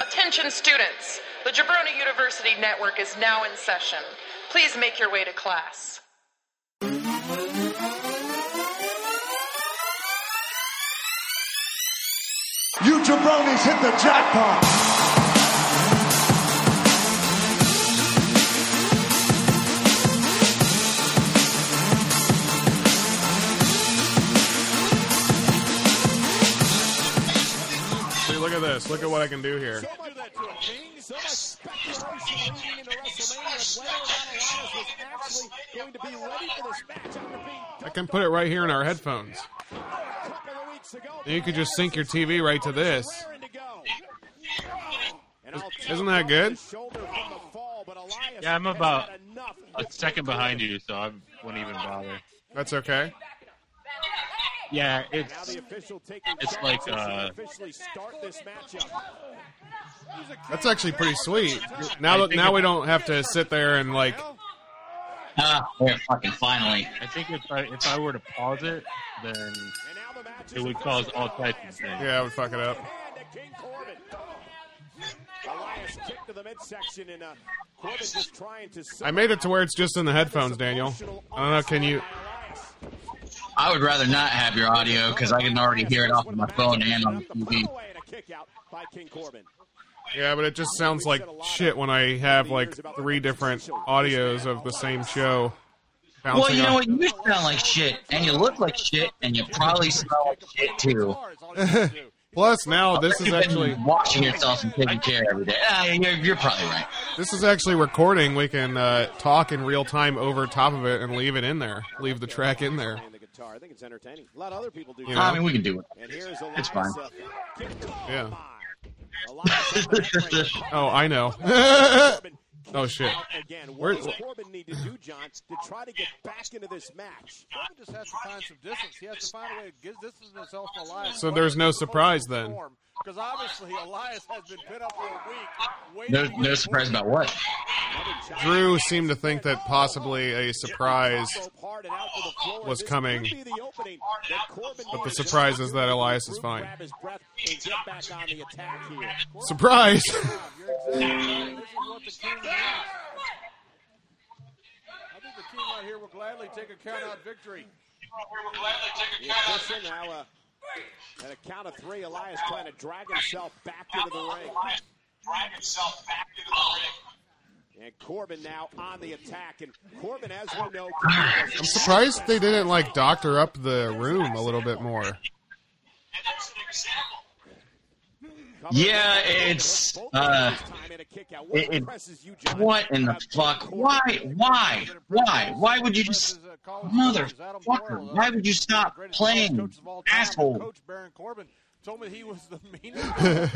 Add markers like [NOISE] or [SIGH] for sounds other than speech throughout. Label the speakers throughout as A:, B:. A: Attention students, the Jabrona University Network is now in session. Please make your way to class.
B: You jabronis hit the jackpot.
C: See, look at this. Look at what I can do here.
D: Can't do that to a king. So much speculation leading into WrestleMania of whether or not Elias was actually going to be ready for this match after being
C: I can put it right here in our headphones.
D: dumped a couple of weeks ago.
C: You could just sync your TV right to this.
D: Raring to go. And I'll
C: Isn't that good?
D: shoulder from the fall, but Elias
E: Yeah, I'm
D: has
E: about
D: had enough.
E: a second behind you, so I wouldn't even bother.
C: That's okay.
E: Yeah,
D: Now the
E: it's
D: official taking
E: It's
D: charge
E: like,
D: as they
E: uh,
D: officially start this matchup.
C: That's actually pretty sweet. Now, now we don't have to sit there and like.
F: Ah, there, fucking finally.
E: I think if I if I were to pause it,
D: And
E: then
D: now the match
E: it
D: is
E: would cause all types of things.
C: Yeah, we fuck it up.
D: hand to King Corbin. Elias kick to the midsection, and uh, Corbin just trying to.
C: I made it to where it's just in the headphones, Daniel. I don't know. Can you?
F: I would rather not have your audio because I can already hear it off of my phone and on the TV.
C: Yeah, but it just sounds like shit when I have like three different audios of the same show.
F: Well,
C: Bouncing
F: you know
C: off.
F: what? You sound like shit, and you look like shit, and you probably smell like shit
C: [LAUGHS]
F: too.
C: Plus, now this
F: [LAUGHS]
C: is
F: You've
C: actually
F: been washing yourself and taking care every day. Ah, you're, you're probably right.
C: this is actually recording. We can uh, talk in real time over top of it and leave it in there. Leave the track in
F: [LAUGHS]
C: there.
D: The guitar. I think it's entertaining. A lot of other people do.
C: You
D: that.
C: know?
F: I mean, we can do it.
D: And here's
F: It's fine.
D: Elias, uh, kick to the
C: Yeah.
D: line. Elias on that range.
C: [LAUGHS] Oh, I know.
D: Corbin kicks
C: [LAUGHS] Oh, shit.
D: out Again,
C: Where-
D: what does Corbin need to do, John, to try to get back into this match?
G: Corbin just has to find some distance. He has to find a way to get distance himself from Elias.
C: So there's no surprise then.
G: Because obviously Elias has been pit up for a week. waiting
F: No,
G: to
F: no
G: get
F: surprise about what?
C: Drew seemed to think that possibly a surprise,
D: Top rope hard and out to the floor.
C: was
D: This
C: coming.
D: could be the opening that Corbin
C: but the
D: needs.
C: surprise is that Elias is
D: Drew
C: fine.
D: grab his breath and get back on the attack here.
C: Surprise! [LAUGHS]
G: You're exactly right. This is what the king needs. I think the king right here will gladly take a count out victory.
D: The official now uh, at a count of three, Elias trying to drag himself back into the ring. And Corbin now on the attack. And Corbin, as we know,
C: I'm surprised they didn't like doctor up the room a little bit more.
F: Yeah, it's, uh, it- it- What in
D: Uh,
F: the fuck? Why? Why? Why? Why would you just. Motherfucker, why would you stop playing? Asshole.
G: Coach Baron Corbin told me he was the meanest player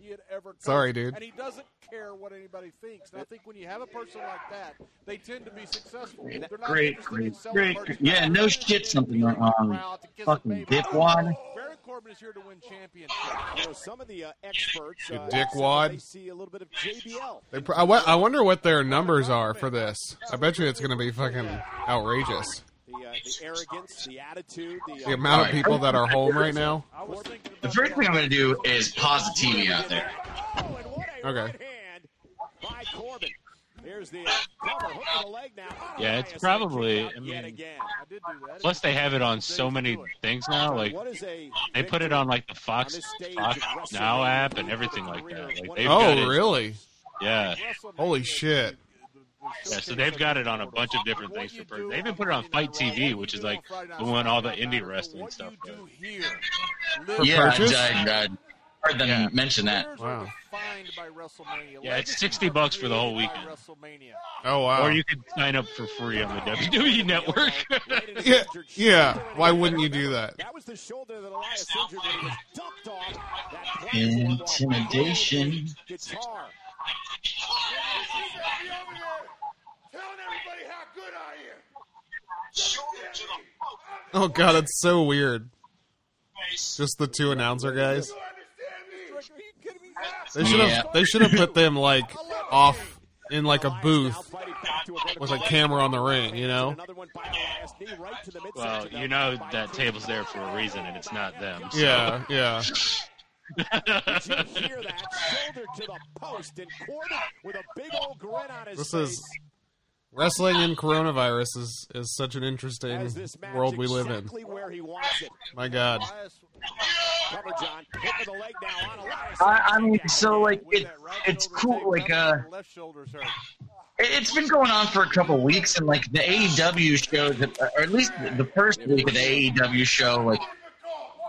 G: he had ever. coached.
C: Sorry, dude.
G: And he doesn't care what anybody thinks. And I think when you have a person like that, they tend to be successful. They're not
F: Great,
G: interested
F: great,
G: in selling
F: great,
G: merchandise.
F: yeah, no shit something went wrong. Fucking dipwad.
G: Baron Corbin is here to win championships.
D: You know, some of the uh, experts,
C: You
D: uh,
C: dickwad.
D: they see a little bit of JBL.
C: They pr- I, wa- I wonder what their numbers are for this. I bet you it's going to be fucking outrageous.
D: The, uh, the arrogance, the attitude, the, uh,
C: The amount of people that are home right now.
G: I was thinking
F: The
G: about
F: first thing I'm going to do is pause the TV out there.
D: Oh, and what a
C: Okay.
D: right hand by Corbin. Here's the uh, cover, hook to the leg now.
E: Yeah, it's
D: Elias,
E: probably-
D: kick out
E: I
D: yet
E: mean-
D: again.
G: I did do that.
E: Plus, they have it on so many things now. Like
D: What is a
E: they put it on like the Fox, Fox Now app and everything like that. Like they've got
C: Oh,
E: it-
C: really?
E: Yeah,
G: WrestleMania
C: Holy
G: is
C: shit.
E: yeah. So they've got it on a bunch of different things. For, they even put it on Fight TV, which is like the one all the indie wrestling stuff.
G: What you do
E: does.
G: here,
F: Yeah, I,
C: purchase?
F: I, I heard them
E: Yeah.
F: mention that.
G: Winners
C: Wow.
G: are defined by WrestleMania.
E: Yeah, it's
G: Legends
E: 60 bucks for the whole
G: created by
E: weekend.
G: WrestleMania.
C: Oh, wow.
E: Or you could sign up for free on the WWE [LAUGHS] Network.
C: Yeah, yeah. Why wouldn't you do that?
D: That was the shoulder that Elias injured when he was dumped off. That platform off.
F: Intimidation.
D: Guitar.
C: Oh, God, it's so weird. Just the two announcer guys.
G: Rick, are you kidding me?
C: They should have.
F: Yeah.
C: They should have put them like off in like a
D: Elias
C: booth
D: now fighting back to a vertical
C: with a
D: leg.
C: camera on the ring. You know?
D: Another one by Elias, knee right to the midsection.
E: Well, you know that table's there for a reason, and it's not them. so-
C: Yeah, yeah.
D: [LAUGHS] Did you hear that? Shoulder to the post and Corbin with a big old grin on his
C: This
D: face.
C: is wrestling and coronavirus is is such an interesting
D: Has this match
C: world we live in.
D: exactly where he wants it.
C: My God,
H: Oh
D: Cover John, hit with the leg now on Elias.
F: I, I mean, so like
G: With
F: it,
G: that right
F: it's
G: shoulder
F: cool.
G: taken
F: Like
G: up,
F: uh,
G: the left shoulder's hurt.
F: it- it's been going on for a couple weeks, and like the AEW show, that- or at least the first week of the AEW show, like.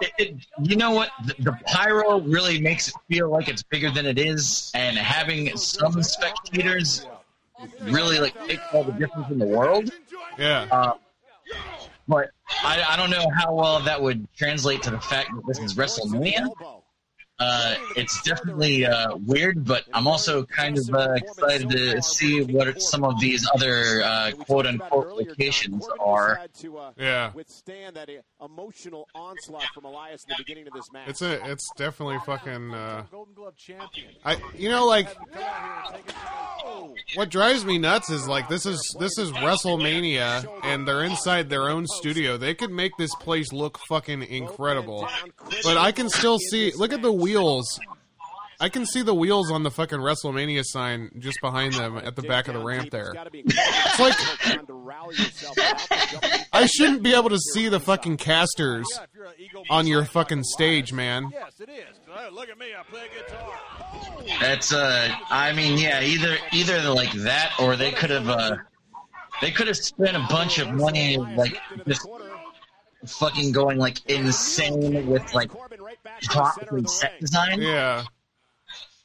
F: It, it, you know what? The, the pyro really makes it feel like it's bigger than it is, and having some spectators really like makes all the difference in the world. uh,
C: yeah.
F: But I, I don't know how well that would translate to the fact that this is WrestleMania.
D: Elbow.
F: Uh, it's definitely uh, weird, but I'm also kind of uh, excited to see what some of these other uh,
D: We talked
F: quote
D: about
F: unquote
D: earlier, John.
F: locations
D: Corbin
F: are.
D: decided to, uh,
C: Yeah.
D: Withstand that uh, emotional onslaught from Elias in the beginning of this match.
C: It's a, it's definitely fucking. Uh,
G: Golden Glove champion.
C: I, you know, like
G: Come out here and take it. Oh,
C: what drives me nuts is like this is this is WrestleMania, and they're inside their own studio. They could make this place look fucking incredible, but I can still see. Look at the wheels. I can see the wheels on the fucking WrestleMania sign just behind them at the back of the ramp there. It's like I shouldn't be able to see the fucking casters
G: yeah, if you're an eagle,
C: on your fucking stage, man.
G: Yes, it is. Uh, Look at me, I play guitar.
F: That's uh, I mean, yeah, either either like that, or they could have uh, they could have spent a bunch of money like just fucking going like insane with like
D: Corbin right back to the
F: props
D: center of
F: and
D: the
F: set
D: ring.
F: design.
C: Yeah.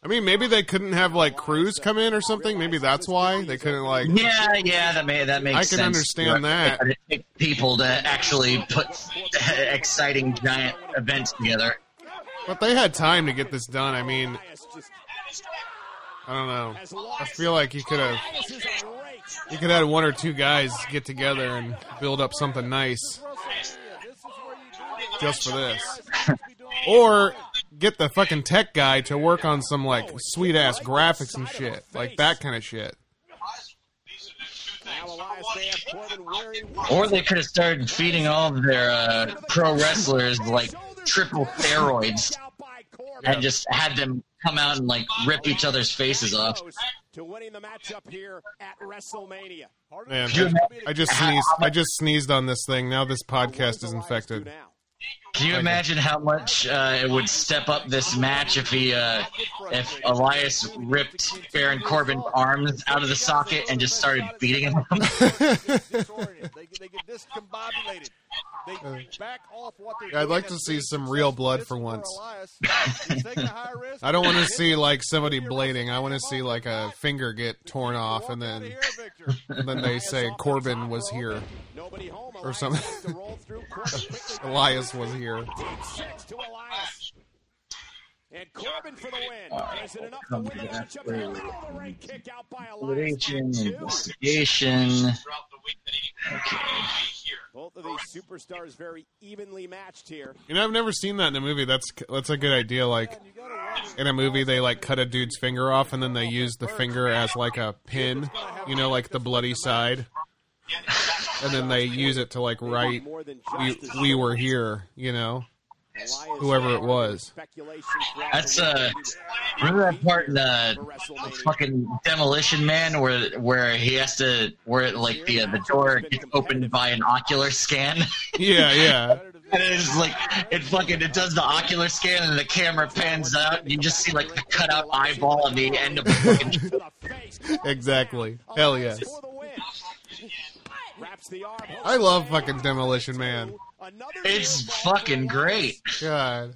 C: I mean, maybe they couldn't have like crews come in or something. Maybe that's why they couldn't like.
F: Yeah, yeah, that may that makes
C: I can
F: sense.
C: understand that.
F: It takes people to actually put exciting giant events together.
C: But they had time to get this done. I mean,
D: Elias just
C: I don't
D: has
C: know. I
D: lost.
C: feel like you could have
D: Elias is on rakes.
C: you could have had one or two guys get together and build up something nice
G: WrestleMania, this is where you do the
C: just for this.
G: Should be doing
C: Or get the fucking tech guy to work on some like sweet ass graphics and shit. Like that kind of shit.
D: Now Elias, they have Corbin where
I: [LAUGHS]
D: he wants.
F: Or they could have started feeding all of their uh, pro wrestlers like triple steroids
D: Out by Corbin.
F: and just had them come out and like rip each other's faces off.
D: Close To winning the matchup here at WrestleMania.
G: harder
C: Man,
G: than it
C: I just sneezed. I just sneezed on this thing. Now this podcast is infected.
D: Now,
F: Can you imagine how much uh, it would step up this match if he uh, if Elias ripped Baron Corbin's arms out of the socket and just started beating him?
C: [LAUGHS]
G: is. Disoriented. they, they get discombobulated. They back off what they're
C: Uh, I'd
G: doing
C: like to
G: and
C: see
G: be
C: some real blood for
G: successful. This
C: once.
G: is where Elias, take
C: [LAUGHS]
G: a high risk.
C: I don't want to see like somebody blading. I want to see like a finger get torn off, and then [LAUGHS] and then they say Corbin was here.
D: nobody home.
C: Or something.
D: Elias has to roll
C: [LAUGHS]
D: through Corbin quickly.
C: Elias was here.
D: Deep six to Elias. And Corbin for the win. Is it enough to
F: come
D: win the
F: to that
D: matchup?
F: third.
D: And a little ring kick out by Elias.
F: Investigation,
D: Two.
F: investigation.
D: Both of these superstars very evenly matched here.
C: You know, I've never seen that in a movie. That's that's a good idea. Like in a movie, they like cut a dude's finger off, and then they use the finger as like a pin. You know, like the bloody side, and then they use it to like write
D: More than
C: "We
D: just as
C: we were here." You know,
D: Elias
C: whoever it was.
D: speculation throughout
F: That's
D: the week.
F: uh, remember that part in uh, fucking Demolition Man where where he has to where like the uh, the door gets opened by an ocular scan. [LAUGHS]
C: Yeah, yeah.
F: And it's like it fucking it does the ocular scan and the camera pans out and you just see like the cutout eyeball on the end of the fucking
D: to the face.
C: Exactly. Hell yes.
D: For the win. Wraps the arm.
C: I love fucking Demolition Man.
D: Another
F: It's
D: near fall
F: fucking
D: for
F: great.
C: God.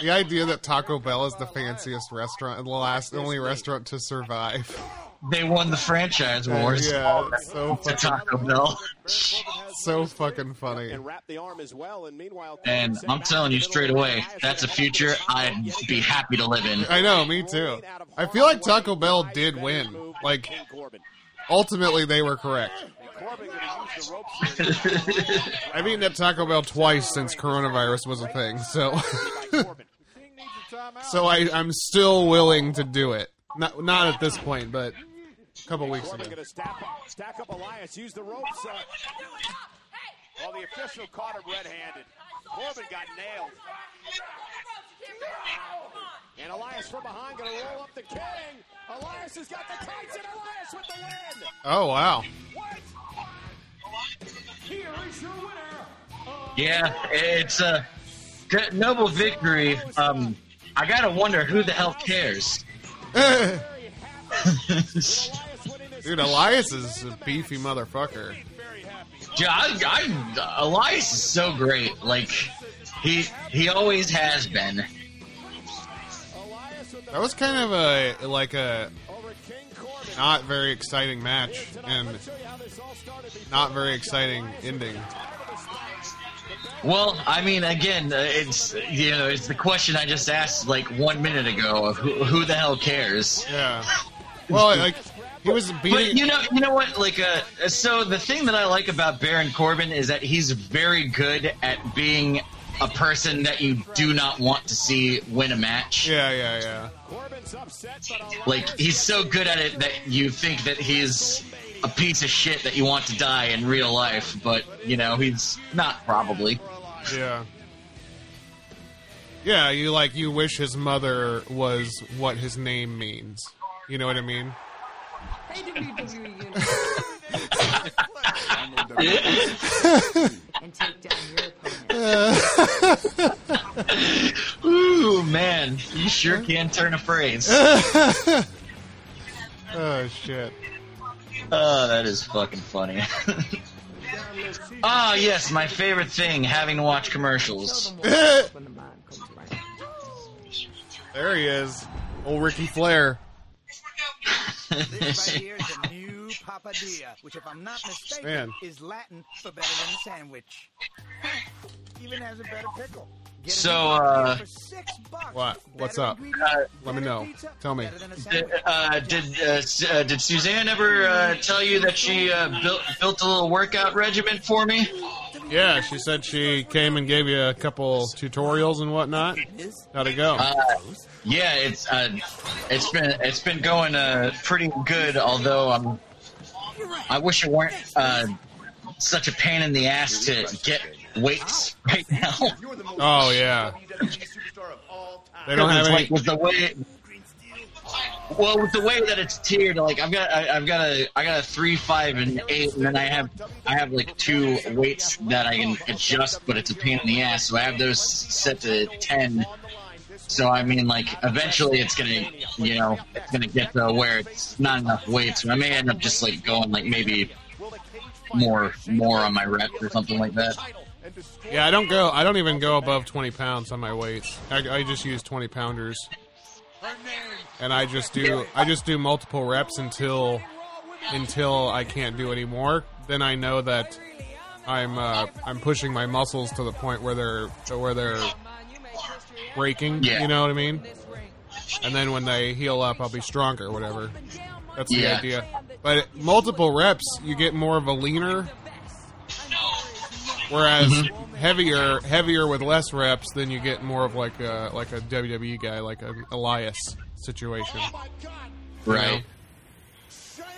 C: The idea that Taco Bell is the fanciest restaurant and the last only restaurant to survive. [LAUGHS]
F: They won the franchise wars.
C: Uh, Yeah, it's so
F: to
C: fucking,
F: Taco Bell.
C: so fucking funny.
D: And wrap the arm as well. And meanwhile,
F: And I'm telling you straight away, that's a future I'd be happy to live in.
C: I know, me too. I feel like Taco Bell did win.
F: [LAUGHS]
C: Like,
D: Corbin.
C: ultimately, they were correct.
G: Corbin gonna use the ropes here.
C: I've eaten at Taco Bell twice since coronavirus was a thing,
D: [LAUGHS]
C: so [LAUGHS]
D: Corbin.
G: King needs a timeout.
C: so uh, I, I'm still willing to do it. Not not at this point, but a couple weeks
D: Corbin
C: ago.
D: going to stack up, stack up Elias, use the ropes. Uh,
G: Well, the official caught him red-handed. Corbin got nailed.
D: Elias from behind, gonna roll up the king. Elias has got the tights, and Elias with the win.
C: Oh wow. [LAUGHS]
D: Here is your winner.
F: Yeah, it's a d- noble victory. Um, I gotta wonder who the hell cares.
D: Very happy. With Elias winning this
C: Dude, Elias is a beefy motherfucker.
D: very happy.
F: Dude, I, I, Elias is so great. Like he he always has been.
D: Elias with the
C: That was kind of a like a
D: over King Corbin.
C: not very exciting match and
D: Show you how this all started before
C: not very exciting ending.
F: Well, I mean, again, uh, it's you know, it's the question I just asked like one minute ago of who, who the hell cares.
C: Yeah. Well, like he was
F: But you
C: beating.
F: know, you know what? Like, uh, so the thing that I like about Baron Corbin is that he's very good at being a person that you do not want to see win a match.
C: Yeah, yeah, yeah.
D: Corbin's upset, but Elias
F: Like, he's so good at it that you think that he's a piece of shit that you want to die in real life, but you know, he's not probably.
C: Yeah. Yeah, you like you wish his mother was what his name means. You know what I mean?
J: Hey, WWE Universe, and take down your opponent.
F: Ooh, man, you sure can turn a phrase.
C: Oh shit.
F: Oh, that is fucking funny. [LAUGHS] Ah, yes, my favorite thing, having to watch commercials.
J: When the mom comes around.
C: There he is. Old Ricky Flair.
H: [LAUGHS] This right here is a new papadilla, which, if I'm not mistaken,
C: Man.
H: is Latin for better than a sandwich. Even has a better pickle. Get a
F: So,
H: new papadilla
F: uh,
H: for six bucks.
C: What? What's
H: Better
C: up?
H: ingredients,
C: Let me
H: better
C: know.
H: pizza,
C: Tell me.
H: better than a
F: Did,
H: sandwich.
F: uh, did, uh, S- uh, did Suzanne ever uh, tell you that she uh, built, built a little workout regimen for me?
C: Yeah, she said she came and gave you a couple tutorials and whatnot. How'd it go?
F: Uh, Yeah, it's uh, it's been it's been going uh, pretty good. Although I'm, I wish it weren't uh, such a pain in the ass to get weights right now.
C: Oh yeah. They don't have
F: It's
C: any.
F: like with the way. Well, with the way that it's tiered, like I've got, I, I've got a, I got a three, five, and eight, and then I have, I have like two weights that I can adjust, but it's a pain in the ass. So I have those set to ten. So I mean, like eventually it's gonna, you know, it's gonna get to where it's not enough weights, and I may end up just like going like maybe more, more on my rep or something like that.
C: Yeah, I don't go. I don't even go above twenty pounds on my weights. I, I just use twenty pounders, and I just do. I just do multiple reps until until I can't do anymore. Then I know that I'm uh, I'm pushing my muscles to the point where they're to where they're breaking.
F: Yeah.
C: You know what I mean? And then when they heal up, I'll be stronger. Whatever. That's the
F: Yeah.
C: idea. But multiple reps, you get more of a leaner Whereas
F: Mm-hmm.
C: heavier, heavier with less reps, then you get more of like a like a WWE guy, like an Elias situation. you know?
F: Right.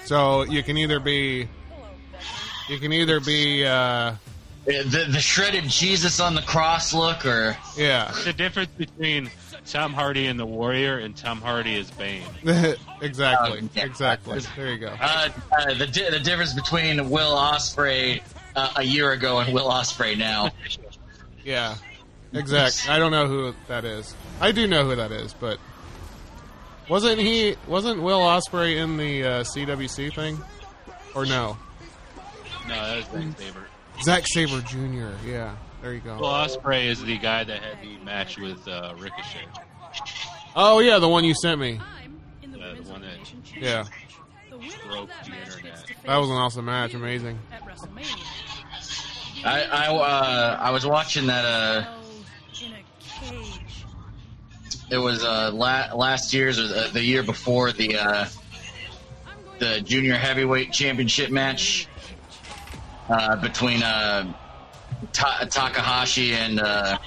C: So you can either be, you can either be, uh,
F: The the shredded Jesus on the cross look, or
C: yeah, [LAUGHS]
E: The difference between Tom Hardy and the Warrior and Tom Hardy is Bane.
C: exactly,
F: Um, yeah.
C: exactly. There you go.
F: Uh, uh, the di- the difference between Will Osprey uh, a year ago and Will Osprey now.
C: Yeah, exact. I don't know who that is. I do know who that is, but wasn't he? Wasn't Will Osprey in the uh, CWC thing, or no?
E: No, that was Zack Sabre.
C: Zack Saber Jr. Yeah, there you go.
E: Will Ospreay is the guy that had the match with uh, Ricochet.
C: Oh yeah, the one you sent me.
K: I'm in the
E: Yeah, the
K: women's
E: one that
K: elimination
C: Yeah.
K: championship. The winner of
E: broke
K: that
E: the
K: match
E: internet.
K: gets to
C: That was
K: face
C: an awesome match.
K: you
C: Amazing.
K: At WrestleMania.
F: I I, uh, I was watching that. Uh,
K: Oh, in a cage.
F: it was uh, la- last year's or the, the year before the uh, the junior heavyweight championship match uh, between uh, Ta- Takahashi and uh,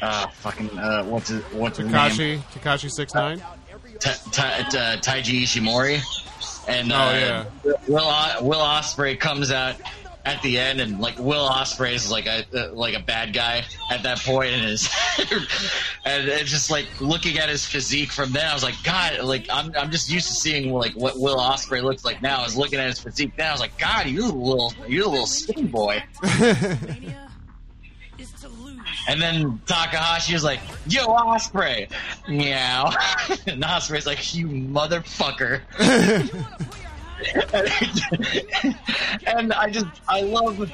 F: uh, fucking uh, what's his, what's his name?
C: Takashi, Takashi six nine.
F: Ta- Ta- Ta- Taiji Ishimori, and
C: Oh,
F: uh, Will o- Will Osprey comes out at the end, and like Will Osprey's like a uh, like a bad guy at that point, and is [LAUGHS] and it's just like looking at his physique from then, I was like, God, like I'm I'm just used to seeing like what Will Osprey looks like now. I was looking at his physique now, I was like, God, you little you little skin boy. And then Takahashi was like, "Yo, Osprey, meow." [LAUGHS] and Osprey's like, "You motherfucker." [LAUGHS] and I just, I love,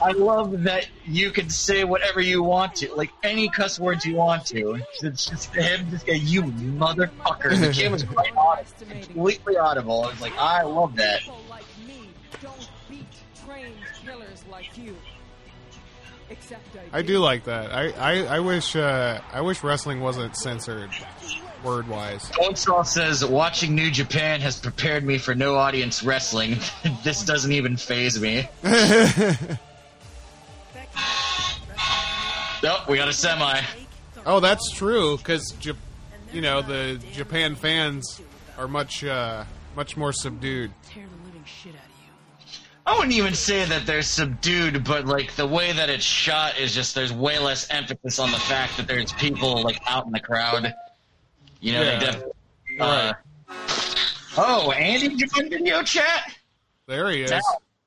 F: I love that you can say whatever you want to, like any cuss words you want to. It's just him, just go, "You motherfucker." The kid was quite honest, completely audible. I was like, I love that.
L: People like me don't beat trained killers like you. Except I,
C: I do like that. I, I, I wish uh, I wish wrestling wasn't censored, word wise.
F: Bonesaw says, "Watching New Japan has prepared me for no audience wrestling. [LAUGHS] this doesn't even phase me." Nope, we got a semi.
C: Oh, that's true. Because you know the Japan fans are much uh, much more subdued.
L: tear the living shit out of
F: I wouldn't even say that they're subdued, but like the way that it's shot is just there's way less emphasis on the fact that there's people like out in the crowd. You know,
C: Yeah.
F: they definitely. Uh, oh, Andy joined video chat.
C: There he is.
F: Now,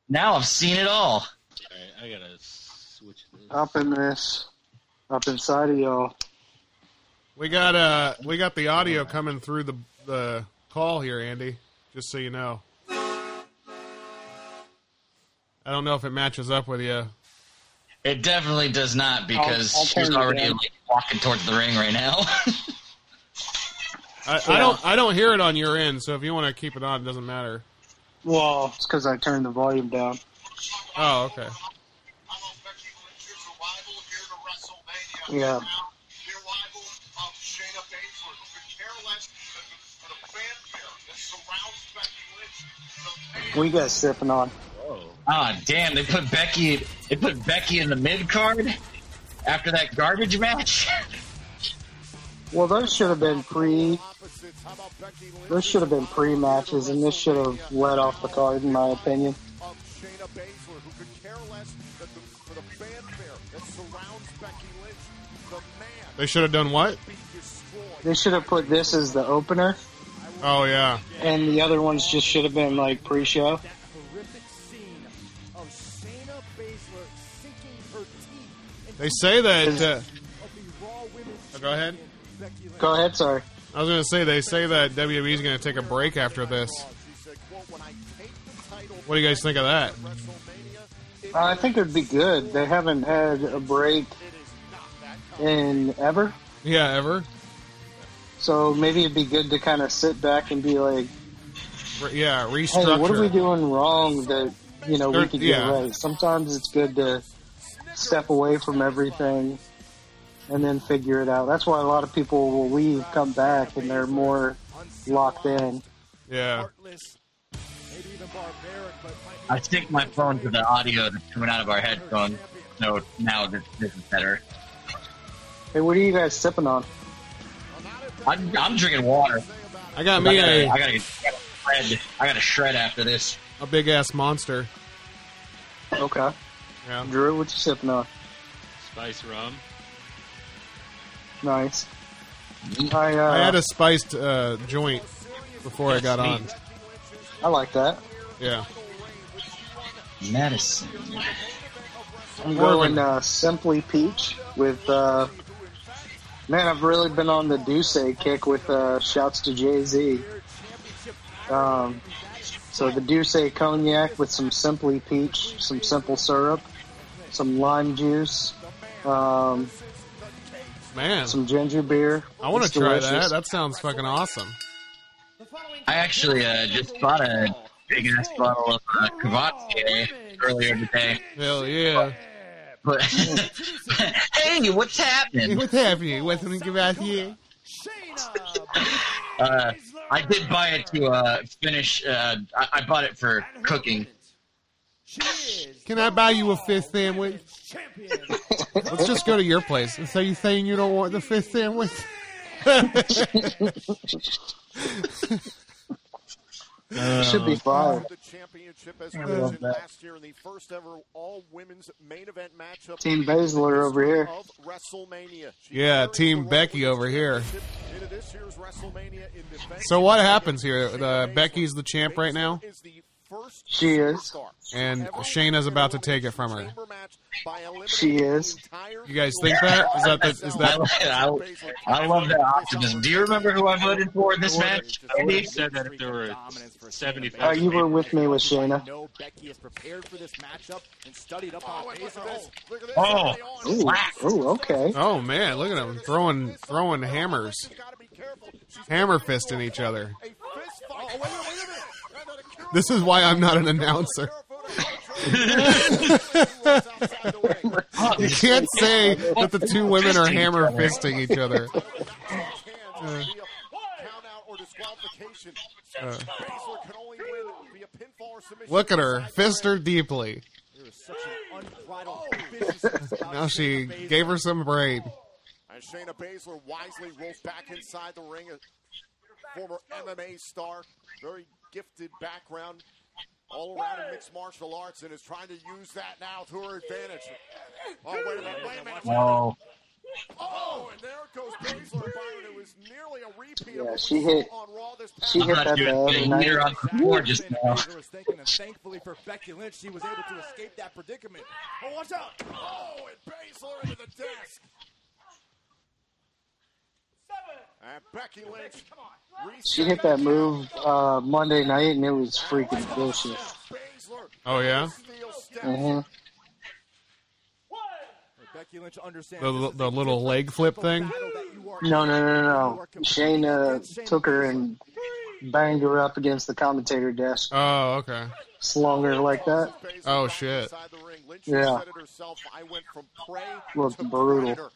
F: now I've seen it all.
E: I gotta switch this.
I: Up in this. Up inside of y'all.
C: We got uh we got the audio coming through the the call here, Andy. Just so you know. I don't know if it matches up with you.
F: It definitely does not because
C: I'll turn
F: she's
C: it
F: already
C: down.
F: like, walking towards the ring right now. [LAUGHS]
C: I, I don't I don't hear it on your end, so if you want to keep it on, it doesn't matter.
I: Well, it's because I turned the volume down.
C: Oh, okay.
I: Yeah. We got sipping on.
F: Ah, damn! They put Becky. They put Becky in the mid card after that garbage match. [LAUGHS]
I: Well, those should have been pre. Those should have been pre matches, and this should have led off the card, in my opinion.
C: They should have done what?
I: They should have put this as the opener,
C: Oh yeah.
I: and the other ones just should have been like pre-show.
C: They say that. Uh, oh, go ahead.
I: Go ahead, sorry.
C: I was gonna say they say that WWE's gonna take a break after this. What do you guys think of that?
I: Uh, I think it'd be good. They haven't had a break in ever,
C: Yeah, ever?
I: so maybe it'd be good to kind of sit back and be like,
C: Re- yeah,
I: "Hey,
C: restructure.
I: what are we doing wrong that you know we
C: They're-
I: could
C: yeah.
I: get right?" Sometimes it's good to step away from everything and then figure it out. That's why a lot of people will leave, come back, and they're more locked in.
C: Yeah.
F: I stick my phone to the audio that's coming out of our headphones, so now this, this is better.
I: Hey, what are you guys sipping on?
F: I'm, I'm drinking water.
C: I got me
F: I
C: a-
F: gotta, I gotta, shred. I gotta shred after this.
C: A big ass monster.
I: Okay.
C: Yeah.
I: Drew, what you sipping on?
E: Spice rum.
I: Nice. I, uh,
C: Mm. I had a spiced uh, joint before I got on.
I: I like that.
C: Yeah.
F: Madison.
I: I'm going uh, Simply Peach with. Uh, man, I've really been on the Duce kick with uh, shouts to Jay Z. Um, so the Duce cognac with some Simply Peach, some simple syrup, some lime juice, um,
C: Man,
I: some ginger beer.
C: I want to
I: It's
C: try that.
I: delicious.
C: That sounds fucking awesome.
F: I actually uh, just bought a big ass bottle of uh, Cavassier earlier today.
C: Hell yeah. [LAUGHS]
F: But hey, what's happening?
C: What's happening? What's happening about here?
F: Uh, I did buy it to uh, finish. Uh, I, I bought it for cooking.
C: Can I buy you a fifth sandwich? [LAUGHS] Let's just go to your place. So you saying you don't want the fifth sandwich?
I: Uh, Should be fine.
G: The championship as
I: I love
G: mentioned
I: that.
G: last year in the first ever all women's main event matchup.
I: Team Baszler over here.
G: Of WrestleMania. She
C: Yeah, Team Becky over here.
G: into this year's WrestleMania in defense.
C: So what happens here? Uh, Becky's the champ right now,
I: She is.
C: and Shayna's about to take it from her.
I: She is.
C: You guys think that? Is that the, is
F: I,
C: that?
F: I love that optimism. Do you remember who I voted for in this match?
E: I would have said that if there were 75.
I: Oh, you were with me with Shayna.
D: Becky is prepared for this matchup and studied up on Baszler.
F: Oh,
C: Ooh,
I: ooh, okay.
C: Oh man, look at them throwing throwing hammers, hammer fisting each other. This is why I'm not an announcer. you can't say that the two women are hammer fisting each other. Uh, uh, look at her, fist her deeply.
G: Oh!
C: [LAUGHS] Now she gave her some brain.
G: And Shayna Baszler wisely rolls back inside the ring. A former MMA star, very gifted background, all around in mixed martial arts, and is trying to use that now to her advantage. Oh, wait a minute, wait a minute.
F: No.
G: Oh, and there goes Baszler. Byron, it was nearly a repeat of
I: Yeah,
G: what
I: she
G: we
I: hit.
G: saw on Raw this past
I: She hit
F: thought
I: that
F: you
I: the
F: had
C: uh,
I: other
F: been here on
I: night.
F: the floor just now.
D: Baszler was thinking, and thankfully for Becky Lynch, she was able to escape that predicament. Oh, watch out!
G: Oh, and Baszler into the desk. And Becky Lynch.
I: She hit that move uh, Monday night, and it was freaking bullshit.
C: Oh yeah,
I: Mhm.
D: Becky Lynch understands.
C: the the little leg flip thing.
I: No, no, no, no, no. Shayna took her and banged her up against the commentator desk,
C: Oh okay.
I: slung her like that.
C: Oh shit.
I: Yeah, looked brutal.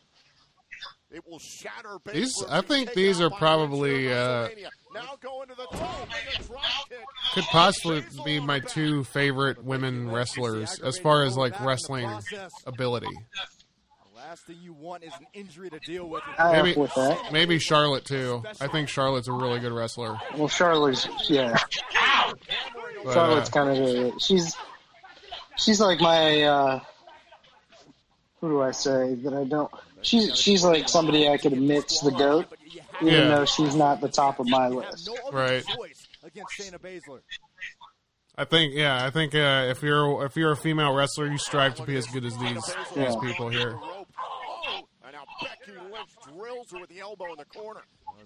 G: It will shatter
C: These,
G: Baszler.
C: I think these are probably uh,
G: Now go into the top and a drop kick.
C: could possibly be my two favorite women wrestlers as far as like wrestling ability.
D: The last thing you want is an injury to deal with.
C: Maybe maybe Charlotte too. I think Charlotte's a really good wrestler.
I: Well, Charlotte's yeah.
C: But, uh,
I: Charlotte's kind of a, she's she's like my uh, who do I say that I don't. She's she's like somebody I could admit to the goat, even
C: Yeah.
I: though she's not the top of my list.
C: right.
D: against Shayna Baszler.
C: I think yeah. I think uh, if you're if you're a female wrestler, you strive to be as good as these these
I: Yeah.
C: people here.
G: Oh, And now Becky Lynch drills her with the elbow in the corner.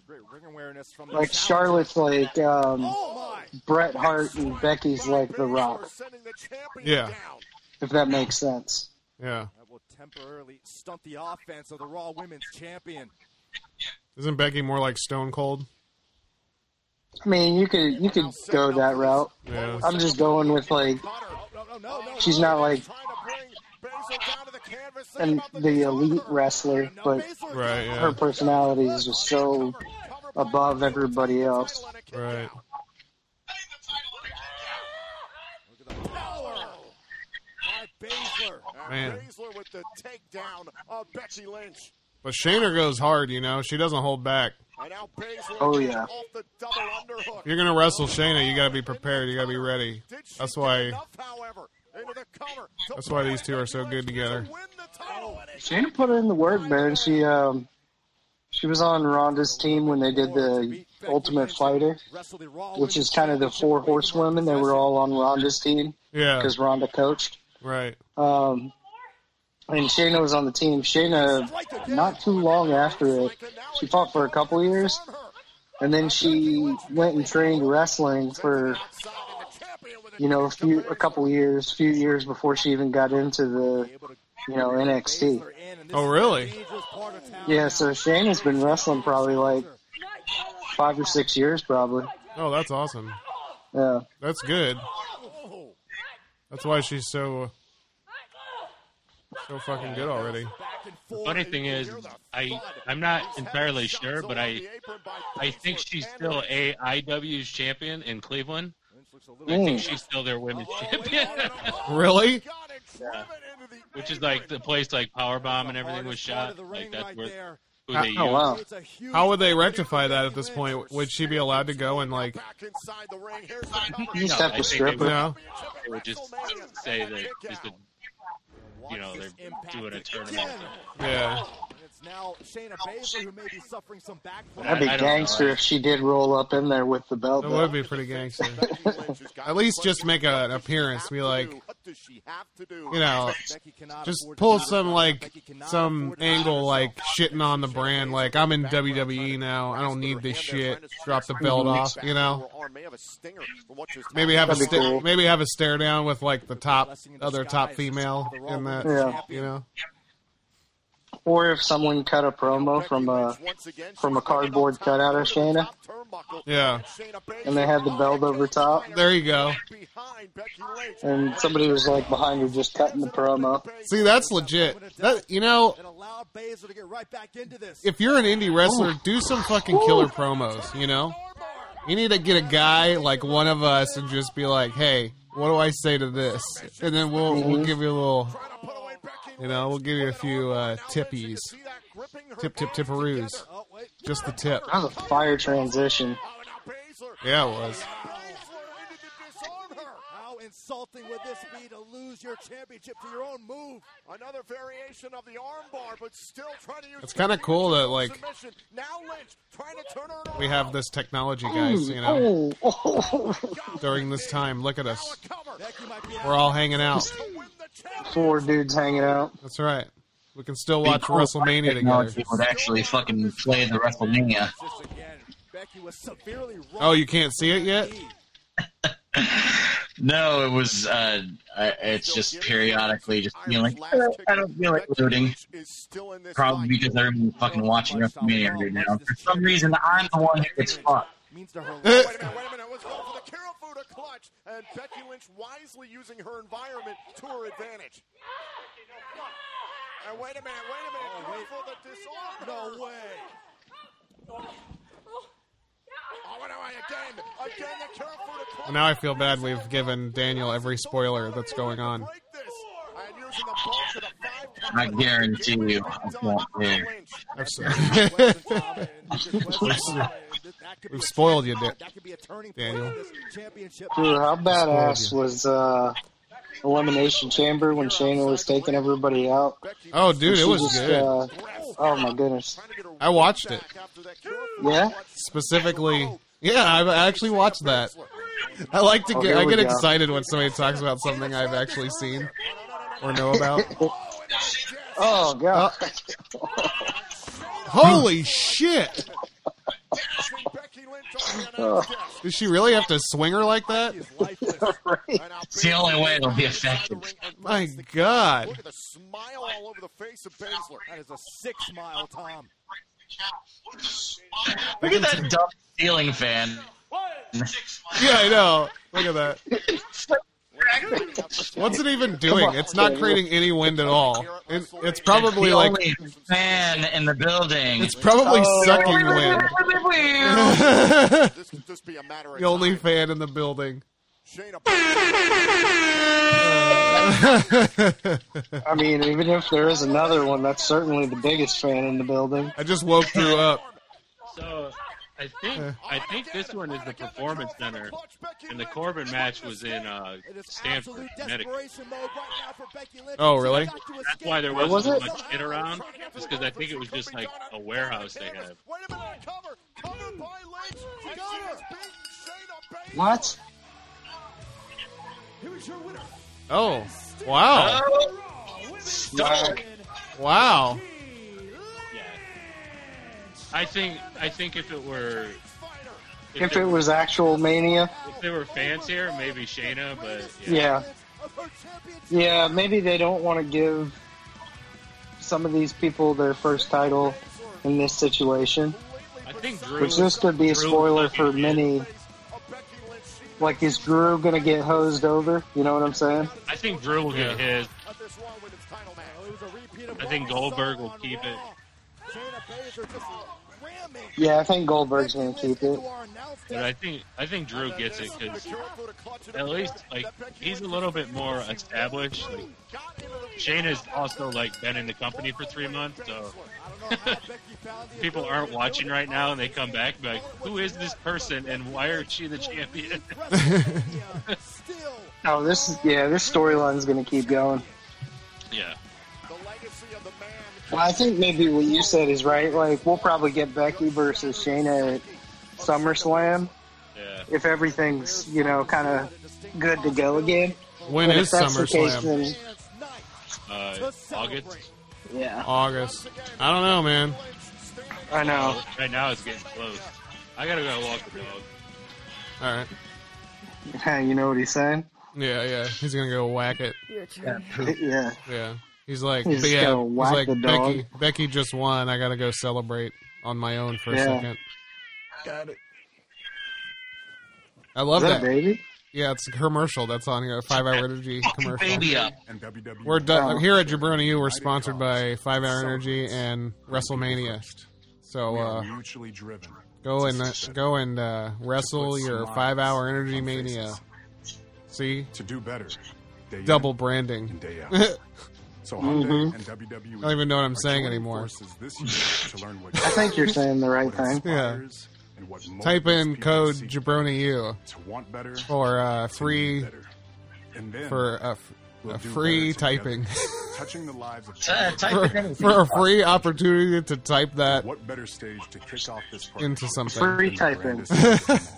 D: Great ring awareness from the
I: Like Charlotte's like um,
G: Oh,
I: Bret Hart and Becky's like The Rock,
C: Yeah.
I: if that makes sense.
C: Yeah.
D: That will temporarily stunt the offense of the Raw Women's Champion.
C: Isn't Becky more like Stone Cold?
I: I mean, you could you could go that route.
C: Yeah.
I: I'm just going with like
D: oh,
I: she's not like and the elite wrestler, but
C: Right.
I: her
C: Yeah.
I: personality is just so above everybody else.
C: Right.
G: Baszler. And
C: Man.
G: Baszler with the takedown of Becky Lynch.
C: But Shayna goes hard. You know, she doesn't hold back.
G: And now Baszler
I: Oh, yeah.
G: off the double underhook.
C: If you're gonna wrestle Shayna, you gotta be prepared. You gotta be ready. That's why. That's why these two are so good together.
I: Shayna put in the work, man. She um she was on Ronda's team when they did the Ultimate Fighter, which is kind of the four horsewomen. They were all on Ronda's team
C: Yeah.
I: because Ronda coached.
C: Right.
I: Um, and Shayna was on the team. Shayna, not too long after it, she fought for a couple years, and then she went and trained wrestling for, you know, a few, a couple years, few years before she even got into the, you know, NXT.
C: Oh really?
I: Yeah, so Shayna's been wrestling probably like five or six years, probably.
C: Oh, that's awesome.
I: Yeah.
C: That's good. That's why she's so so fucking good already.
E: The funny thing is, I I'm not entirely sure, but I I think she's still AIW's champion in Cleveland. I think
I: Mm.
E: she's still their women's [LAUGHS] champion, [LAUGHS]
C: Really?
E: which is like the place like Powerbomb and everything was shot. Like that's where who they
I: Oh,
E: use.
I: wow.
C: How would they rectify that at this point? Would she be allowed to go and
E: [LAUGHS]
C: like?
I: You just have
E: I
I: to
E: think
I: strip
E: they would-
C: her.
E: They would just say that just a, you know they're doing a tournament.
C: Yeah.
D: It's now Shayna Baszler who may be suffering some back.
I: That'd be [LAUGHS] gangster if she did roll up in there with the belt.
C: That
I: though.
C: would be pretty gangster. At least just make a, an appearance. Be like, you know, just pull some like some angle like shitting on the brand. Like I'm in WWE now. I don't need this shit. Drop the belt off. You know, maybe have a
I: That'd be
C: sta-
I: cool.
C: maybe have a stare down with like the top other top female in that.
I: Yeah.
C: You know,
I: Or if someone cut a promo from a from a cardboard cutout of Shayna,
C: yeah.
I: and they had the belt over top,
C: There you go.
I: and somebody was like behind her just cutting the promo.
C: See, that's legit. That you know, if you're an indie wrestler, do some fucking killer promos. You know, you need to get a guy like one of us and just be like, "Hey, what do I say to this?" And then we'll we'll
I: Mhm.
C: give you a little, you know, we'll give you a few uh, tippies, tip tip tipperoos,
G: Oh,
C: just the tip.
I: That was a fire transition.
C: Yeah, it was.
D: How insulting would this be to lose your championship to your own move?
G: Another variation of the armbar, but still trying to use.
C: It's kind of cool that like
G: submission. Now Lynch trying to turn her
C: we have this technology, guys. You know,
I: Oh,
C: during this time, look at us. We're all hanging out.
I: [LAUGHS] Four dudes hanging out.
C: That's right. We can still watch WrestleMania together.
F: Technology would actually fucking play the WrestleMania.
C: Oh, you can't see it yet?
F: No, it was. Uh, I, it's just periodically just feeling like I don't, I don't feel like looting. Probably because everyone's fucking watching WrestleMania right now. For some reason, I'm the one who gets fucked.
D: Means to her.
F: Eh.
D: wait a minute, wait a minute. What's going for the Karafuda clutch?
G: and Becky Lynch wisely using her environment to her advantage. And wait a minute, Oh, wait a minute. going for the disarm. No way. Oh, no, again, again, the Karafuda clutch.
C: Well, now I feel bad we've given Daniel every spoiler that's going on.
F: I guarantee you, I won't care.
C: I'm sorry. we've spoiled you, Dan- Daniel.
I: Dude, how badass was uh, Elimination Chamber when Shayna was taking everybody out?
C: Oh, dude, it
I: She
C: was
I: just,
C: good.
I: uh, oh my goodness.
C: I watched it
I: Yeah.
C: specifically. Yeah, I actually watched that. I like to
I: Oh,
C: get
I: here
C: I
I: we
C: get
I: go.
C: excited when somebody talks about something I've actually seen or know about.
I: Oh god.
C: Uh, Holy shit!
G: [LAUGHS]
C: Does she really have to swing her like that?
F: It's the only way it'll be effective.
C: My God!
G: Look at the smile all over the face of Baszler. That is a six mile time.
F: Look at that dumb ceiling fan.
C: Yeah, I know. Look at that. What's it even doing? It's not creating any wind at all. It, it's probably
F: the
C: like
F: only fan in the building.
C: it's probably
I: Oh,
C: sucking wind.
G: This could just be a matter of
C: the only fan in the building.
G: Shayna
I: [LAUGHS] I mean, even if there is another one, that's certainly the biggest fan in the building.
C: I just woke Drew up.
E: So I think I think this one is the Performance Center, and the Corbin match was in uh, Stanford, Connecticut.
C: Oh, really?
E: That's why there
C: Where
E: wasn't
C: was it?
E: much shit around, just because I think it was just like a warehouse they had.
I: What?
D: Here's your winner.
C: Oh, wow. Wow.
E: I think I think if it were
I: If
E: they-
I: it was actual Mania,
E: if they were fans here, maybe Shayna, but
I: yeah. Yeah, maybe they don't want to give some of these people their first title in this situation.
E: I think Drew.
I: Which this could be a
E: Drew
I: spoiler
E: fucking
I: for
E: did.
I: many. Like, is Drew gonna get hosed over? You know what I'm saying?
E: I think Drew will get his. I think Goldberg will keep it.
I: Yeah, I think Goldberg's gonna keep it.
E: But I think I think Drew gets it because at least like he's a little bit more established. Like, Shane has also like been in the company for three months, so [LAUGHS] people aren't watching right now, and they come back and be like, "Who is this person, and why is she the
I: [LAUGHS]
E: champion?"
I: Oh, this is yeah, this storyline's gonna keep going.
E: yeah,
I: Well, I think maybe what you said is right. Like, we'll probably get Becky versus Shayna at SummerSlam
E: yeah.
I: if everything's, you know, kind of good to go again.
C: When
I: But if
C: is
I: that's the case,
C: SummerSlam?
I: then-
E: Uh, August.
I: Yeah.
C: August. I don't know, man.
I: I know.
E: Right now it's getting close. I gotta go walk the dog.
C: All right.
I: you know what he's saying?
C: Yeah, yeah. He's gonna go whack it.
L: Your turn.
I: Yeah.
C: Yeah. He's like,
I: He's
C: but
I: just
C: yeah.
I: gonna
C: He's
I: whack
C: like,
I: the dog.
C: Becky, Becky just won. I gotta go celebrate on my own for
I: Yeah.
C: a second.
I: Got it.
C: I love
I: Is that
C: that.
I: a baby?
C: Yeah, it's a commercial that's on here. Five Hour Energy commercial.
F: baby up.
B: And E WWE.
C: We're done
I: Oh.
C: here at Jabroni U. We're sponsored by Five Hour Energy and WrestleMania. So uh,
B: mutually driven.
C: go and uh, go and uh, wrestle your Five Hour Energy Mania. See,
B: To do better. Day in
C: double branding.
B: and day out.
C: I [LAUGHS]
B: So
I: Mhm.
B: Hyundai and WWE.
C: don't even know what I'm saying
B: joining
C: anymore.
B: forces This year to learn what
I: [LAUGHS] I
B: [LAUGHS]
I: think you're saying the right thing.
C: Yeah.
B: and what
C: Type
B: motivates
C: in
B: people
C: code
B: seek
C: Jabroni U
B: to want better,
C: for uh, free
B: better. And then
C: for a, f-
B: we'll
C: a
B: do
C: free
B: better together,
C: typing
B: touching the lives
C: [LAUGHS]
B: of
F: Uh,
I: [LAUGHS]
F: type
C: for,
F: it in.
C: for a free opportunity to type that
B: What better stage to kick off this program
C: into something.
I: Free
B: than the
I: typing.
B: grandest-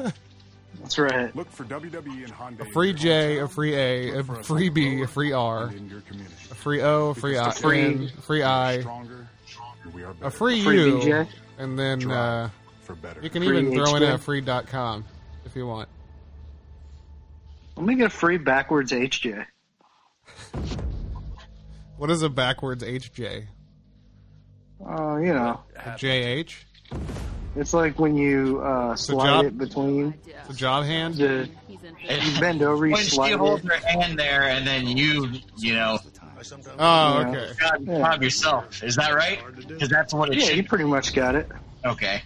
I: That's right.
B: Look for WWE and Hyundai.
C: A free J, a free A, a
B: Look for us on
C: free
B: the
C: B, a
B: road
C: free R,
B: and in your community.
C: a free O, a free I,
B: Because
C: and
B: together we
C: free
B: are
C: I,
B: stronger, and we are
C: a
B: better
C: free
I: Free
C: U,
I: BJ.
C: and then uh,
B: Drive for better.
C: you can
I: Free
C: even throw in
I: HJ.
C: a free dot .com if you want.
I: Let me get a free backwards HJ.
C: What is a backwards HJ?
I: Oh, you know,
C: A JH?
I: it's like when you uh, slide
C: job-
I: it between.
C: The job hand?
I: The, you bend over, you
F: When she
I: slide
F: holds
I: it.
F: her hand there, and then you, you know,
C: Oh,
I: Yeah.
C: okay.
F: God,
I: Yeah.
F: job yourself. Is that right? Because that's what it
I: Yeah, you
F: should.
I: pretty much got it.
F: Okay.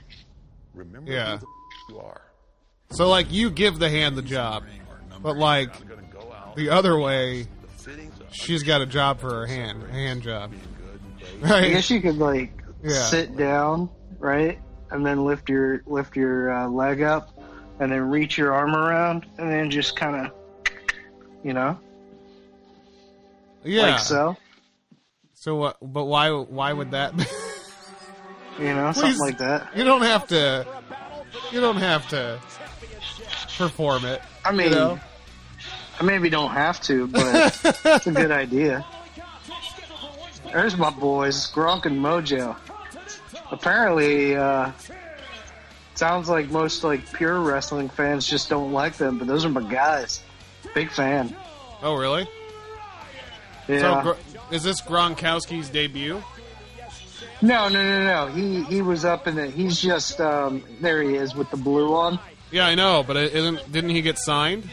M: Remember
C: Yeah.
M: who you are.
C: So, like, you give the hand the job, but, like,
M: I'm gonna go out.
C: the other way,
M: The fittings are
C: she's got a job for her hand, a hand
I: [LAUGHS]
C: job.
M: good and great.
I: I
C: Right? [LAUGHS]
I: guess you could like
C: Yeah.
I: sit down, right, and then lift your lift your uh, leg up, and then reach your arm around, and then just kind of, you know,
C: Yeah.
I: like so,
C: So, what, but why, why would that be? [LAUGHS]
I: you know,
C: Please.
I: something like that.
C: You don't have to. You don't have to perform it.
I: I mean,
C: know?
I: I maybe don't have to, but
C: [LAUGHS]
I: it's a good idea. There's my boys, Gronk and Mojo. Apparently, uh, sounds like most like pure wrestling fans just don't like them, but those are my guys. Big fan.
C: Oh, really?
I: Yeah.
C: So, Gr- is this Gronkowski's debut?
I: No, no, no, no. He he was up in the. He's just um, there. He is with the blue on.
C: Yeah, I know, but it isn't didn't he get signed?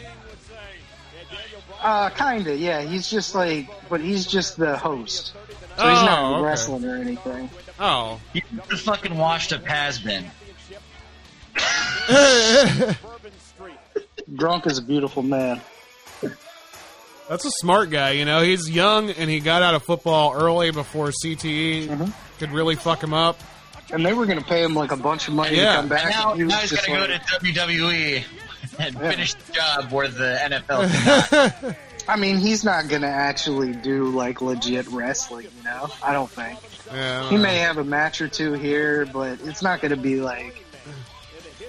I: Uh, kinda. Yeah, he's just like, but he's just the host. So he's
C: Oh,
I: not
C: okay.
I: wrestling or anything.
C: [LAUGHS] Oh,
F: You could have fucking washed up has been.
I: Gronk is a beautiful man.
C: that's a smart guy. You know, he's young and he got out of football early before CTE
I: Mm-hmm.
C: could really fuck him up.
I: And they were gonna pay him like a bunch of money
C: Yeah.
I: to come back.
F: Now,
I: and he was
F: now he's
I: just
F: gotta go to
I: like-
F: WWE and finish the job where the
I: [LAUGHS]
F: NFL did not.
I: I mean, he's not gonna actually do like legit wrestling. You know, I don't think
C: Yeah, I don't
I: he
C: know.
I: may have a match or two here, but it's not gonna be like.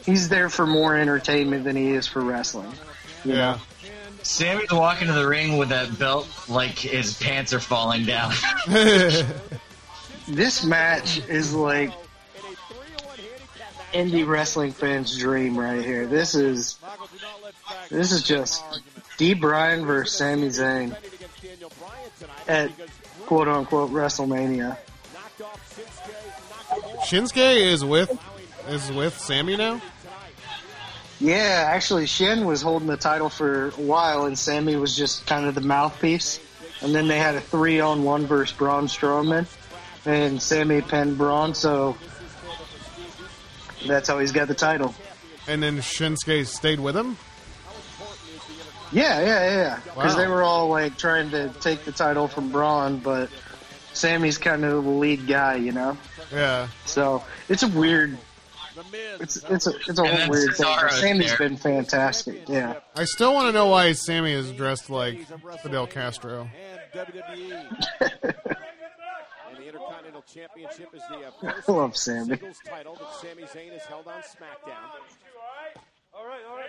I: He's there for more entertainment than he is for wrestling. You
C: yeah.
I: know?
F: Sammy's walking to the ring with that belt like his pants are falling down. [LAUGHS]
I: This match is like indie wrestling fans' dream right here. This is this is just D. Bryan versus Sami Zayn at quote unquote WrestleMania.
C: Shinsuke is with is with Sammy now.
I: Yeah, actually, Shin was holding the title for a while, and Sammy was just kind of the mouthpiece. And then they had a three on one versus Braun Strowman, and Sammy pinned Braun. So That's how he's got the title.
C: And then Shinsuke stayed with him?
I: Yeah, yeah, yeah, yeah. Because
C: Wow.
I: they were all like trying to take the title from Braun, but Sammy's kind of the lead guy, you know.
C: Yeah.
I: So it's a weird. It's it's a it's a
C: And
I: whole
C: then
I: weird thing.
C: Cesaro's
I: Sammy's
C: there.
I: been fantastic. Yeah.
C: I still want to know why Sammy is dressed like Fidel Castro.
D: And the Intercontinental Championship is the uh,
I: [LAUGHS] I
D: first
I: love Sammy.
D: singles title that Sami Zayn has held on SmackDown. All right, all right.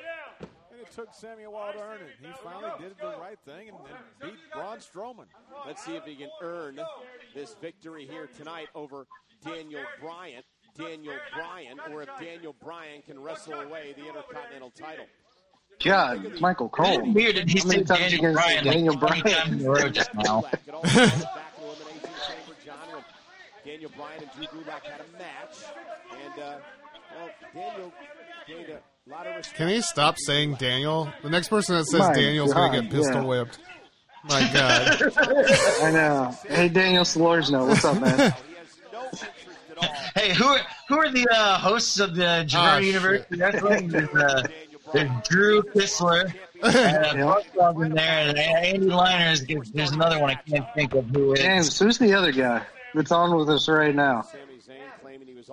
D: And it took Sammy a while to earn it. He finally did the right thing and, and beat Braun Strowman. Let's see if he can earn this victory here tonight over Daniel Bryan. Daniel Bryan, or if Daniel Bryan can wrestle away the Intercontinental title.
I: God, Michael Cole.
D: Isn't it weird that he
I: How many
D: said
I: times you
D: Daniel
I: gonna say
D: Bryan like
I: Daniel
D: 20
I: Bryan?
D: times in a row just now? back in Elimination Chamber, John. When Daniel Bryan and Drew Gulak had a match, and uh, well, Daniel gained a lot of respect.
C: Can he stop saying Daniel? The next person that says
I: My
C: Daniel's gonna
I: God,
C: get pistol
I: yeah.
C: whipped. My God.
I: [LAUGHS] [LAUGHS] I know. Hey, Daniel Solorzno, what's up,
D: [LAUGHS]
I: man?
F: Hey, who are, who are the uh, hosts of the Gerard
I: Ah, shit.
F: University Wrestling? There's, uh, there's Drew
I: [LAUGHS]
F: Kistler, and, uh, Barthel's in there, and uh, Andy Liners. There's there's another one I can't think of who is.
I: James, who's the other guy that's on with us right now?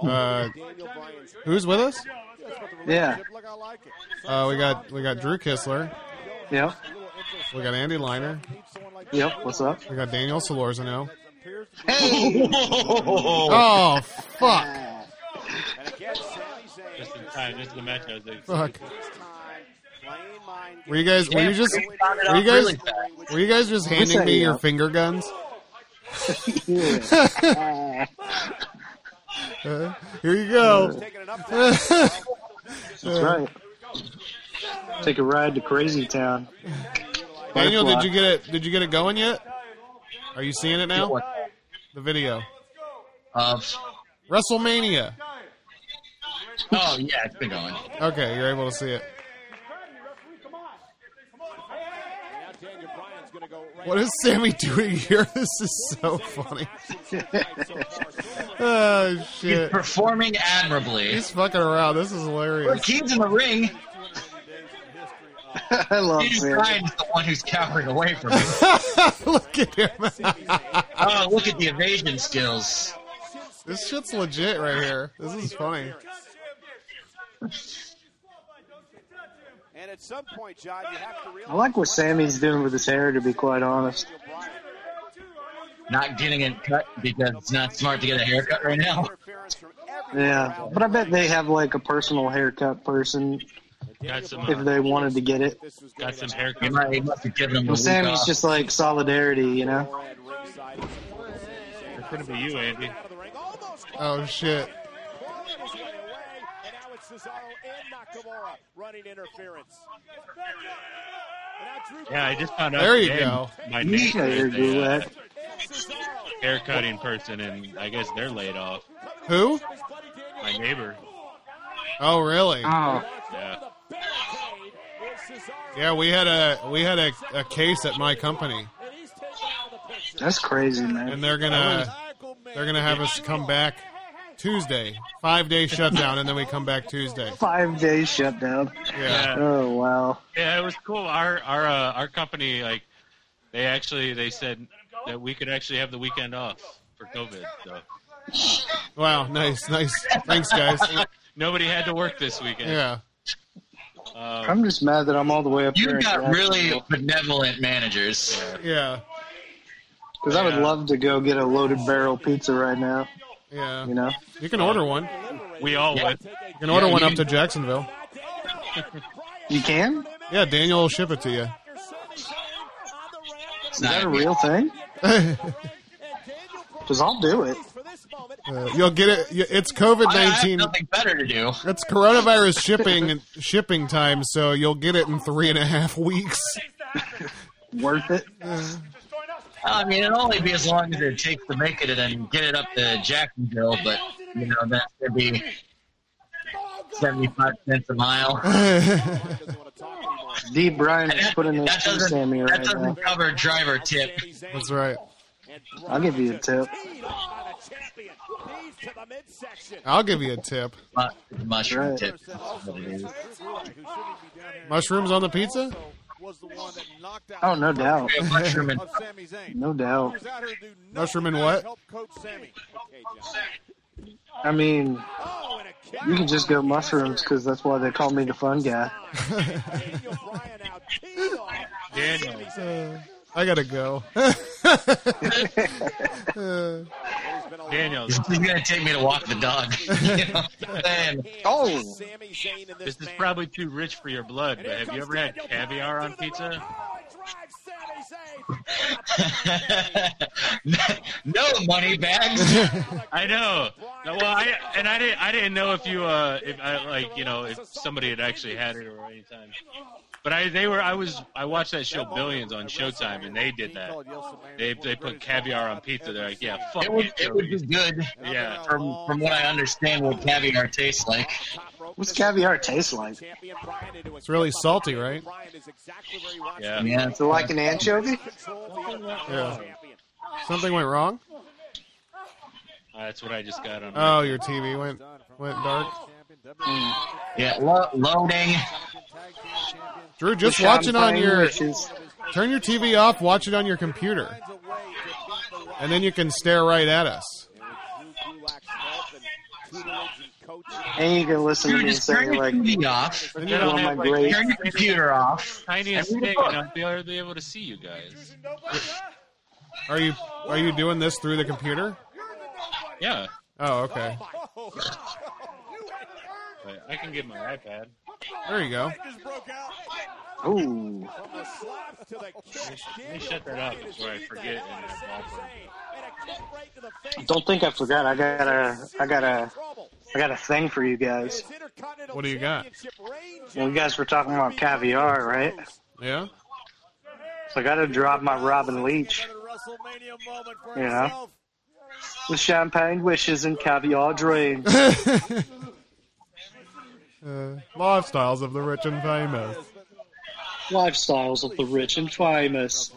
C: Uh, who's with us?
I: Yeah.
C: Uh, we got we got Drew Kistler.
I: Yep.
C: We got Andy Liner.
I: Yep. What's up?
C: We got Daniel Solorzano.
I: Hey!
D: [LAUGHS]
C: oh fuck!
E: Just in time, just in the match I was like,
C: Fuck. Were you guys? Were you just? Were you guys? Were you guys just handing me your finger guns? Uh, here you go.
I: That's right. Take a ride to Crazy Town.
C: [LAUGHS] Daniel,
I: Butterfly.
C: did you get it? Did you get it going yet? Are you seeing it now?
F: What?
C: The video
F: Of
C: WrestleMania.
F: oh yeah, it's been going.
C: Okay, you're able to see it. What is Sammy doing here? [LAUGHS] This is so [LAUGHS] funny. oh
F: He's
C: shit!
F: performing admirably.
C: He's fucking around. This is
F: Look,
C: hilarious.
F: he's in the ring.
I: [LAUGHS] I love
F: He's
I: Sammy.
F: trying the one who's cowering away
I: [LAUGHS]
F: from him.
C: [LAUGHS] look at him. [LAUGHS]
F: oh, look at the evasion skills.
C: This shit's legit right here. This is funny.
D: And at some point, John, you have to
I: I like what Sammy's doing with his hair, to be quite honest.
F: Not getting it cut because it's not smart to get a haircut right now.
I: Yeah. But I bet they have like a personal haircut person
E: got some,
I: if
E: uh,
I: they wanted to get it.
E: got some haircut.
F: He might he must have given him a
I: Well,
F: week
I: Sammy's
F: off.
I: just like solidarity, you know?
E: It couldn't be you, Andy.
C: Oh shit!
D: and now it's Cesaro and Nakamura running interference.
E: Yeah, I just found out.
C: There you
E: today
C: go.
E: My
C: Yeah,
E: neighbor
C: there
E: is
C: you
E: a, uh,
C: go.
E: haircutting person, and I guess they're laid off.
C: Who?
E: My neighbor.
C: Oh really?
F: Uh.
E: Yeah.
C: Yeah, we had a we had a, a case at my company,
I: That's crazy, man.
C: and they're gonna they're gonna have us come back Tuesday, five day shutdown, and then we come back Tuesday.
I: Five day shutdown.
E: Yeah.
I: Oh, wow.
E: Yeah, it was cool. Our our uh, our company, like, they actually they said that we could actually have the weekend off for COVID. So
C: Wow, nice, nice. Thanks, guys.
E: nobody had to work this weekend.
C: Yeah.
E: Um,
I: I'm just mad that I'm all the way up here.
F: Oh. You
I: in
F: got really
I: Jacksonville,
F: benevolent managers.
C: Yeah.
I: 'cause I would love to go get a loaded barrel pizza right now.
C: Yeah.
I: You know?
C: You can order one.
E: We all
F: Yeah.
E: would.
C: You can order
F: Yeah,
C: one
F: you
C: up to
F: can-
C: Jacksonville.
I: You can?
C: Yeah, Daniel will ship it to you.
F: It's
I: Is that
F: not
I: a real thing? Because I'll do it.
C: [LAUGHS] Uh, you'll get it. y- It's COVID
F: I have
C: nineteen.
F: nothing better to do.
C: It's coronavirus shipping shipping time, so you'll get it in three and a half weeks. [LAUGHS]
I: Worth it.
F: I mean, it'll only be as long as it takes to make it and then get it up to Jacksonville, but, you know, that's going to be 75 cents a
I: [LAUGHS]
F: mile.
I: D. Bryan is putting
F: That
I: this to Sammy
F: doesn't, that
I: right now.
F: doesn't cover driver tip.
C: That's right.
I: I'll give you a tip.
D: champion. Knees to the midsection.
C: I'll give you a tip.
F: Mushroom tip.
C: Mushrooms on the pizza?
I: Oh, no doubt.
F: Mushroom and [LAUGHS]
I: no doubt.
C: Mushroom and what?
I: I mean,
D: Oh,
I: you can just go mushrooms because that's why they call me the fun guy.
E: Daniel.
C: Uh, I gotta go. [LAUGHS] Uh,
E: Daniel.
F: This is gonna take me to walk the dog. [LAUGHS] You know what I'm saying?
I: Oh,
E: This is probably too rich for your blood, but have you ever had caviar on pizza?
D: Oh,
F: [LAUGHS] no money bags.
I: [LAUGHS]
E: I know. No, Well, I and I didn't. I didn't know if you, uh, if I like, you know, if somebody had actually had it or anytime. But I, they were. I was. I watched that show Billions on Showtime, and they did that. They they put caviar on pizza. They're like, yeah, fuck
F: It would,
E: it.
F: it would be good
E: [LAUGHS] Yeah.
F: from from what I understand what caviar tastes like.
I: what's caviar taste like?
C: it's really salty, right?
E: Yeah.
F: Yeah,
I: Is it like an anchovy?
C: Yeah. Something went wrong?
E: Uh, That's what I just got on.
C: Oh, your TV went went dark.
F: Yeah, lo- loading.
C: Drew, just
I: Which I'm
C: watch it on
I: fine,
C: your
I: which is-
C: turn your TV off, watch it on your computer. And then you can stare right at us.
I: And you can listen to
F: Dude,
I: me
F: just
I: say
F: turn your
I: like,
F: TV off.
I: "You're
E: Then I'll
I: my
E: have, like,
I: great."
F: Turn your computer off.
E: Tiniest
F: And read a
E: thing,
F: book.
E: and I'll be able to be able to see you guys.
C: Are you are you doing this through the computer?
E: Yeah,
C: Oh, okay.
E: but I can get my iPad.
C: There you go.
I: Ooh,
E: Let me shut that up before I forget. And it's awkward.
I: don't think I forgot. I got a, I got a, I got a thing for you guys.
C: What do you got?
I: Well, you guys were talking about caviar, right?
C: Yeah? [LAUGHS]
I: So I got to drop my Robin Leach. You know, the champagne wishes and caviar dreams.
C: Uh, lifestyles of the rich and famous.
I: [LAUGHS] Lifestyles of the rich and famous.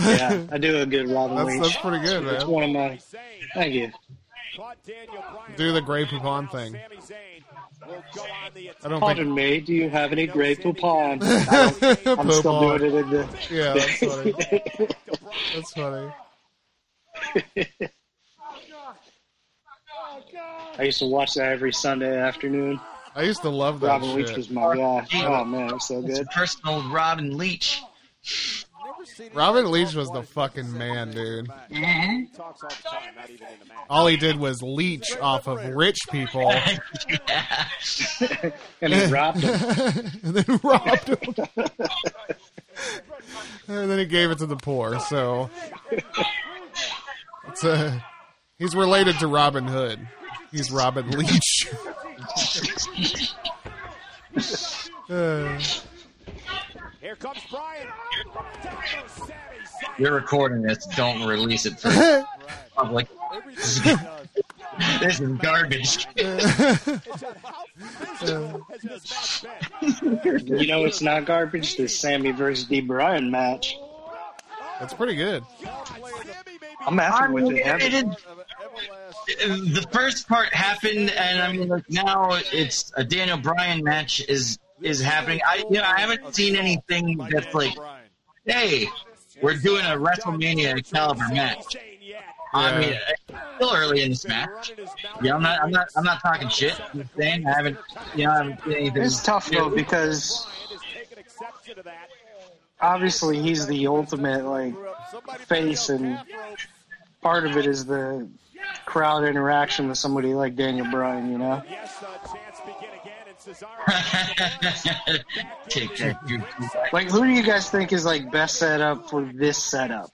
I: Yeah, I do a good Robin
C: That's
I: Leach.
C: that's pretty good,
I: It's
C: man.
I: one of my. Thank [LAUGHS] you.
C: Do the Grey Poupon thing. I don't think
I: Pardon me. Do you have any grateful pawns? [LAUGHS] I'm still
C: Poupon.
I: doing it in the.
C: Yeah, that's
I: [LAUGHS]
C: funny. that's funny.
I: [LAUGHS] I used to watch that every Sunday afternoon.
C: I used to love that
I: Robin
C: shit.
I: Leach was my guy. Oh man, it was so
F: It's a
I: good.
F: personal Robin Leach. [LAUGHS]
C: Robin Leach was the fucking man, dude. All he did was leech off of rich people
I: And [LAUGHS] he robbed him.
C: and [LAUGHS] then robbed them. and then he gave it to the poor, so. It's a, he's related to Robin Hood. He's Robin Leach. [LAUGHS] Uh,
D: Here comes Brian.
F: You're recording this. Don't release [LAUGHS] it for the public. This is garbage.
C: [LAUGHS]
I: You know it's not garbage. This Sammy versus D. Bryan match.
C: that's pretty good.
I: I'm happy with it.
F: It
I: Heavy.
F: is- the first part happened, and I mean like, now it's a Daniel Bryan match is is happening. I you know I haven't seen anything that's like, hey, we're doing a WrestleMania caliber match. I mean, it's still early in this match. Yeah, I'm not, I'm not, I'm not talking shit. I'm just saying I haven't, you know, I haven't seen anything.
I: It's tough
F: [LAUGHS]
I: though because obviously he's the ultimate like face, and part of it is the crowd interaction with somebody like Daniel Bryan. You know,
F: [LAUGHS] Take that, dude.
I: like who do you guys think is like best set up for this setup?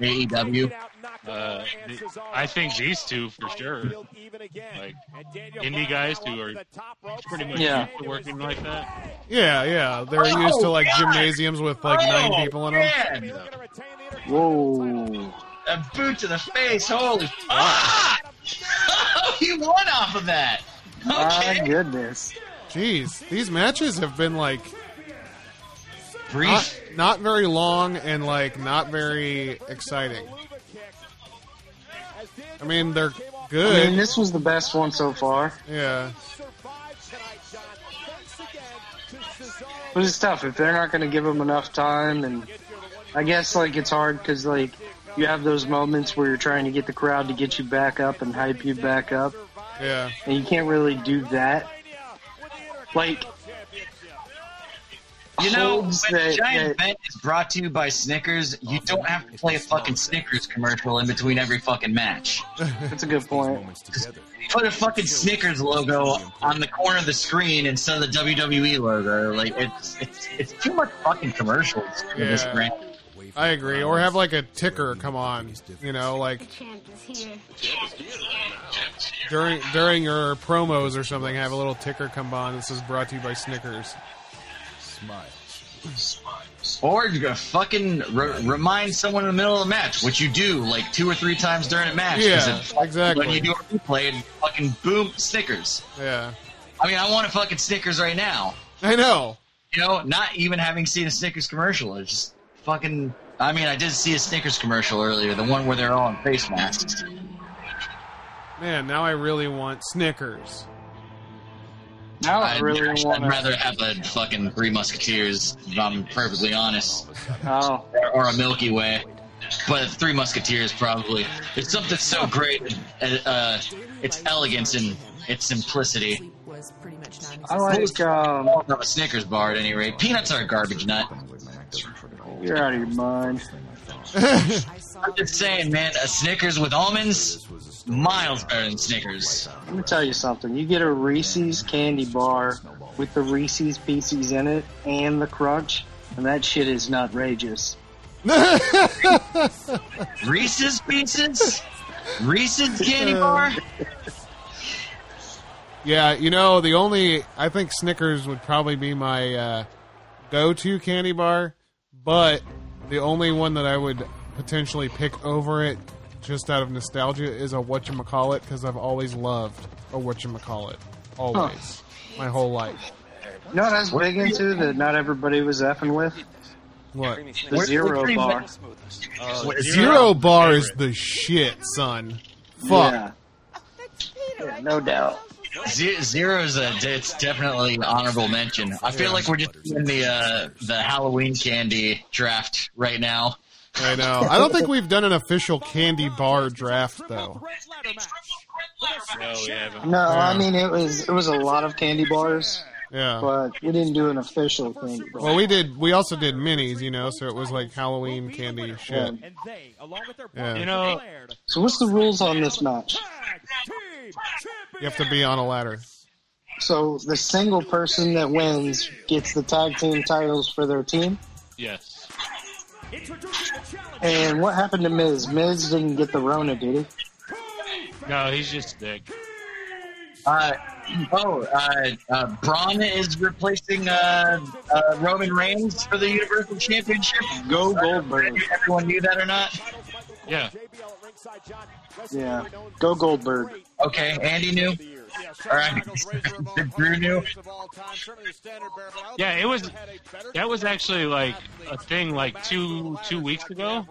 F: E AEW.
E: Uh, the- I think these two for sure. Like indie guys who are pretty much
I: Yeah.
E: used to working like that.
C: Yeah, yeah. They're used to like gymnasiums with like nine
F: Oh,
C: people in them.
F: man.
I: Whoa.
F: A boot to the face. Holy fuck! [LAUGHS] he won off of that.
I: My
F: Okay.
I: goodness.
C: Jeez, these matches have been like
F: Brief.
C: not, not very long and like not very exciting. I mean, they're
I: I
C: good.
I: mean, this was the best one so far.
C: yeah.
I: But it's tough if they're not going to give him enough time, and I guess like it's hard because like you have those moments where you're trying to get the crowd to get you back up and hype you back up,
C: Yeah.
I: and you can't really do that. Like
F: You know,
I: holds
F: when
I: that-
F: the giant
I: that-
F: event is brought to you by Snickers, you don't have to play a fucking Snickers commercial in between every fucking match.
I: that's a good point.
F: Put a fucking Snickers logo on the corner of the screen instead of the WWE logo. Like it's it's it's too much fucking commercials for this
C: Yeah.
F: brand.
C: I agree. Or have like a ticker come on, you know, like during during your promos or something, have a little ticker come on that says brought to you by Snickers.
F: Or you gotta fucking re- remind someone in the middle of the match, which you do like two or three times during a match. 'cause
C: Yeah,
F: it-
C: exactly.
F: When you do a replay, and fucking boom, Snickers.
C: Yeah.
F: I mean, I want a fucking Snickers right now.
C: I know.
F: You know, not even having seen a Snickers commercial. It's just fucking. I mean, I did see a Snickers commercial earlier, the one where they're all in face masks.
C: Man, now I really want Snickers.
I: Now I
F: I'd-
I: really
F: I'd
I: want
F: rather
I: to.
F: have a fucking Three Musketeers, if I'm perfectly honest,
I: Oh,
F: or a Milky Way. But Three Musketeers probably. It's something so great. Uh, uh, it's elegance and its simplicity.
J: was pretty much non
I: I like. Um,
F: From a Snickers bar, at any rate. Peanuts are a garbage nut.
I: you're out of your mind.
F: I'm just saying, man, a Snickers with almonds, miles better than Snickers.
I: Let me tell you something. You get a Reese's candy bar with the Reese's Pieces in it and the crunch, and that shit is outrageous.
F: Reese's Pieces? Reese's candy bar?
C: Yeah, you know, the only I think Snickers would probably be my uh, go-to candy bar, but the only one that I would potentially pick over it just out of nostalgia is a whatchamacallit because I've always loved a whatchamacallit. Always. My whole life.
I: You know what I was big into that not everybody was effing with?
C: What?
I: The zero bar.
C: Zero bar is the shit, son. Fuck.
I: Yeah. Yeah, no doubt.
F: Ze- Zero is a, it's definitely an honorable mention. I feel like we're just in the uh, the Halloween candy draft right now.
C: I know. I don't think we've done an official candy bar draft though.
E: No, we haven't.
I: No, I mean it was it was a lot of candy bars,
C: Yeah.
I: but we didn't do an official candy bar.
C: Well, we did. We also did minis, you know, so it was like Halloween candy shit.
I: Yeah.
C: Yeah.
E: You know,
I: So what's the rules on this match?
C: You have to be on a ladder.
I: So the single person that wins gets the tag team titles for their team.
E: yes.
I: And what happened to Miz? Miz didn't get the Rona, did he?
E: No, he's just sick.
F: Uh, oh, uh, uh, Braun is replacing uh, uh, Roman Reigns for the Universal Championship.
I: Go Goldberg.
F: Everyone knew that or not?
E: Yeah.
I: Yeah. Go Goldberg.
F: Okay, Andy knew. All right, [LAUGHS] Did Drew knew.
E: Yeah, it was. That was actually like a thing like two two weeks ago,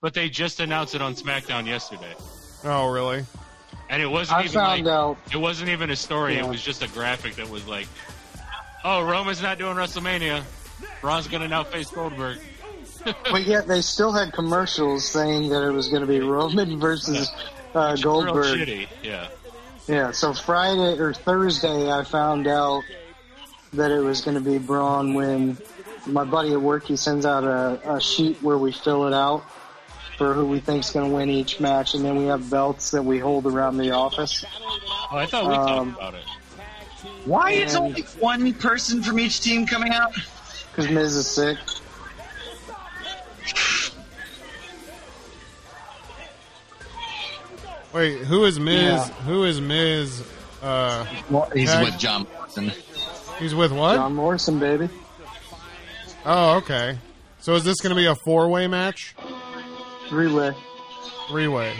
E: but they just announced it on SmackDown yesterday,
C: Oh, really?
E: and it wasn't
I: I
E: even
I: found
E: like,
I: out.
E: it wasn't even a story.
I: Yeah.
E: It was just a graphic that was like, "Oh, Roman's not doing WrestleMania. Braun's gonna now face Goldberg."
I: But yet they still had commercials saying that it was going to be Roman versus uh, Goldberg.
E: Real shitty. Yeah.
I: Yeah, so Friday or Thursday, I found out that it was going to be Braun when my buddy at work he sends out a, a sheet where we fill it out for who we think's going to win each match, and then we have belts that we hold around the office.
E: Oh, I thought we
I: Um,
E: talked about it.
F: Why is only one person from each team coming out?
I: Because Miz is sick.
C: Wait, who is Miz?
I: Yeah.
C: Who is Miz? Uh,
F: Well, he's
C: Okay.
F: with John Morrison.
C: he's with what?
I: John Morrison, baby.
C: Oh, okay. So is this going to be a four-way match?
I: Relay.
C: Three-way.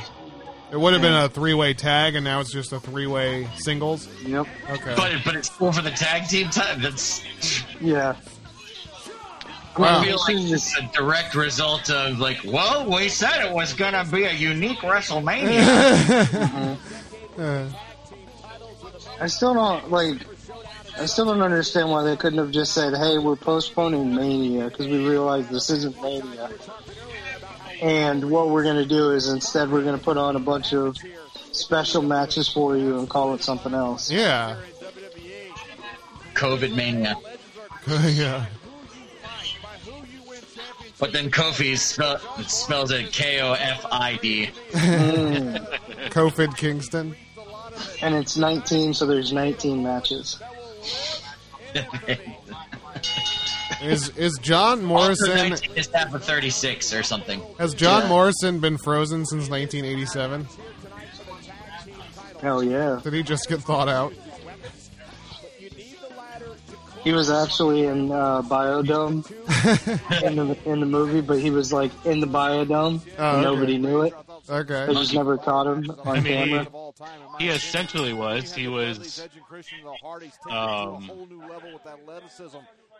C: It would have been a three-way tag, and now it's just a three-way singles.
I: Yep.
C: Okay.
F: But but it's cool for the tag team time. That's
I: Yeah.
F: I feel like this is a direct result of like, well, we said it was gonna be a unique WrestleMania.
I: Uh, I still don't like. I still don't understand why they couldn't have just said, "Hey, we're postponing Mania because we realize this isn't Mania, and what we're going to do is instead we're going to put on a bunch of special matches for you and call it something
C: [LAUGHS]
I: else."
C: Yeah. [LAUGHS]
F: COVID Mania.
C: yeah.
F: But then Kofi spell, spells it K O F I D.
C: Kofid Kingston.
I: And it's 19, so there's 19 matches.
C: Is is John Morrison
F: is half of 36 or something.
C: has John
F: Yeah.
C: Morrison been frozen since 1987?
I: Hell yeah.
C: Did he just get thawed out?
I: He was actually in uh, Biodome
E: [LAUGHS]
I: in the in the movie, but he was like in the Biodome,
E: Oh,
I: and
E: okay.
I: nobody knew it.
C: Okay.
I: They just never caught him on
E: I mean,
I: camera.
E: he, he essentially was. He was. Um,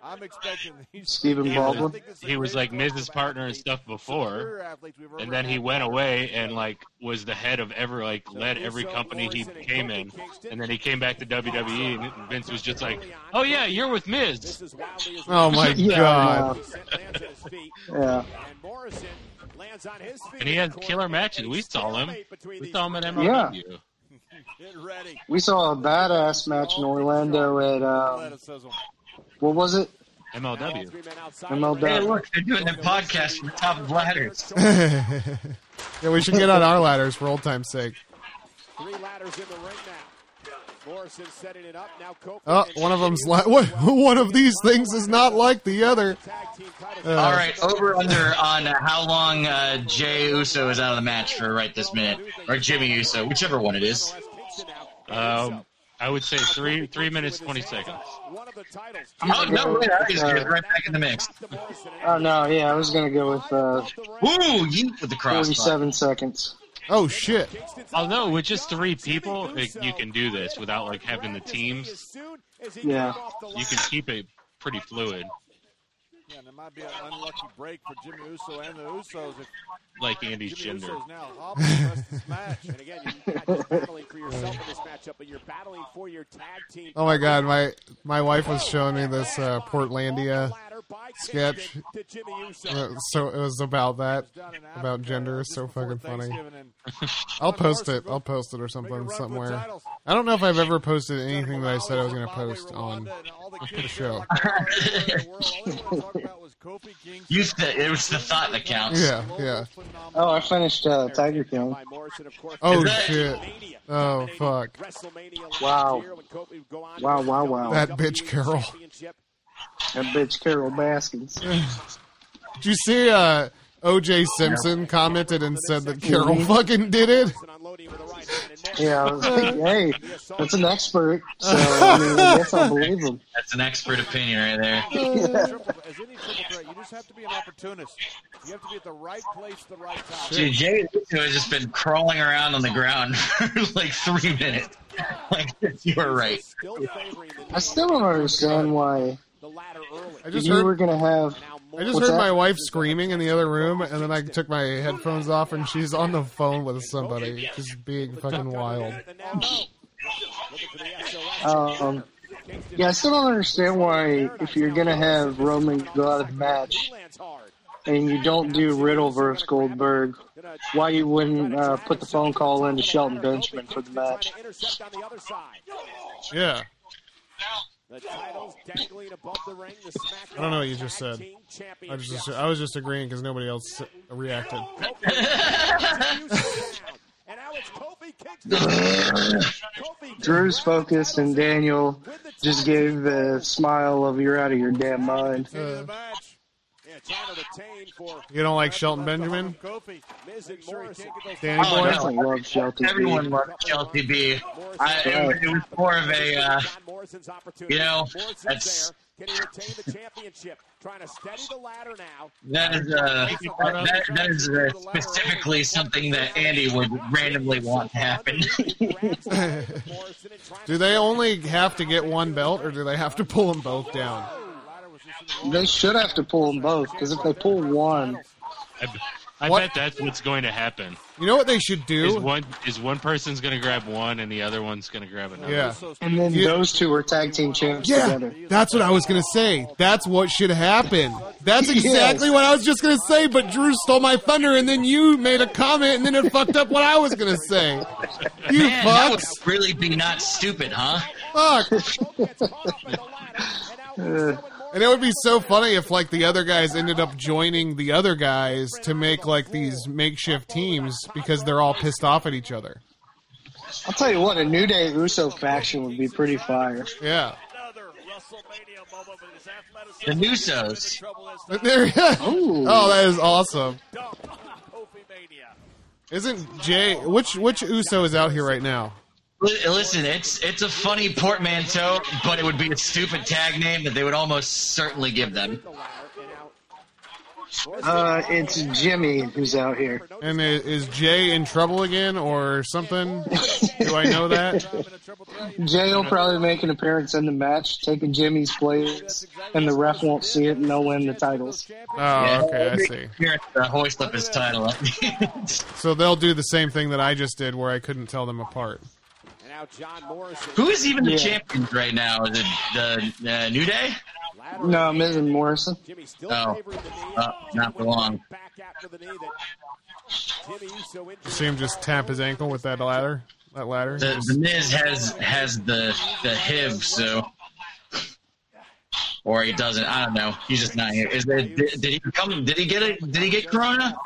D: I'm expecting these
I: Stephen
E: he
I: Baldwin.
E: was, he was like Miz's partner and stuff before, and then he went away and like was the head of every like led every company he came in, and then he came back to WWE and Vince was just like, "Oh yeah, you're with Miz."
F: [LAUGHS]
C: Oh
D: [LAUGHS]
C: my
E: Yeah.
C: god.
I: Yeah.
E: And he had killer matches. We saw him. We saw him at MLW.
I: We saw a badass match in Orlando at um, what was it?
E: MLW.
I: MLW.
F: Hey, look, they're doing their podcast from the top of ladders.
C: yeah, we should get on our ladders for old time's sake.
D: three ladders in the ring now. Morrison setting it up. Now Kofi
C: Oh, one of them's like what? [LAUGHS] One of these things is not like the other. Uh,
F: All right, over under on uh, how long uh, Jay Uso is out of the match for right this minute, or Jimmy Uso, whichever one it is.
E: Um, I would say three three minutes twenty seconds.
F: Oh no, wait, I just get right back in the mix.
I: Oh no, yeah, I was gonna go with uh,
F: Ooh, you with the cross.
I: forty-seven seconds.
C: Oh shit!
E: Although with just three people, like, you can do this without like having the teams.
I: Yeah.
E: You can keep it pretty fluid.
D: Yeah, there might be an unlucky break for Jimmy Uso and the Usos. If
E: Like Andy's
D: Jimmy
E: gender.
D: Uso
C: [LAUGHS]
D: is now hobbling the rest of this match. And again, you're not just battling for yourself in this matchup, but you're battling for your tag team.
C: Oh my god, my my wife was showing me this uh, Portlandia sketch. Uh, so it was about that, about gender. It's so fucking funny. I'll post it. I'll post it or something somewhere. I don't know if I've ever posted anything that I said I was going to post on the show.
F: [LAUGHS] You said it was the thought that
C: [LAUGHS]
F: counts.
C: Yeah, yeah.
I: Oh, I finished uh, Tiger King.
C: Oh shit. Oh fuck.
I: Wow. Wow! Wow! Wow!
C: That
D: E
C: bitch Carol.
I: That bitch Carol Baskins.
C: Did you see uh, OJ Simpson commented and said that Carol fucking did it?
I: Yeah, I was like, hey, that's an expert, so I mean, I guess I believe him.
F: That's an expert opinion right there.
D: Triple- As any triple threat, you just have to be an opportunist. You have to be at the right place, at the right time.
F: Dude, Jay Uso has just been crawling around on the ground for [LAUGHS] like three minutes. Like you were right.
I: I still don't understand why
C: [LAUGHS] I just
I: you
C: heard-
I: were gonna have.
C: I just
I: What's
C: heard
I: that?
C: my wife screaming in the other room, and then I took my headphones off, and she's on the phone with somebody, just being fucking wild.
I: Um, yeah, I still don't understand why if you're gonna have Roman go out of the match and you don't do Riddle versus Goldberg, why you wouldn't uh, put the phone call in to Shelton Benjamin for the match?
C: Yeah,
D: The titles dangling above the ring. The
C: I don't know what you just said. I was just, I was just agreeing because nobody else reacted.
I: [LAUGHS] Drew's focused and Daniel just gave the smile of you're out of your damn mind.
C: Uh,
D: China retained for
C: you don't like Shelton Benjamin?
D: Kofi. Miz and Morrison.
C: Danny
F: Oh,
C: Boy?
F: no.
I: Love Shelton
F: Everyone loves Shelty B. I, it, was, it was more of a, uh, you know, that's
D: Can he retain the championship? Trying to steady the ladder now.
F: that is uh, that, that is uh, specifically something that Andy would randomly want to happen. [LAUGHS]
C: Do they only have to get one belt, or do they have to pull them both down?
I: They should have to pull them both because if they pull one,
E: I, b- I bet that's what's going to happen.
C: You know what they should do?
E: Is one is one person's going to grab one and the other one's going to grab another.
C: Yeah.
I: and then those two were tag team champs
C: Yeah,
I: together.
C: that's what I was gonna say. That's what should happen.
I: [LAUGHS]
C: That's exactly what I was just gonna say. But Drew stole my thunder, and then you made a comment, and then it fucked up what I was gonna
F: [LAUGHS]
C: say. You
F: Man, that would
C: fucks!
F: really be not stupid, huh? [LAUGHS]
C: Fuck! and it would be so funny if like the other guys ended up joining the other guys to make like these makeshift teams because they're all pissed off at each other.
I: I'll tell you what, a New Day Uso faction would be pretty fire.
C: Yeah. [LAUGHS]
F: The Nusos.
C: There-
I: Ooh.
C: oh, that is awesome. Isn't Jay? Which which Uso is out here right now?
F: Li- Listen, it's it's a funny portmanteau, but it would be a stupid tag name that they would almost certainly give them.
I: Uh, it's Jimmy who's out here.
C: And i- is Jay in trouble again or something? Do I know that? Oh,
I: Jay will probably make an appearance in the match, taking Jimmy's place, and the ref won't see it and they'll win the titles.
C: Oh, okay, I see.
F: Here, uh, hoist up his title.
C: So they'll do the same thing that I just did, where I couldn't tell them apart.
D: And now John Morrison.
F: [LAUGHS] Who is even the
D: Yeah.
F: champions right now? The the uh, New Day?
I: No, Miz and Morrison.
F: Oh, uh, not for long.
C: You see him just tap his ankle with that ladder. That ladder.
F: The, the Miz has has the the HIV, so or he doesn't. I don't know. He's just not here. Is there, did, did he come? Did he get it? Did he get Corona?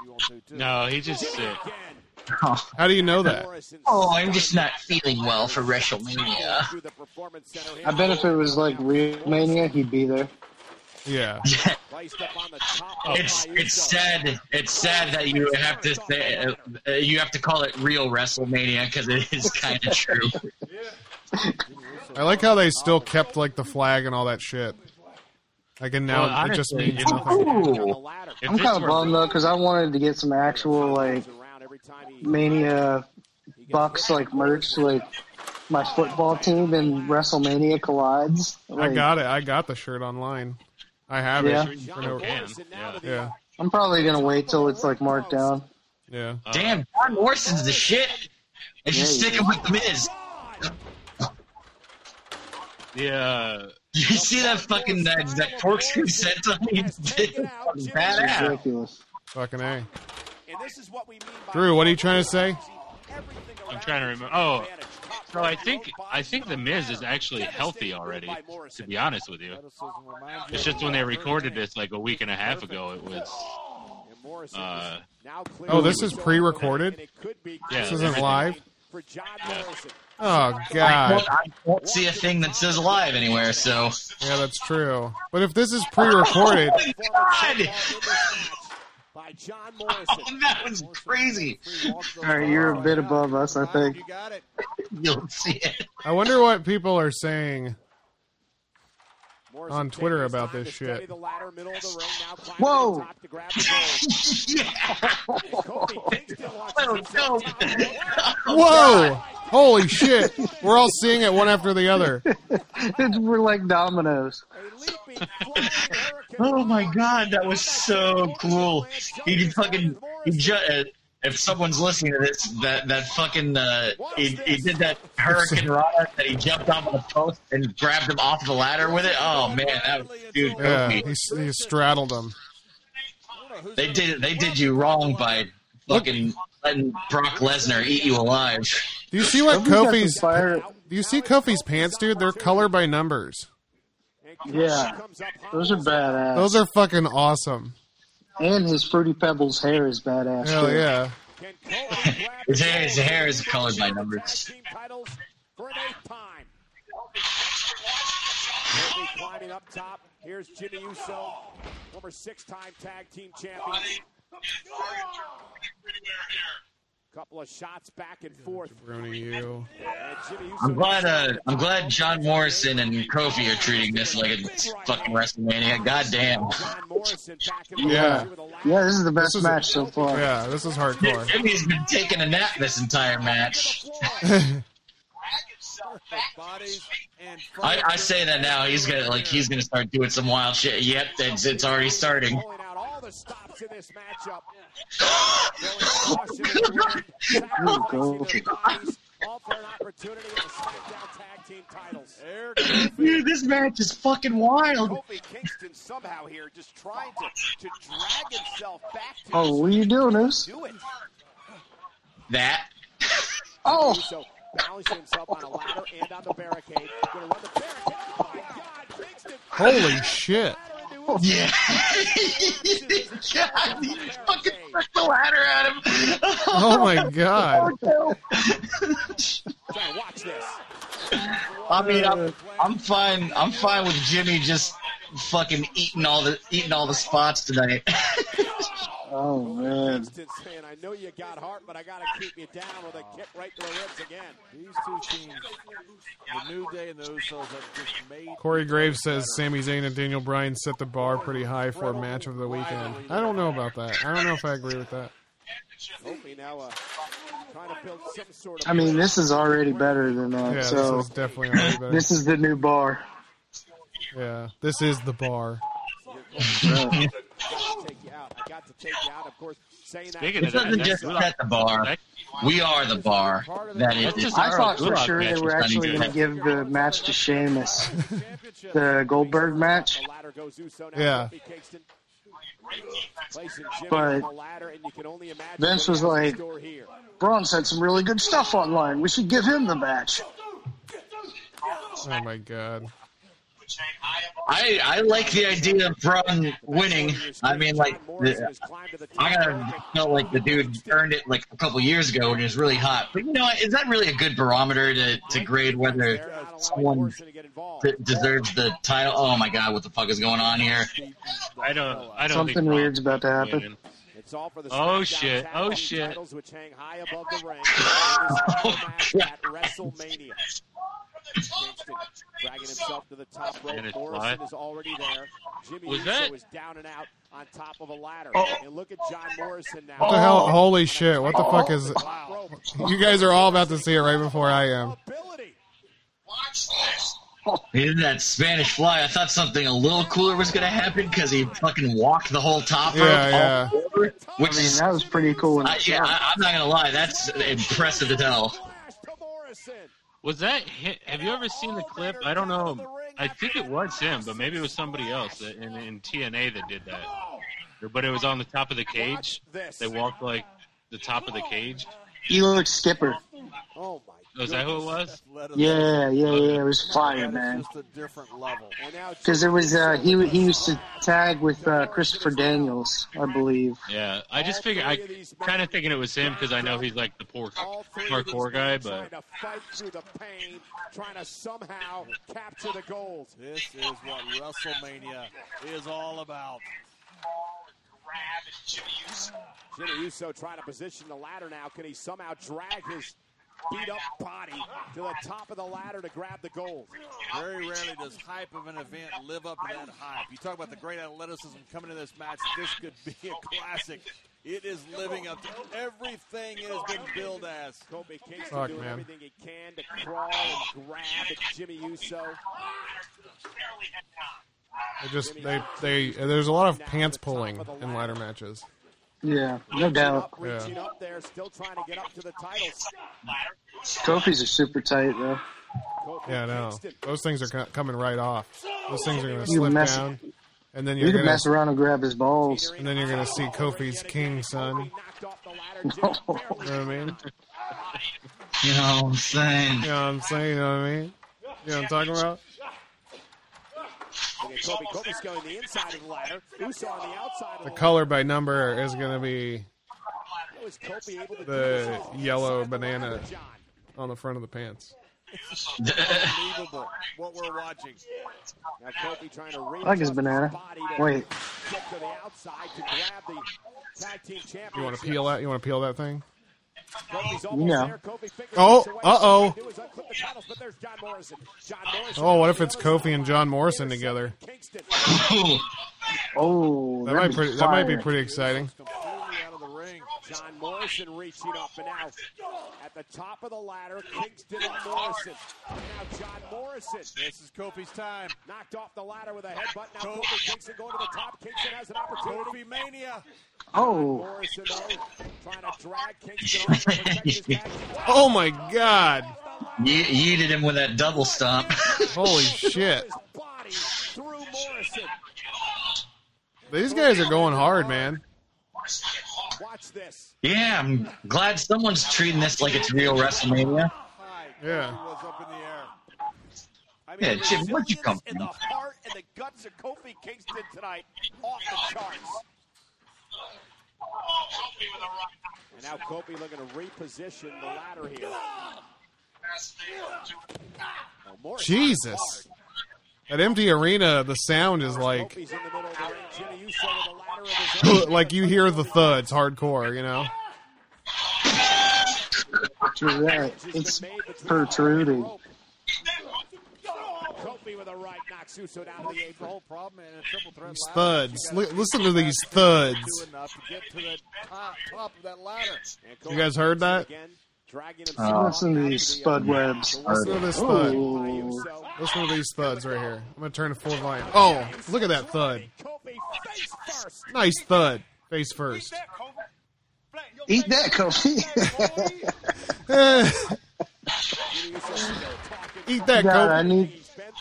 E: No, he Oh, just sick.
C: How do you know that?
F: Oh, I'm just not feeling well for WrestleMania.
I: I bet if it was like real Mania, he'd be there.
C: Yeah.
D: Oh,
F: It's it's sad. It's sad that you have to say uh, uh, you have to call it real WrestleMania because it is kind of true.
C: I like how they still kept like the flag and all that shit. Like and now
E: Well,
C: it just
E: honestly,
C: means
E: if-
C: nothing.
I: I'm kind of bummed though because I wanted to get some actual like Mania Bucks like merch, like my football team and WrestleMania collides.
C: I
I: Like,
C: got it. I got the shirt online. I have
I: Yeah.
C: it. For no- yeah.
I: I'm probably gonna wait till it's like marked down.
C: Yeah.
F: Damn, John Morrison's the shit. They should
I: Yeah,
F: stick him with the Miz.
E: Yeah.
F: You see that fucking that, that corkscrew set on me? Fucking
I: It's
F: badass.
I: ridiculous.
C: Fucking a. Drew, what are you trying to say?
E: I'm trying to remember. Oh, so I think I think the Miz is actually healthy already. To be honest with you, it's just when they recorded this like a week and a half ago, it was. Uh,
C: Oh, this is pre-recorded.
E: Yeah,
C: this isn't
E: everything.
C: live.
E: yeah.
C: Oh
F: I
C: god.
F: don't, I don't see a thing that says live anywhere. So
C: Yeah, that's true. But if this is pre-recorded,
F: [LAUGHS] God,
E: Oh,
F: Oh, that was crazy.
I: All right, you're a bit above us, I think. [LAUGHS]
F: You don't see it. [LAUGHS]
C: I wonder what people are saying on Twitter about this shit.
I: Whoa!
F: Oh, no.
I: Oh,
C: Whoa! Holy shit! We're all seeing it one after the
I: [LAUGHS]
C: other.
I: It's- We're like dominoes.
F: oh my god, that was so cool. He can fucking. He ju- uh, if someone's listening to this, that that fucking uh, he, he did that hurricane rana that he jumped off of the post and grabbed him off the ladder with it. Oh man, that was, dude,
C: Yeah,
F: Kofi,
C: he, s- he straddled them.
F: they did they did you wrong by fucking letting Brock Lesnar eat you alive.
C: Do you see what
I: Kofi's got some
C: Kofi's?
I: fire-
C: Do you see Kofi's pants, dude? They're color by numbers.
I: Yeah, those are badass.
C: Those are fucking awesome.
I: and his fruity pebbles hair is badass.
C: Hell
I: too.
C: yeah!
F: [LAUGHS] His hair, his hair is colored by numbers.
D: Climbing up top. Here's Jimmy Uso, former six-time tag team champion. Couple of shots back and forth.
C: Bruni, you.
D: And Jimmy Uso
F: I'm glad. Uh, I'm glad John Morrison and Kofi are treating this like it's fucking WrestleMania. Goddamn.
D: Morrison back and
C: Yeah,
I: Yeah, this is the best
C: This is-
I: match so far.
C: yeah. This is hardcore.
D: [LAUGHS]
F: Jimmy's been taking a nap this entire match. I, I say that now. He's gonna
D: [LAUGHS]
F: like he's gonna start doing some wild shit. Yep, that's it's already starting.
I: Oh, God.
F: Dude, this match is fucking wild.
D: Kofi Kingston somehow here just trying to, to drag himself back to
I: Oh, what are you doing, Oos?
D: do it.
F: That [LAUGHS]
I: Oh.
D: So balancing himself on a ladder and on the barricade. Gonna run the barricade. Oh my God, Kingston
C: Holy shit.
F: Yeah. God, he fucking took the ladder at him.
C: Oh my god.
F: [LAUGHS]
D: trying to watch this.
F: I mean, I'm, I'm fine. I'm fine with Jimmy just fucking eating all the eating all the spots tonight. [LAUGHS]
I: Oh, man.
D: Kingston saying, I know you got heart, but I gotta keep you down with a kick right to the ribs again.
N: These two teams, the New Day and the Usos, have just made
C: Corey Graves says Sami Zayn and Daniel Bryan set the bar pretty high for a match of the weekend. I don't know about that. I don't know if I agree with that.
D: Kofi now uh, trying to build some sort of.
I: I mean, this is already better than that.
C: Yeah,
I: so
C: this is definitely already better.
I: this is the new bar.
C: yeah, this is the bar.
D: I gotta take you out. I got to take you out. Of course, saying that.
E: Speaking
F: It
E: of that,
F: doesn't
E: that's
F: just set the bar. We are the bar. That is.
E: That's just
I: I thought
E: Our
I: for sure
E: match
I: they
E: was
I: were
E: not
I: actually
E: even
I: going to give the match to Sheamus, the Goldberg match.
D: The ladder goes Uso now.
C: Yeah.
D: Kofi Kingston. Placing Jimmy
I: But
D: on the ladder, and you can only imagine
I: Vince
D: what
I: was
D: happens
I: like-
D: door here.
I: Braun said some really good stuff online. We should give him the match.
C: Oh my god.
F: I I like the idea of Braun winning. I mean, like, the, I gotta felt like the dude earned it like a couple years ago and is really hot. But you know, what? is that really a good barometer to, to grade whether someone d- deserves the title? Oh my god, what the fuck is going on here?
E: I don't. I don't.
I: Something
E: think Braun's
I: weird's about to happen.
E: winning.
D: It's all for the
E: Oh,
D: SmackDown
E: shit.
D: Tag
E: Oh,
D: Team
E: shit.
D: Titles, which hang high above the
E: [LAUGHS]
D: ring. oh, match at WrestleMania. Kingston dragging himself to the top
E: And
D: rope.
E: it's
D: Morrison
E: live.
D: is already there. Jimmy
E: Was
D: Uso
E: that-
D: is down and out on top of a ladder.
F: Oh.
D: And look at John Morrison now.
C: What the hell? Holy shit. What the
I: Oh.
C: fuck is.
D: Wow.
C: [LAUGHS] You guys are all about to see it right before I am.
D: Ability.
F: He did that Spanish fly. I thought something a little cooler was gonna happen because he fucking walked the whole top rope.
C: Yeah, yeah.
D: Oh.
F: all over, which
I: I mean,
F: is,
I: that was pretty cool. When
F: I,
I: it
F: yeah,
I: shot.
F: I, I'm not gonna lie, that's impressive to tell.
D: Flash to Morrison.
E: Was that? hi- Have you ever seen the clip? I don't know. I think it was him, but maybe it was somebody else that- in, in TNA that did that. But it was on the top of the cage. They walked like the top of the cage.
I: He looked skipper.
D: Oh, my.
E: Was that who it was?
N: athleticism.
I: Yeah, yeah, yeah. It was
N: That
I: fire,
N: is
I: man.
N: just a different level.
D: And now
I: Because it
D: Jimmy
I: was uh,
D: Uso
I: he
D: with
I: he
D: a
I: used to tag with uh, Christopher Daniels, I believe.
E: Yeah, I just figured. I kind of thinking it was him because I know he's like the poor
D: All three of these
E: parkour guy,
D: men trying
E: but
D: to fight through the pain, trying to somehow capture the gold.
N: This is what WrestleMania is all about.
D: Jimmy Uso trying to position the ladder now. Can he somehow drag his beat up body to the top of the ladder to grab the gold?
N: Very rarely does hype of an event live up to that hype. You talk about the great athleticism coming into this match. This could be a classic. It is living up to everything it has been billed as.
D: Kobe Kingston
C: Fuck,
D: doing
C: man.
D: everything he can to crawl and grab at Jimmy Uso.
C: They just they they there's a lot of pants pulling in ladder matches.
I: Yeah, no doubt.
D: Up, reaching
C: Yeah.
D: up there, still trying to get up to the titles.
I: Kofi's are super tight though.
D: Kobe
C: Yeah, I know.
D: Kingston.
C: Those things are co- coming right off. Those things are gonna
I: You
C: slip
I: mess-
C: down, and then
I: You
C: you're
I: could
C: gonna
I: mess around and grab his balls.
C: and then you're gonna see Kofi's king son.
D: Knocked off the ladder.
C: You
D: Jimmy
C: know what I mean?
F: You know what I'm saying?
C: You know what I'm saying? You know what I mean? You know what I'm talking about?
D: Okay, Kobe. Kobe's going the inside of the ladder. Uso on the outside of
C: The
D: the,
C: color by number is gonna be
D: ladder. Is Kobe able to do this
C: the
D: on
C: yellow
D: inside the ladder,
C: banana
D: John?
C: on the front of the pants.
N: Unbelievable what we're watching.
D: Now Kobe trying to reach
I: I like his
D: up
I: banana.
D: body to
I: Wait,
D: get to the outside to grab the tag team championship.
C: You want to peel that? You want to peel that thing?
D: Kobe's almost
I: Yeah.
D: there. Kobe figures
C: Oh,
D: it's away.
C: uh-oh.
D: All he can do is unclip the titles, but there's John Morrison. John Morrison
C: Oh, what
D: on
C: if
D: the
C: it's
D: other
C: Kofi and
D: side.
C: John Morrison together?
D: Kingston.
I: oh,
C: That might
I: be
C: pretty, that might be
I: Oh, fire.
C: pretty exciting.
N: Completely out of the ring.
D: John Morrison reaching up and out at the top of the ladder. Kingston and Morrison. And now John Morrison.
N: This is Kofi's time.
D: Knocked off the ladder with a headbutt. Now Kofi Kingston going to the top. Kingston has an opportunity.
N: Kofi Mania.
I: Oh.
D: Morrison though, trying to drag Kingston. off and protect his back.
C: Oh my god.
F: [LAUGHS] Ye- yeeted him with that double stomp. [LAUGHS]
C: Holy shit.
D: Body through Morrison.
C: These guys are going hard, man.
D: Watch this.
F: yeah, I'm glad someone's treating this like it's real WrestleMania.
N: Kofi
C: Yeah.
N: was up in the air. I
F: Yeah, Jim, where'd you come
D: In the
F: from?
D: heart and the guts of Kofi Kingston tonight, off the charts. And now Kofi looking to reposition the ladder here. Oh, Morris
C: Jesus. That empty arena, the sound is like [LAUGHS]
D: Kofi's in the middle of the ring. Jimmy Uso with a ladder of his own.
C: like you hear the thuds hardcore, you know.
I: You're right. It's protruding.
D: Kofi with a right knocks Uso down to the
N: The
D: apron.
N: whole problem in a triple threat
C: These
N: ladder is
C: thuds.
N: you gotta
C: Li- listen to these thuds.
N: do enough to get to the top, top of that ladder.
C: You guys heard that?
D: Again, dragging
I: So
D: himself
C: Uh,
I: listen to these spud webs.
C: Listen to this thud.
I: Ooh.
C: Listen to these thuds right here. I'm gonna turn to full volume. Oh, look at that thud.
D: Kofi face first.
C: Nice thud. Face first. [LAUGHS]
I: Eat that, Kofi.
C: Eh, Eat that,
I: God, I
C: Kobe.
I: need.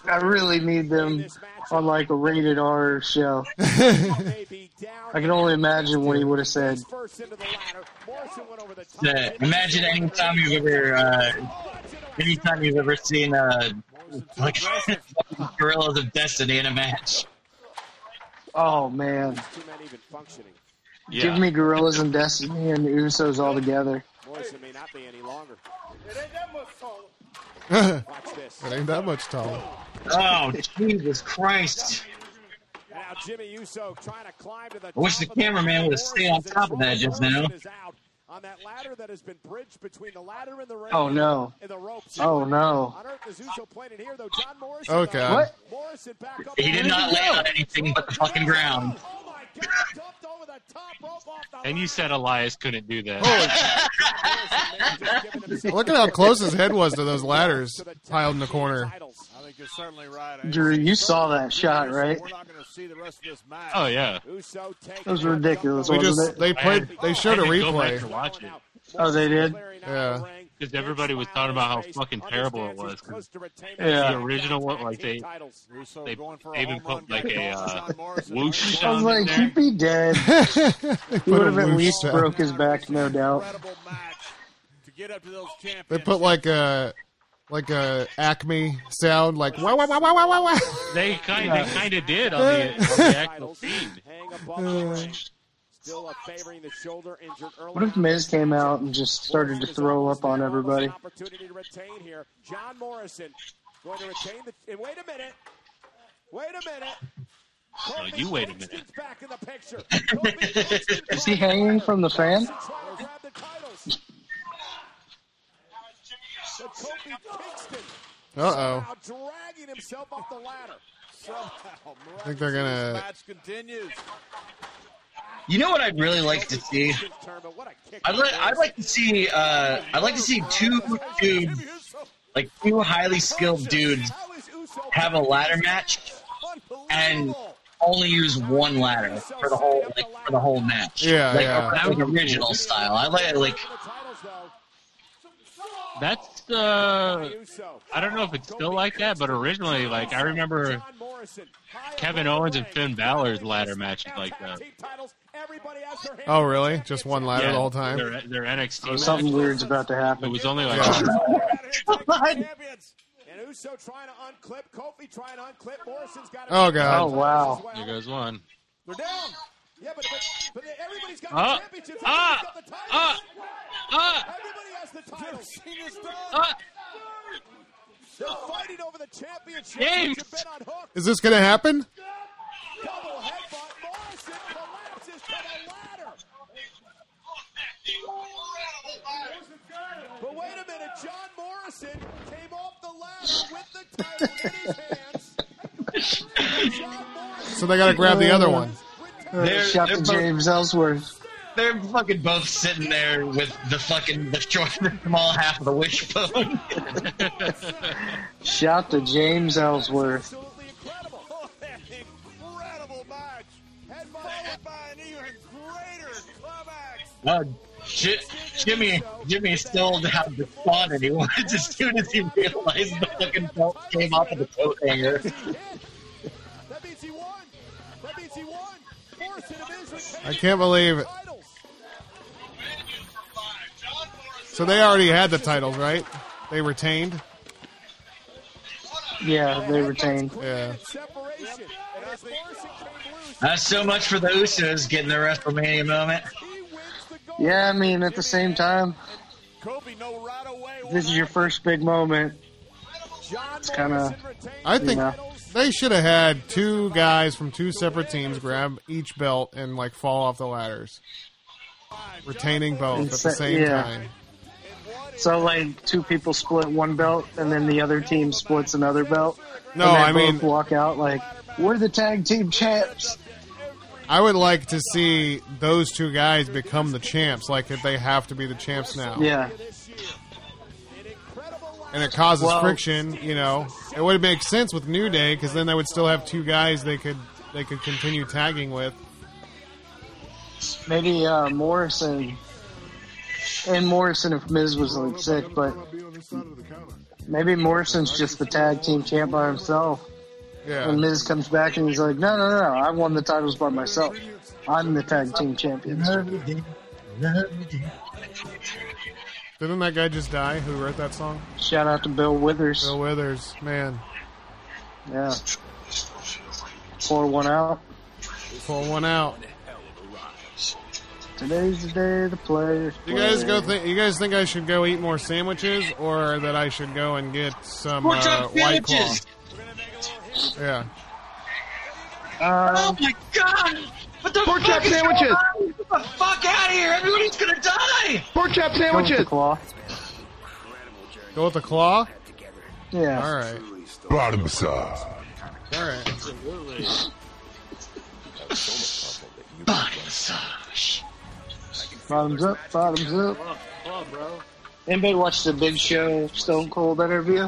I: I really need them on like a rated R show.
D: Maybe
C: [LAUGHS]
D: down.
I: I can only imagine what he would have said.
D: First into the ladder. Morrison went over the top.
F: Yeah, imagine any time you've ever, uh, any time you've ever seen uh, like [LAUGHS] Gorillas of Destiny in a match.
I: Oh man,
D: Two men even functioning.
I: give me Gorillas and Destiny and the Usos all together.
D: Morrison may not be
C: [LAUGHS]
D: any longer.
C: it
D: Watch this.
C: ain't that much taller.
F: Oh Jesus Christ!
D: And now Jimmy Uso trying to climb to the
F: I wish
D: top
F: the
D: of the
F: cameraman
D: ladder.
F: would've stayed on top of that just now.
D: Morrison is out On that ladder that has been bridged between the ladder and the ring.
I: Oh, no.
D: And the ropes.
I: Oh, no.
D: Unearthed is Uso planted here, though. John Morrison.
C: Okay.
D: though.
C: What?
D: Morrison back up.
F: He did not land on anything but the fucking ground.
D: Oh my God! Dumped over the top rope off the
E: And you said Elias couldn't do that.
F: Oh,
C: Look at how close his head was to those ladders piled in the corner.
D: titles.
N: I think you're certainly right. I
I: Drew, you saw that shot,
N: So
I: right?
N: We're not going to see the rest of this match.
E: Oh yeah.
D: Uso taking
I: That was ridiculous,
C: We
D: Dumped over
C: just
D: the-
C: they played they showed a
E: I had to go back
C: replay.
E: to watch it.
I: Oh, they did?
C: Yeah.
E: Because everybody was talking about how fucking terrible it was.
I: Yeah.
E: The original one, like they,
N: Uso
E: They-
N: going for
E: they
N: a
E: even
N: home run,
E: put, like,
N: got
E: a,
N: it off
E: uh,
N: John Morrison.
E: whoosh
I: I was
E: on in
I: like,
E: there.
I: he'd be
C: [LAUGHS]
I: dead. He would have at least
C: Uso.
I: broke his back, no doubt.
N: Incredible match to get up to those champions.
C: They put like a like a Acme sound, like wow wow wow wow wow wow. [LAUGHS] wow.
E: They kind of kind of did on the, on
N: [LAUGHS]
E: the actual feed.
D: Hang above the ring. Still uh, favoring the shoulder injured early.
I: What if
D: on.
I: Miz came out and just started to throw up on everybody?
D: Opportunity to retain here. John Morrison going to retain the. And wait a minute. Wait a minute.
E: No, you wait a minute.
D: Kingston's Back in the
E: [LAUGHS]
D: picture. Kofi Kingston
I: Is he hanging from the fan?
D: trying to grab the titles. But Kofi Kingston
C: Uh oh.
D: now dragging himself off the ladder.
N: Somehow,
C: I think they're gonna.
N: match continues.
F: You know what I'd really like to see?
D: Kingston's turn, but what a kick.
F: I'd, li- I'd like to see. Uh, I'd like to see two dudes, like two highly skilled dudes,
D: How is Uso
F: have a ladder match and only use one ladder for the whole like, for the whole match.
C: Yeah,
F: like,
C: yeah.
F: like original style. I like like
D: the titles though?
E: That's uh,
D: Uso.
E: I don't know if it's still like that, but originally, like I remember
D: John Morrison. high
E: Kevin
D: above
E: Owens
D: the
E: and
D: ring.
E: Finn Balor's ladder
D: Now
E: matches like
D: tag
E: that.
D: team titles. Everybody has their hands
C: Oh
D: on the
C: really?
D: champions.
C: Just one ladder the whole time.
E: their, their NXT match.
I: Oh, Something weird's about to
E: It
I: happen.
E: was only like [LAUGHS]
C: Yeah.
N: Champions.
D: And Uso trying to unclip. Kofi trying to unclip. Morrison's got.
C: Oh, God.
I: Oh, wow.
E: there goes one.
D: They're down. Yeah, but, but, but everybody's got
E: Ah.
D: the championships.
E: Ah.
D: Everybody's got the
E: Ah.
D: titles.
E: Ah,
D: Everybody has the titles.
E: ah.
D: They're fighting over the championship.
E: James.
D: Which have been unhooked.
C: Is this gonna happen?
D: Double headbutt. Morrison collapses to the ladder. But wait a minute. John Morrison came off the ladder with the title in his hands. John Morrison
C: So they gotta grab the other one.
D: retains
I: Uh,
F: They're-
I: Shout
F: they're
I: to
F: both-
I: James Ellsworth.
F: they're fucking both sitting there with the fucking the short, [LAUGHS] the small half of the wishbone. [LAUGHS]
I: Shout to James Ellsworth.
D: [LAUGHS] Oh,
F: Uh, J- Jimmy, Jimmy still had the spot he was as soon as he realized the fucking belt came off of the coat hanger.
C: I can't believe it. So they already had the titles, right? They retained.
I: Yeah, they retained.
C: Yeah.
F: That's so much for the Usos getting their WrestleMania moment.
I: Yeah, I mean, at the same time, this is your first big moment. It's kind of.
C: I think they should have had two guys from two separate teams grab each belt and like fall off the ladders, retaining both at the same
I: Yeah.
C: time.
I: So, like, two people split one belt, and then the other team splits another belt.
C: No,
I: and they
C: I mean-
I: both walk out like we're the tag team champs.
C: I would like to see those two guys become the champs. Like if they have to be the champs now.
I: Yeah.
C: and it causes
I: Well-
C: friction. You know, it would make sense with New Day because then they would still have two guys they could they could continue tagging with.
I: Maybe uh, Morrison and Morrison if Miz wasn't sick, but maybe Morrison's just the tag team champ by himself.
C: Yeah.
I: And Miz comes back and he's like, "No, no, no! I won the titles by myself. I'm the tag team champion."
C: Mm-hmm. Didn't that guy just die? Who wrote that song?
I: Shout out to Bill Withers.
C: Bill Withers, man,
I: Yeah, pour one out.
C: pull one out.
I: Today's the day the players.
C: You guys go.
I: play.
C: Think you guys think I should go eat more sandwiches, or that I should go and get some
F: More
C: uh,
F: time
C: white claw?
F: sandwiches!
C: Yeah.
I: Uh,
F: Oh my god! What the
O: Pork
F: fuck
O: chop
F: is going
O: sandwiches!
F: on? Get the fuck out of here! Everybody's gonna die!
O: Pork chop
I: Go with
O: sandwiches.
I: the claw.
C: Go with the claw.
I: Yeah.
C: All right.
B: Bottom side.
C: All right.
E: Absolutely.
F: Body massage.
I: Bottoms up. Bottoms up. Anybody watch the Big Show Stone Cold interview?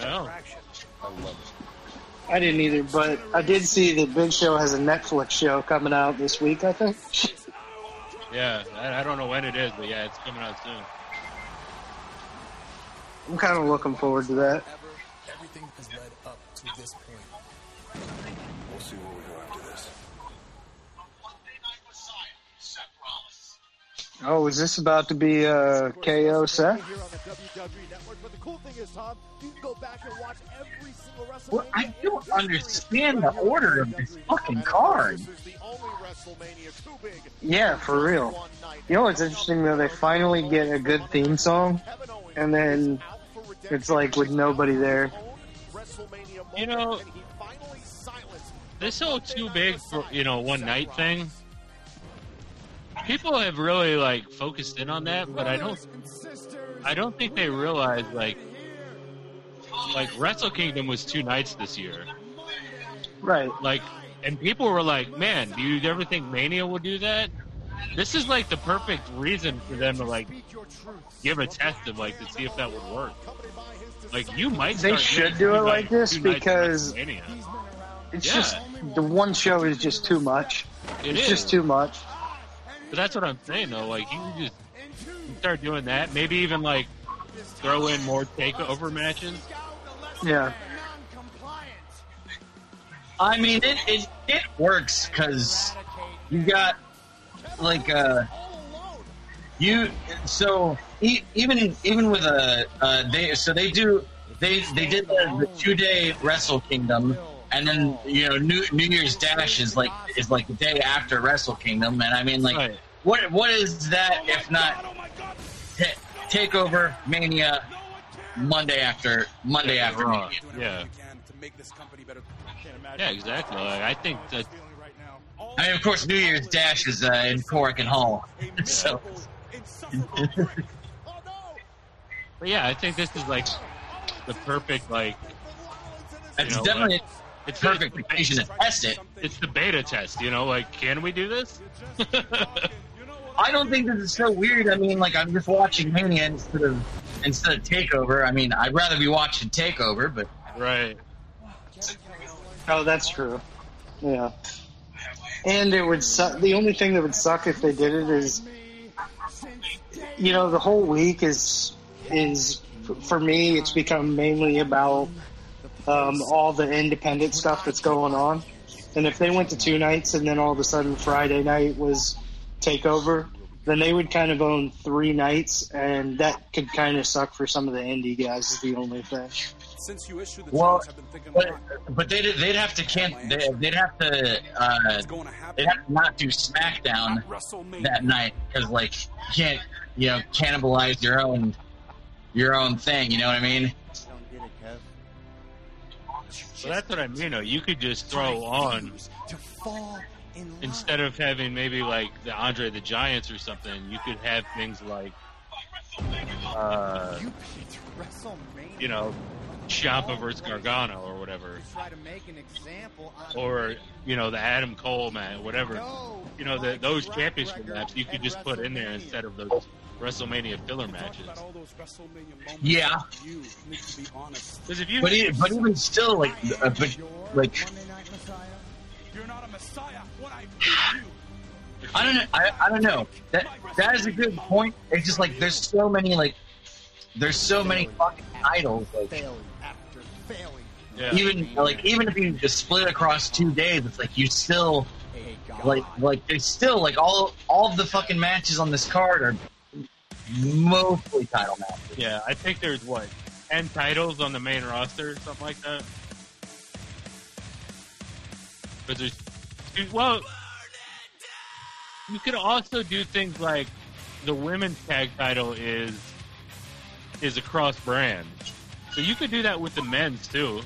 E: No.
I: I didn't either, but I did see that Big Show has a Netflix show coming out this week. I think.
E: Yeah, I, I don't know when it is, but yeah, it's coming out soon.
I: I'm kind of looking forward to that.
P: Everything has led up to this point.
M: We'll see where we go after this.
I: Oh, is this about to be uh, KO Seth?
D: Here on the WWE Network, but the cool thing is, Tom, you can go back and watch every single WrestleMania.
F: Well, I don't understand the order of this fucking card.
I: Yeah, for real. You know what's interesting though? They finally get a good theme song, and then it's like with nobody there.
E: You know, this whole too big for you know one night thing. People have really like focused in on that, but I don't. I don't think they realize like like Wrestle Kingdom was two nights this year.
I: Right.
E: Like, and people were like, "Man, do you ever think Mania will do that?" This is like the perfect reason for them to like give a test of like to see if that would work. Like, you might.
I: They
E: start
I: should
E: doing
I: do
E: two
I: it
E: night-
I: like this
E: two nights of
I: because
E: WrestleMania.
I: it's
E: Yeah.
I: just the one show is just too much.
E: It
I: it's
E: is.
I: just too much.
E: But that's what I'm saying though. Like you can just you start doing that. Maybe even like throw in more takeover matches.
I: Yeah.
F: I mean, it, it, it works because you got like uh you so e- even even with a uh, they so they do they they did the, the two day Wrestle Kingdom and then you know New New Year's Dash is like is like the day after Wrestle Kingdom and I mean like
E: Right.
F: what what is that if not ta Takeover Mania Monday after Monday
E: Yeah,
F: after
E: Raw.
F: Mania.
E: Yeah. Yeah, exactly. Like, I think that
F: I mean, of course, New Year's Dash is uh, in Cork and Hull. [LAUGHS] So,
E: but yeah, I think this is like the perfect like
F: It's
E: you know,
F: definitely-
E: like, It's
F: perfect location to test it.
E: It's the beta test, you know, like, can we do this? [LAUGHS]
F: I don't think this is so weird. I mean, like I'm just watching Mania instead of instead of Takeover. I mean, I'd rather be watching Takeover, but
E: right.
I: Oh, that's true. Yeah. And it would suck. The only thing that would suck if they did it is, you know, the whole week is is for me. It's become mainly about um, all the independent stuff that's going on. And if they went to two nights and then all of a sudden Friday night was takeover, then they would kind of own three nights, and that could kind of suck for some of the indie guys. Is the only thing.
Q: Since you issued the
F: Well,
Q: charts, I've been thinking
F: but,
Q: more.
F: but they'd, they'd have to can't they, they'd have to uh, they'd have to not do SmackDown that night because like you can't you know cannibalize your own your own thing. You know what I mean?
E: So that's what I mean. Though. You could just throw on instead of having maybe like the Andre the Giants or something. You could have things like, uh,
R: WrestleMania.
E: you know, Ciampa versus Gargano or whatever,
R: Try to make an example out of
E: or you know the Adam Cole match, whatever. You know the, those championship matches you could just put in there instead of those WrestleMania filler matches.
Q: All those WrestleMania moments.
F: Yeah.
Q: You need to be honest.
E: Because if you
F: But e but even still, like uh, but like
Q: You're not a messiah. What I
F: I don't know. I, I don't know. That that is a good point. It's just like there's so many like there's so many fucking titles. Like, even like even if you just split across two days, it's like you still like like they still like all all of the fucking matches on this card are mostly title matches.
E: Yeah, I think there's what ten titles on the main roster, something like that. But there's dude, well, you could also do things like the women's tag title is is a cross brand, so you could do that with the men's too.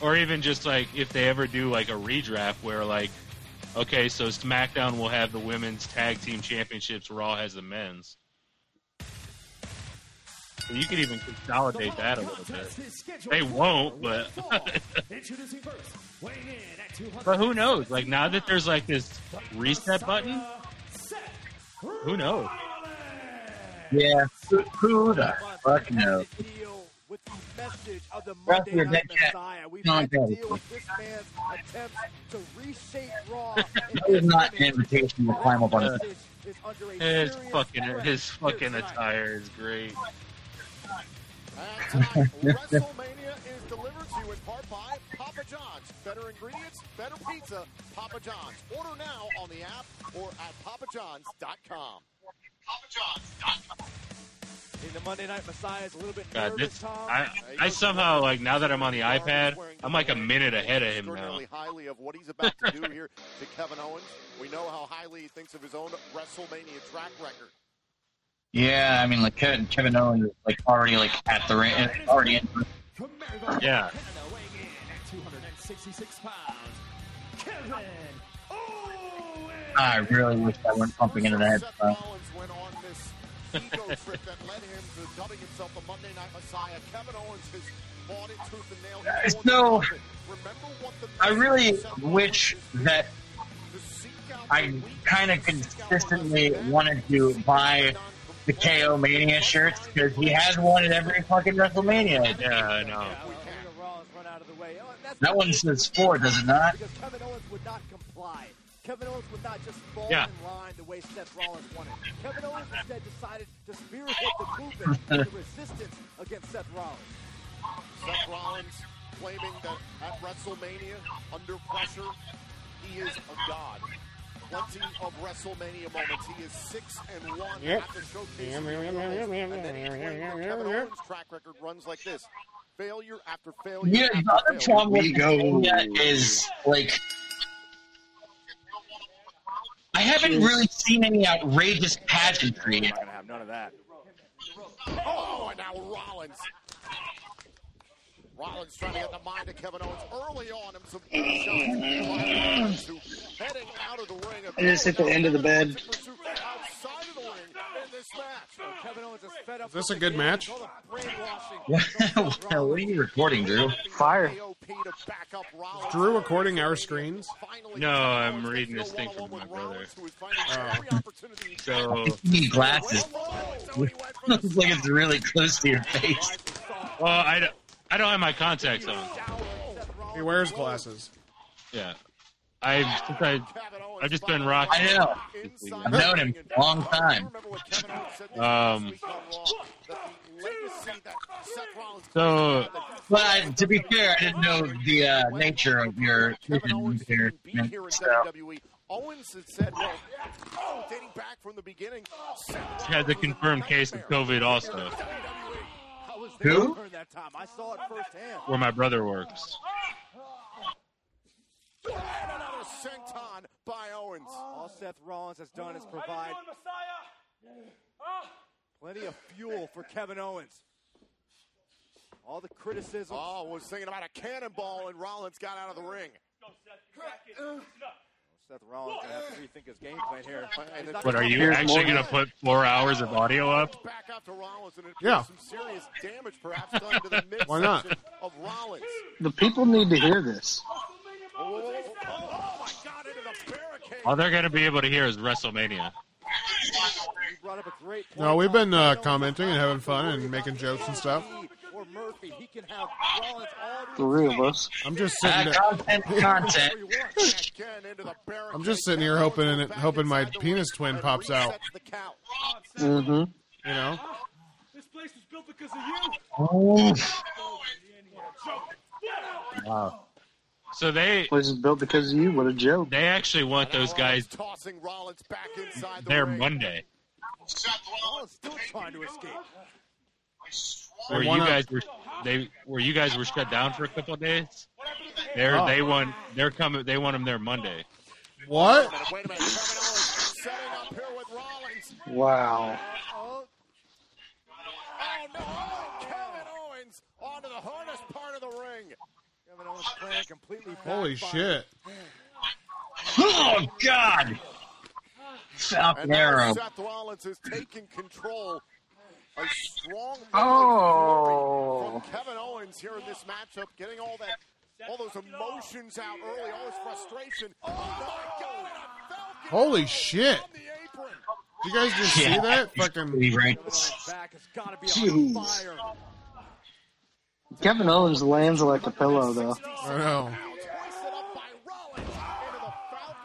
E: Or even just like if they ever do like a redraft where like Okay, so SmackDown will have the women's tag team championships. Raw has the men's. So you could even consolidate that a little bit. They won't, but
Q: Introducing first, weighing in at 200.
E: but who knows? Like now that there's like this reset button, who knows?
F: Yeah, who, who the fuck knows?
S: Message of the
F: Rest
S: Monday
F: of your
S: Night
F: dead cat.
S: Messiah. We've
F: Not
S: had to
F: dead.
S: deal with this man's attempts to reshape Raw.
F: That is not an invitation to climb up on a.
E: Uh, His fucking his fucking
F: [LAUGHS]
E: attire is great.
D: WrestleMania is delivered to you in part by Papa John's. Better ingredients, better pizza, Papa John's. Order now on the app or at papajohns.com.
S: In the Monday Night Messiah is a little bit
E: God,
S: nervous,
E: this
S: Tom.
E: I I somehow like now that I'm on the iPad, I'm like a minute ahead of him now.
D: Extraordinarily highly of what he's about to
E: [LAUGHS]
D: do here to Kevin Owens. We know how highly he thinks of his own WrestleMania track record.
F: Yeah, I mean, like Kevin, Kevin Owens is like already like at the ring, already in.
E: Yeah.
Q: Canada weighing in at 266 pounds. Kevin
F: I really wish I weren't pumping into that uh, headphone.
D: Owens went on this
E: [LAUGHS]
D: ego trip that led him to dubbing himself the Monday Night Messiah. Kevin Owens has fought it tooth and nail. He's
F: Uh,
D: going to
F: so-
D: prove it. Remember what the
F: I really wish that I kind of consistently wanted to buy the KO Mania shirts because he has one at every fucking WrestleMania.
E: Yeah, I know.
F: That one says four, does it not?
S: Because Kevin Owens would not comply. Kevin Owens would not just fall
F: Yeah.
S: in line the way Seth Rollins wanted. Kevin Owens instead decided to spearhead the movement and
F: [LAUGHS]
S: the resistance against Seth Rollins.
D: Seth Rollins claiming that at WrestleMania, under pressure, he is a god. Plenty of WrestleMania moments. He is six and one
S: Yep.
D: after showcasing the Rollins, and then he claimed that Kevin Owens' track record runs like this: failure after failure.
F: Yeah, the
D: after failure.
F: other problem with Mania is like I haven't really seen any outrageous pageantry. yet.
S: have none of that.
D: Oh, and now Rollins. Rollins trying to get the mind of Kevin Owens early on him some shots. Owens, who heading out of the ring.
I: I just hit the end of the bed.
D: Outside of the ring,
T: in this match. Kevin Owens is fed up.
C: Is this a good match?
F: what are you recording, Drew?
I: Fire.
C: Is Drew recording our screens?
E: No, I'm reading this thing from my brother.
C: Oh.
E: So
F: You need glasses. [LAUGHS] Looks like it's really close to your face.
E: Well, I don't, I don't have my contacts on.
C: He wears glasses.
E: Yeah. I've, since I, I've just been rocking.
F: I know. I've known him a long time.
E: Um, so,
F: But to be fair, I didn't know the uh, nature of your vision impairment. So
T: E.
D: WWE. Owens had said, well, oh, dating back from the beginning, Seth
E: had the confirmed case of COVID also,
T: I E. was there
F: Who?
T: during that time. I saw it firsthand.
E: where my brother works.
D: and another senton by Owens.
T: All Seth Rollins has done is provide plenty of fuel for Kevin Owens. All the criticism.
D: Oh, was thinking about a cannonball, and Rollins got out of the ring.
T: Seth Rollins gonna have to rethink his game plan here. He's not
E: But are
T: gonna
E: you
T: come
E: actually going to put four hours of audio up?
D: Back up to Rollins, and it
C: Yeah.
D: some serious damage perhaps done to the midsection
C: Why not?
D: of Rollins.
I: The people need to hear this.
D: Oh, oh, oh, oh, my God, into the barricade.
E: All they're going to be able to hear is WrestleMania.
T: You brought up a great point.
C: No, we've been uh, commenting and having fun and making jokes and stuff.
T: Or Murphy, he can have Rollins all the
I: Three of us.
C: I'm just
F: uh,
C: sitting. There,
F: content, content.
D: [LAUGHS] Again, into the barricade.
C: I'm just sitting here hoping and hoping my penis twin pops out.
D: Resets the count.
I: Mm-hmm.
C: You know,
U: This place was built because of you.
F: Oh,
E: So they
I: Place is built because of you. What a joke.
E: they actually want those guys
D: tossing Rollins back inside the
E: there
D: ring.
E: Monday,
T: Rollins still trying to escape.
E: where you
C: wanna-
E: guys were they where you guys were shut down for a couple of days. They're
C: Oh.
E: they want they're coming they want them there Monday.
C: what?
D: Wait a minute, Kevin Owens setting up here with Rollins.
I: Wow.
D: Oh no, Kevin Owens onto the harness part of the ring.
T: Kevin Owens' plan completely
C: Holy
T: backfired.
C: shit!
F: oh God! Falcon
D: And now
F: Arrow.
D: Seth Rollins is taking control. A strong
I: Oh.
D: from Kevin Owens here in this matchup, getting all that, all those emotions out early, all his frustration. Oh my God! and a Falcon
C: Holy
D: Arrow
C: shit.
D: on the apron.
C: Did you guys just see
F: Yeah,
C: that?
F: he's
C: Fucking
F: pretty right.
T: Owens' back has got to be
F: Jeez.
T: on fire.
I: Kevin Owens lands like a pillow, though.
C: I know.
D: Hoisted up by Rollins into the Falcon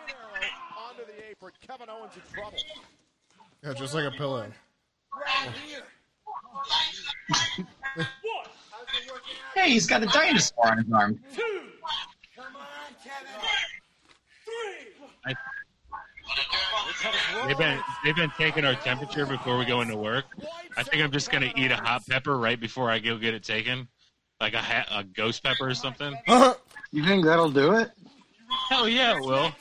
D: Arrow onto the apron. Kevin Owens in trouble.
C: Yeah, just like a pillow.
F: Hey, he's got a dinosaur on his arm.
E: I, they've been they've been taking our temperature before we go into work. I think I'm just gonna eat a hot pepper right before I go get it taken, like a ha- a ghost pepper or something.
I: You think that'll do it?
E: Hell Oh, yeah, it will.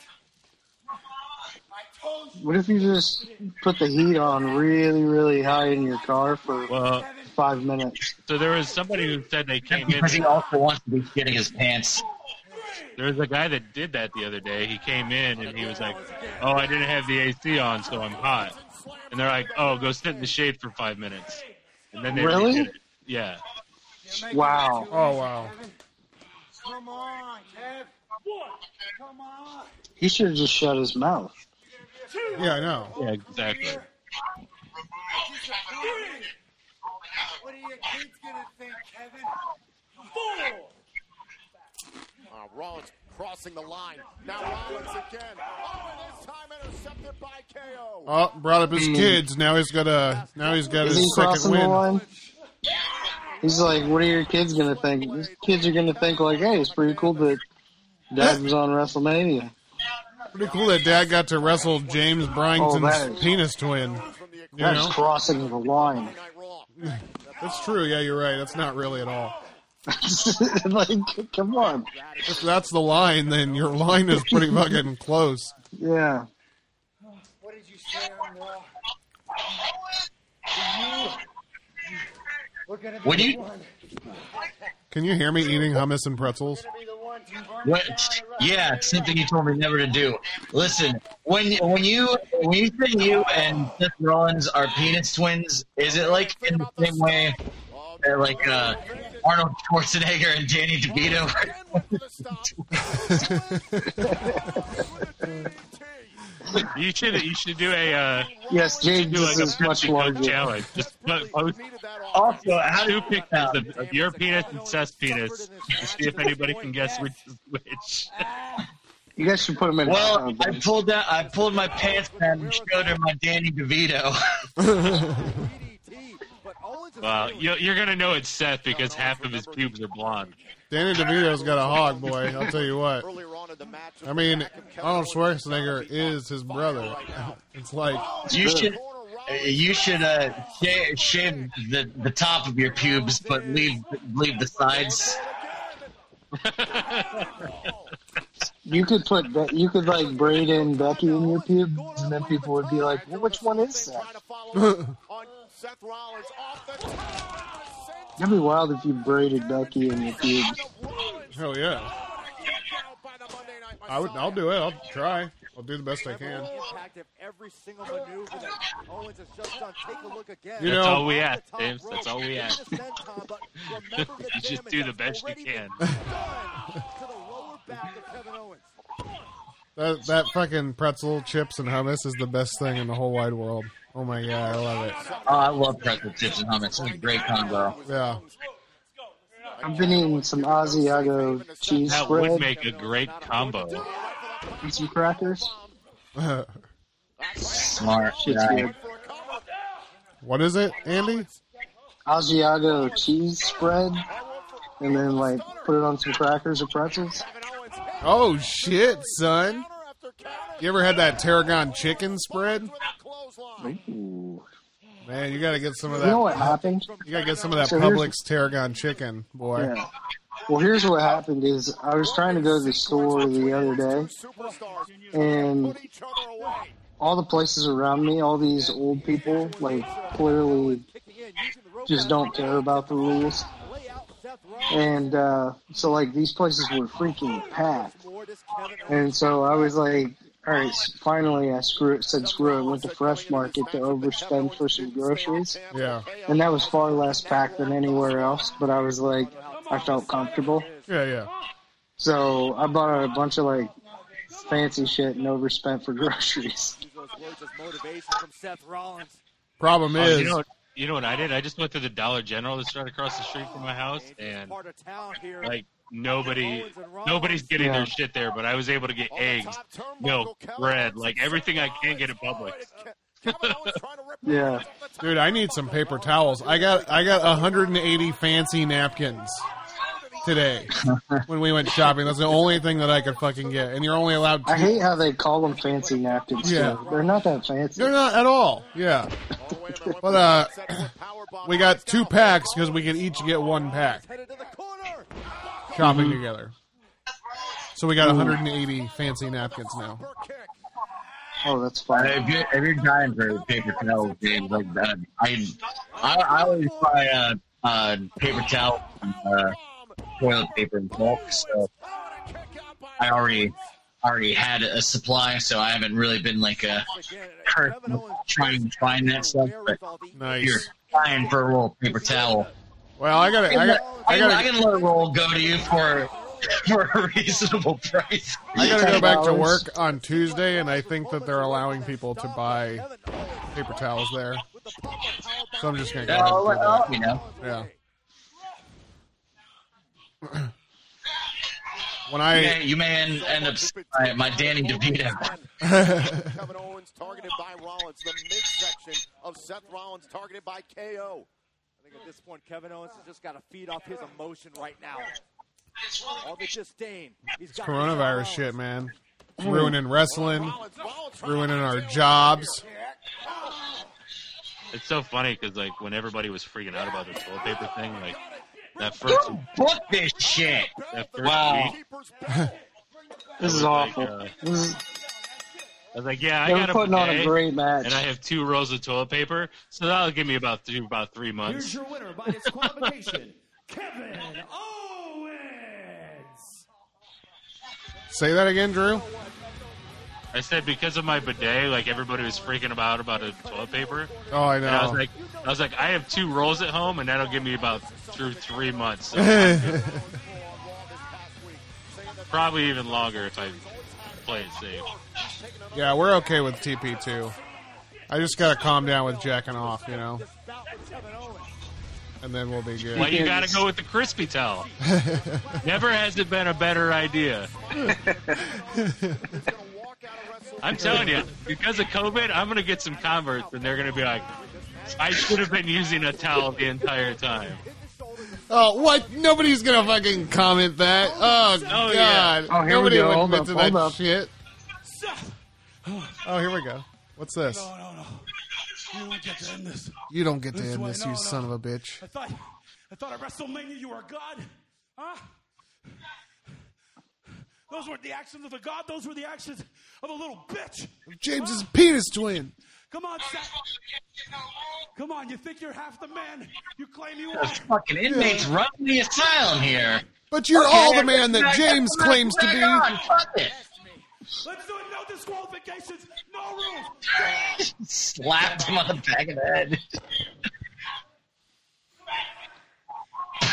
I: What if you just put the heat on really, really high in your car for
E: Well,
I: five minutes?
E: so there was somebody who said they came in.
F: Because he also wants to be getting his pants.
E: There was a guy that did that the other day. He came in and he was like, "Oh, I didn't have the AC on, so I'm hot." And they're like, "Oh, go sit in the shade for five minutes." And then they
I: Really?
E: redid it. Yeah.
I: Wow.
C: Oh wow!
O: Come on, Kev. Come on.
I: He should have just shut his mouth.
C: Yeah, I know.
E: Yeah, exactly.
O: What are your kids gonna think, Kevin?
D: Uh, Rollins crossing the line. Now Rollins again. Oh, and this time intercepted by KO.
C: Oh, brought up his kids. Now he's got a. Now he's got
I: Is he
C: his second
I: crossing the
C: win.
I: line? He's like, what are your kids gonna think? These kids are gonna think like, hey, it's pretty cool that Dad was on WrestleMania.
C: Pretty cool that Dad got to wrestle James
I: Oh, that
C: Bryanton's
I: is-
C: penis twin. You
I: That's
C: know,
I: crossing the line. [LAUGHS]
D: Night Raw.
C: that's true. Yeah, you're right. That's not really at all.
I: like, come on.
C: If that's the line, then your line is pretty fucking close.
I: Yeah.
O: What did you say on Raw? We're gonna be
F: What do
O: the
F: you-
O: one.
C: Can you hear me eating hummus and pretzels?
O: We're gonna be the one to burn
F: What? Yeah, it's something you told me never to do. Listen, When when you when you say you and Seth Rollins are penis twins, is it like in the same way
D: Um,
F: that like uh, Arnold Schwarzenegger and Danny DeVito?
D: [LAUGHS]
E: You should you should do a uh,
I: Yes,
E: you should
I: James,
E: do
I: this is
E: a
I: much
E: picture
I: larger.
E: challenge. Just put, post
F: also how
E: two pictures of, of your penis and Seth's penis to see if anybody can guess which is which.
I: You guys should put him in.
F: Well, I pulled down, I pulled my pants down and showed her my Danny DeVito.
E: Wow, you, you're gonna know it's Seth because half of his pubes are blonde.
C: Danny DeVito's got a hog, boy. I'll tell you what. I mean, Arnold Schwarzenegger is his brother. It's like
F: You should uh, you should uh, sha- shave the, the top of your pubes, but leave leave the [LAUGHS] sides.
I: You could put Be- you could like braid in Becky in your pubes, and then people would be like, well, "Which one is [LAUGHS] that?" That'd be wild if you braided Becky in your pubes.
C: hell yeah. I would. I'll do it. I'll try. I'll do the best I can.
D: Impact of every single maneuver that Owens has just done. Take a look again.
C: You
E: That's
C: know-
E: all we ask, James. That's all
C: [LAUGHS]
E: we ask. [LAUGHS]
D: you
E: just do the best you
C: [LAUGHS]
E: can.
C: That that fucking pretzel chips and hummus is the best thing in the whole wide world. Oh my god, I love it.
F: Oh, I love pretzel chips and hummus. It's a great combo.
C: Yeah.
I: I've been eating some Asiago cheese
E: That
I: spread
E: would make a great combo.
I: and some crackers.
F: Smart.
I: Shit's
F: guy.
I: good.
C: What is it, Andy?
I: Asiago cheese spread, and then like put it on some crackers or pretzels.
C: Oh shit, son. You ever had that tarragon chicken spread?
I: Ooh.
C: Man, you gotta get some of
I: You
C: that.
I: know what happened?
C: You gotta get some of that
I: So here's-
C: Publix tarragon chicken, boy.
I: Yeah. Well, here's what happened: is I was trying to go to the store the other day, and all the places around me, all these old people, like clearly just don't care about the rules. And uh, so, like these places were freaking packed, and so I was like. All right, s- finally I screw it, said screw it, went to Fresh Market to overspend for some groceries.
C: Yeah.
I: And that was far less packed than anywhere else, but I was like, I felt comfortable.
C: Yeah, yeah.
I: So I bought a bunch of like fancy shit and overspent for [LAUGHS] groceries.
C: Problem
E: Oh,
C: is,
E: you know, what- you know what I did? I just went to the Dollar General that's right across the street from my house, and like nobody, nobody's getting
I: Yeah.
E: their shit there. But I was able to get eggs, milk, bread, like everything I can get at Publix.
I: Yeah.
C: dude, I need some paper towels. I got I got 180 fancy napkins today when we went shopping. That's the only thing that I could fucking get, and you're only allowed.
I: I hate
C: Two.
I: how they call them fancy napkins.
C: Yeah.
I: too. They're not that fancy.
C: They're not at all. Yeah, but uh, we got two packs because we can each get one pack. Shopping together. So we got 180 fancy napkins now.
I: Oh, that's
F: Uh,
I: fine.
F: If you're, if you're dying for paper towels, James, like that, I, I, I always buy uh, uh, paper towel and uh, toilet paper and bulk, so I already already had a supply, so I haven't really been like a curse trying to find that stuff. But if you're
C: Nice.
F: dying for a roll of paper towel.
C: Well, I got I got
F: I,
C: I
F: can,
C: got
F: I can let a roll go to you for [LAUGHS] for a reasonable price.
C: I
F: [LAUGHS]
C: gotta go back to work on Tuesday, and I think that they're allowing people to buy paper towels there. So I'm just gonna go.
F: Yeah,
C: ahead
F: I'll
C: and
F: let-
C: do
F: I'll-
C: that.
F: you know.
C: Yeah. When I
F: you may, you may end, end up seeing my, my Danny DeVito.
C: [LAUGHS]
G: Kevin Owens targeted by Rollins. The midsection of Seth Rollins targeted by KO.
D: I think at this point, Kevin Owens has just got to feed off his emotion right now. All the disdain. He's
C: it's
D: got
C: coronavirus shit, man, it's ruining wrestling, it's ruining our jobs.
E: It's so funny because like when everybody was freaking out about the toilet paper thing, like that first,
F: Book this shit.
E: that first
F: Wow.
E: week,
I: This is awful. This is,
E: uh, I was like, yeah, I
I: they're
E: got a
I: putting on a
E: bidet,
I: great match.
E: and I have two rolls of toilet paper, so that'll give me about three, about three months.
O: Here's your winner by disqualification, [LAUGHS] Kevin Owens.
C: Say that again, Drew.
E: I said because of my bidet, like everybody was freaking about about a toilet paper.
C: Oh, I know.
E: And I was like, I was like, I have two rolls at home, and that'll give me about through three months. So probably even longer if I play it safe.
C: Yeah, we're okay with TP two. I just gotta calm down with jacking off, you know, and then we'll be good.
E: Well, you gotta go with the crispy towel. Never has it been a better idea. I'm telling you, because of COVID, I'm gonna get some converts, and they're gonna be like, "I should have been using a towel the entire time." [LAUGHS]
C: Oh, what? Nobody's gonna fucking comment that. Oh, God.
E: yeah.
I: Oh, here we
C: Nobody
I: go.
C: would
I: Hold
C: admit
I: up,
C: to
I: hold
C: that
I: up.
C: shit. Oh, here we go. What's this?
O: No, no, no. You don't get to end this.
C: You don't get to
O: This
C: end
O: way,
C: this,
O: no,
C: you
O: no.
C: son of a bitch.
O: I thought, I thought at WrestleMania you were a god, huh? Those weren't the actions of a god. Those were the actions of a little bitch.
C: James's penis twin.
O: Come on, Seth. Come on, you think you're half the man you claim you are.
F: Those fucking inmates running the asylum here.
C: But you're
F: Okay,
C: all the man that
F: let's back-
C: James
F: let's
C: claims to
F: back
C: be.
F: on. Fuck it.
O: Let's
F: [LAUGHS]
O: do it. No disqualifications. No rules.
F: Slapped him on the back of the head.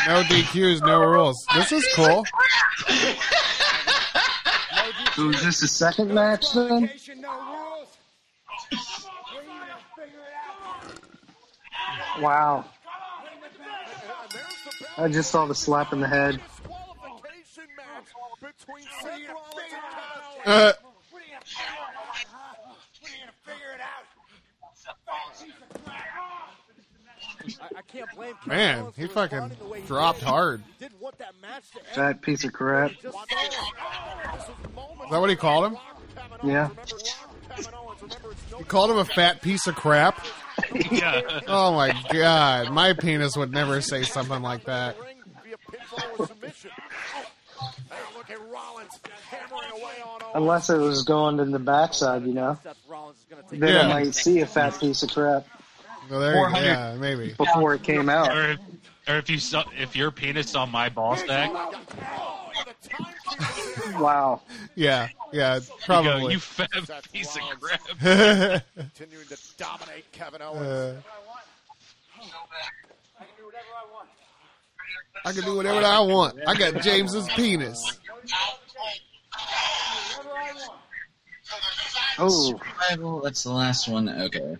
C: No DQs, no rules. This is cool.
I: So is this the second match then? Wow. [LAUGHS] I just saw the slap in the head.
C: Uh,
D: I, I can't blame Kevin
C: man,
D: Owens
C: he
D: for
C: fucking
D: responding the way he
C: dropped
D: did.
C: hard.
D: Didn't want that match to end.
I: That piece of crap.
D: Just saw it. This was
C: Is
D: moments
C: that what he called him?
I: Yeah.
C: He called him a fat piece of crap.
E: Yeah.
C: Oh my god, my penis would never say something like that.
G: via pinfall or submission.
D: Oh,
G: Hey, look at Rollins hammering away on Owens.
I: Unless it was going to the backside, you know. Then
C: Yeah.
I: I might see a fat piece of crap
C: Well, there you,
F: 400.
C: yeah, maybe.
I: before it came out.
E: Or if, or if you saw, if your penis saw my ball stack,
D: Oh,
I: Wow.
C: Yeah, yeah,
E: you go,
C: [LAUGHS] probably.
E: you fat piece of crap.
G: Continuing to dominate Kevin Owens.
C: Uh, I can do whatever I want. I got James's penis.
I: Oh,
F: Survival, that's the last one. Okay.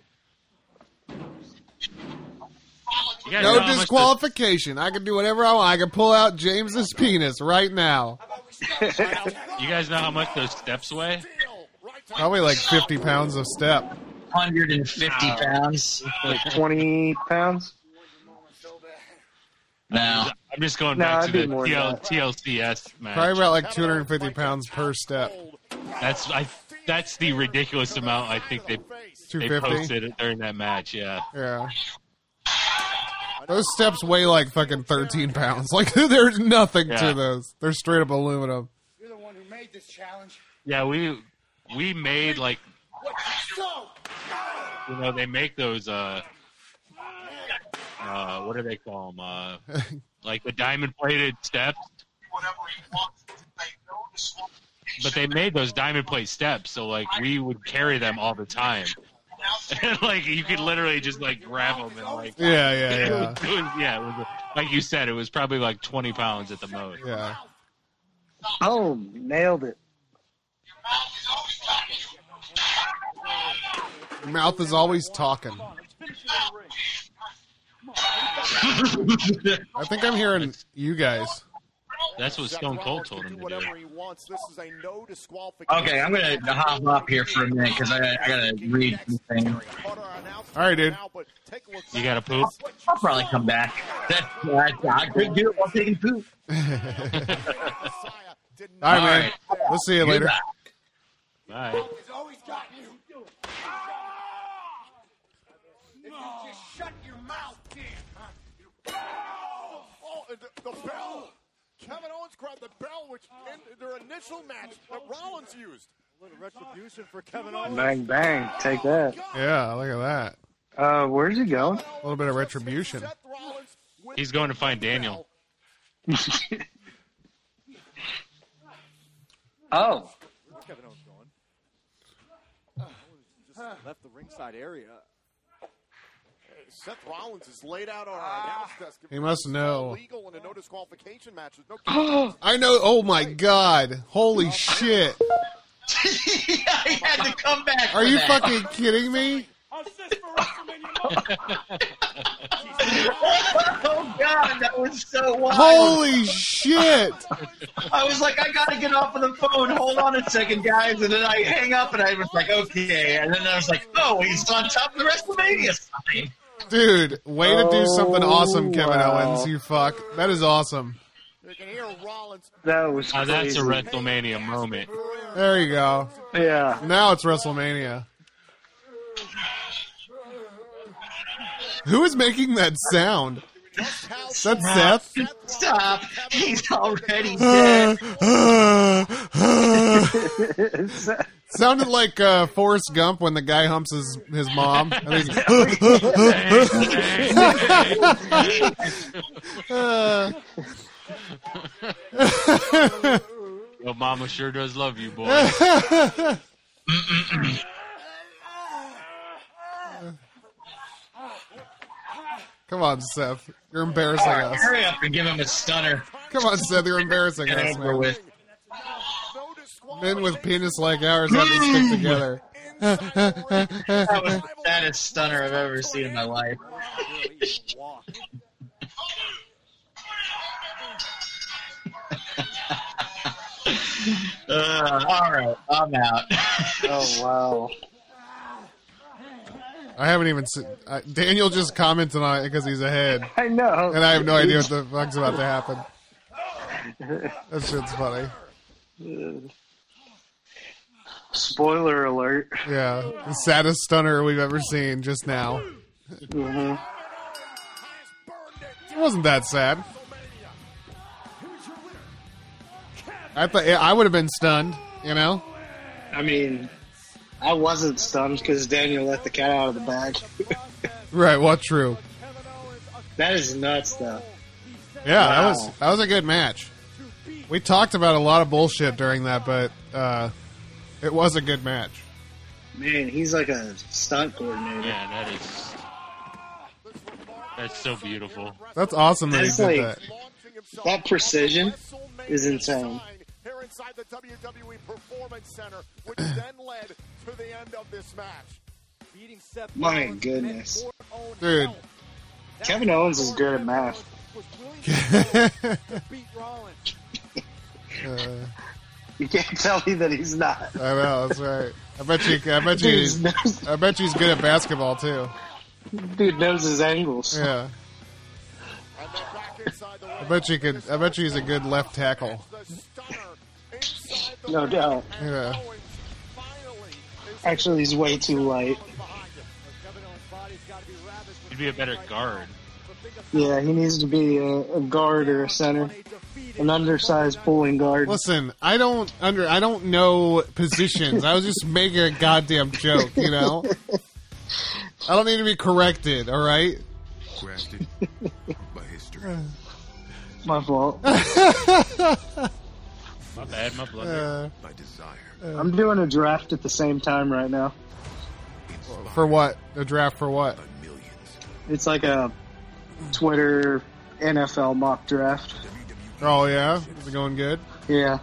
E: You guys know
C: No
E: how much
C: disqualification. I can do whatever I want. I can pull out James's penis right now.
E: those- you guys know how much those steps weigh?
C: Probably like 50 pounds of step.
F: 150
E: Wow.
F: pounds.
I: like 20 pounds?
F: No.
E: I'm just going
I: No,
E: back
I: I'd
E: to
I: be
E: the
I: more than
E: TL,
I: that.
E: TLCS match.
C: Probably about like 250 pounds per step.
E: That's I. That's the ridiculous amount I think they they
C: 250.
E: posted it during that match. Yeah.
C: Yeah. Those steps weigh like fucking 13 pounds. [LAUGHS] Like there's nothing
E: Yeah.
C: to those. They're straight up aluminum.
H: You're the one who made this challenge.
E: Yeah, we we made like
H: So,
E: you know they make those uh uh what do they call them uh like the diamond plated steps. But they made those diamond plate steps, so like we would carry them all the time. [LAUGHS] And like you could literally just like grab them and like
C: Yeah, yeah, yeah.
E: [LAUGHS] it was, yeah, it was, like you said, it was probably like 20 pounds at the most.
C: Yeah.
I: Oh, nailed it.
C: Mouth is always talking.
F: [LAUGHS]
C: I think I'm hearing you guys.
E: That's what
G: Seth
E: Stone Cold
G: Rollins
E: told
G: can
E: him to
G: do
E: do.
G: whatever he wants. This is a no disqualification.
F: Okay, I'm gonna hop up here for a minute because I, I gotta read the thing.
C: All right, dude.
E: You gotta poop?
F: I'll probably come back. [LAUGHS] That, that- I could do it while taking poop.
C: All right, man.
F: All
C: We'll see you later.
F: Goodbye.
E: Bye.
H: he's always got you. If you just shut your mouth, kid.
G: Oh, and the, the bell. Kevin Owens grabbed the bell, which
H: Oh.
G: in their initial match that Rollins used.
D: A little retribution for Kevin Owens.
I: Bang, bang. Take that.
C: Yeah, look at that.
I: Uh, where's he going?
C: A little bit of retribution.
G: Seth Rollins with
E: He's going to find Daniel.
I: Oh,
F: [LAUGHS]
D: Where's Kevin Owens going? left the ringside area.
G: Seth Rollins is laid out on our
H: Ah.
G: announce desk.
C: He must know.
G: Legal and a no disqualification match.
I: [GASPS]
G: There's no
C: I know. Oh my god. Holy shit.
F: I had to come back.
C: Are
F: for
C: you
F: that.
C: fucking kidding me?
F: [LAUGHS] oh god, that was so wild.
C: Holy shit.
F: I was like, I gotta get off of the phone. Hold on a second, guys. And then I hang up, and I was like, okay. And then I was like, oh, he's on top of the WrestleMania sign.
C: Dude, way to do something
F: Oh,
C: awesome, Kevin
F: wow.
C: Owens, you fuck. That is awesome.
I: That was
E: Now Uh, that's a
I: crazy.
E: WrestleMania moment.
C: There you go.
I: Yeah. [LAUGHS]
C: Now it's WrestleMania. Who is making that sound? That's Seth. [LAUGHS]
F: Stop. He's
C: [SIGHS]
F: already dead.
C: Sounded like uh, Forrest Gump when the guy humps his, his mom. And he's- Uh,
E: Yo, mama sure does love
C: [LAUGHS]
E: you, boy.
C: [LAUGHS] Come on, Seth. You're embarrassing us.
F: Hurry up and give him a stunner.
C: Come on, Seth. You're embarrassing
F: Get
C: us,
F: over
C: Oh, man.
F: with.
C: Men with penis like ours have to stick together.
F: That was the saddest stunner I've ever seen in my life. Uh, all right, I'm out.
I: Oh wow.
C: I haven't even seen. Uh, Daniel just commented on it because he's ahead,
I: I know.
C: and I have no idea what the fuck's about to happen. That shit's funny.
I: Spoiler alert.
C: Yeah, the saddest stunner we've ever seen just now.
I: Mhm.
C: It wasn't that sad. I thought yeah, I would have been stunned, you know.
I: I mean, I wasn't stunned because Daniel let the cat out of the bag.
C: Right? Well, true.
I: that is nuts, though.
C: Yeah, that
I: Wow.
C: was that was a good match. We talked about a lot of bullshit during that, but uh, it was a good match.
I: Man, he's like a stunt coordinator.
E: Yeah, that is. That's so beautiful.
C: That's awesome that he
I: That's
C: did
I: like-
C: that.
I: That precision is insane.
G: Here inside the WWE Performance Center,
I: [CLEARS THROAT]
G: which then led to the end of this match.
D: Beating Seth
I: My
D: Rollins
I: goodness.
D: meant more own
C: Dude.
D: health.
I: Kevin Owens is good at math.
D: Was willing to
C: [LAUGHS]
D: go to beat Rollins.
C: Uh,
I: You can't tell me that he's not.
C: I know that's right. I bet you. I bet you.
I: Dude's nose,
C: I bet you he's good at basketball too.
I: dude knows his angles.
C: Yeah.
G: And then back inside the
C: I
G: ring,
C: bet you could. I bet you he's a good left tackle.
G: the stunner inside the
I: No doubt.
C: Yeah.
I: Actually, he's way too light.
E: He'd be a better guard.
I: Yeah, he needs to be a, a guard or a center, an undersized pulling guard.
C: Listen, I don't under. I don't know positions. I was just making a goddamn joke, you know. I don't need to be corrected. All right.
M: Grafted by history.
I: My fault.
E: My bad, my blood.
C: Uh,
M: By desire.
I: I'm doing a draft at the same time right now.
C: for what? A draft for what?
I: It's like a Twitter NFL mock draft.
C: Oh yeah, is it going good?
I: Yeah.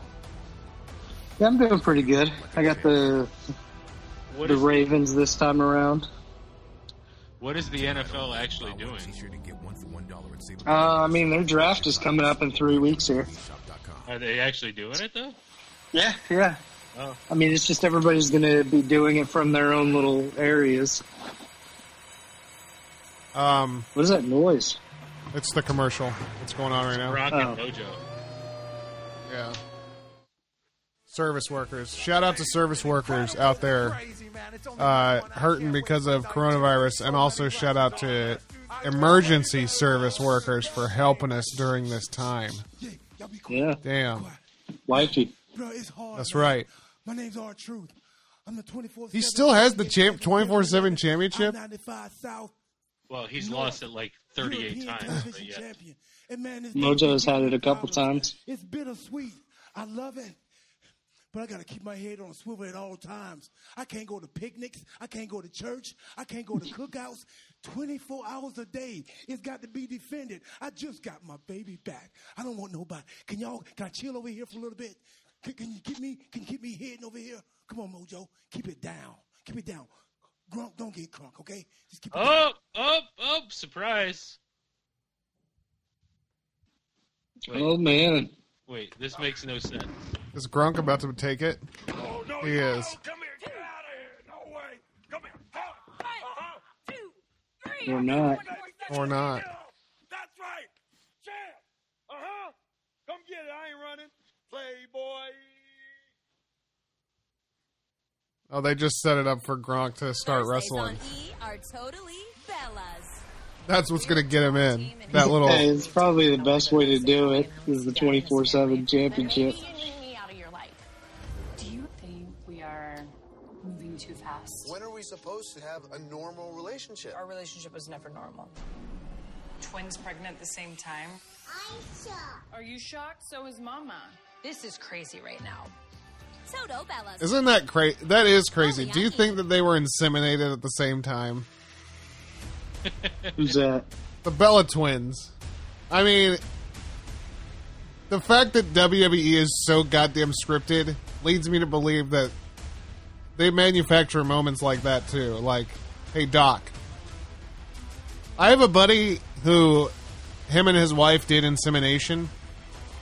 I: Yeah, I'm doing pretty good. I got the
E: What
I: the
E: is-
I: Ravens this time around.
E: What is the NFL actually doing?
M: T-shirt and get one for one dollar at Sable.
I: Uh, I mean, their draft is coming up in three weeks here.
E: Are they actually doing it though?
I: Yeah, yeah.
E: Oh.
I: I mean, it's just everybody's going to be doing it from their own little areas.
C: Um,
I: What is that noise?
C: it's the commercial. What's going on right now?
E: Rock
I: Oh.
E: and Dojo.
C: Yeah. Service workers. Shout out to service workers out there.
O: Crazy, man. It's only
C: uh,
O: one. I
C: hurting
O: can't wait
C: because
O: to
C: of
O: die.
C: coronavirus, and also shout out to emergency service workers for helping us during this time.
O: Yeah, y'all be quiet.
I: Yeah,
C: Damn,
I: wifey.
O: Bro, it's hard.
C: that's
O: man.
C: right.
O: My name's R Truth. I'm the 24
C: He still has the champ twenty four seven championship.
O: 95 South
E: Well, he's lost it like 38 times, but yeah.
O: champion. And man, this
I: Mojo's had it a couple times.
O: It's bittersweet. I love it. but I got to keep my head on a swivel at all times. I can't go to picnics. I can't go to church. I can't go to cookouts. 24 hours a day. It's got to be defended. I just got my baby back. I don't want nobody. Can y'all, can I chill over here for a little bit? Can, can you keep me, can you keep me heading over here? Come on, Mojo. Keep it down. Keep it down. Grunk, don't get crunk, okay? Just keep it
E: Oh, oh, oh, surprise. Wait.
F: Oh man.
E: Wait, this makes no sense.
C: Is Grunk about to take it?
O: Oh, no,
C: he
O: no,
C: is.
O: Come here, get out of here. No way. Come here.
F: Or not.
C: Or not.
O: That's right. Champ. Uh huh. Come get it. I ain't running. Playboy.
C: Oh, they just set it up for Gronk to start
V: Thursdays on
C: wrestling.
V: E are totally Bella's.
C: That's what's gonna get him in. That little.
I: Hey, it's probably the best way to do it is the 24 7 championship.
V: Getting me out of your life.
W: Do you think we are moving too fast?
P: When are we supposed to have a normal relationship?
W: Our relationship was never normal. Twins pregnant at the same time.
X: I'm shocked.
W: Are you shocked? So is Mama. This is crazy right now.
V: Toto Bella's.
C: Isn't that crazy? That is crazy. Do you think that they were inseminated at the same time?
I: Who's that?
C: The Bella twins. I mean, the fact that WWE is so goddamn scripted leads me to believe that they manufacture moments like that too. Like, hey, Doc. I have a buddy who, him and his wife did insemination,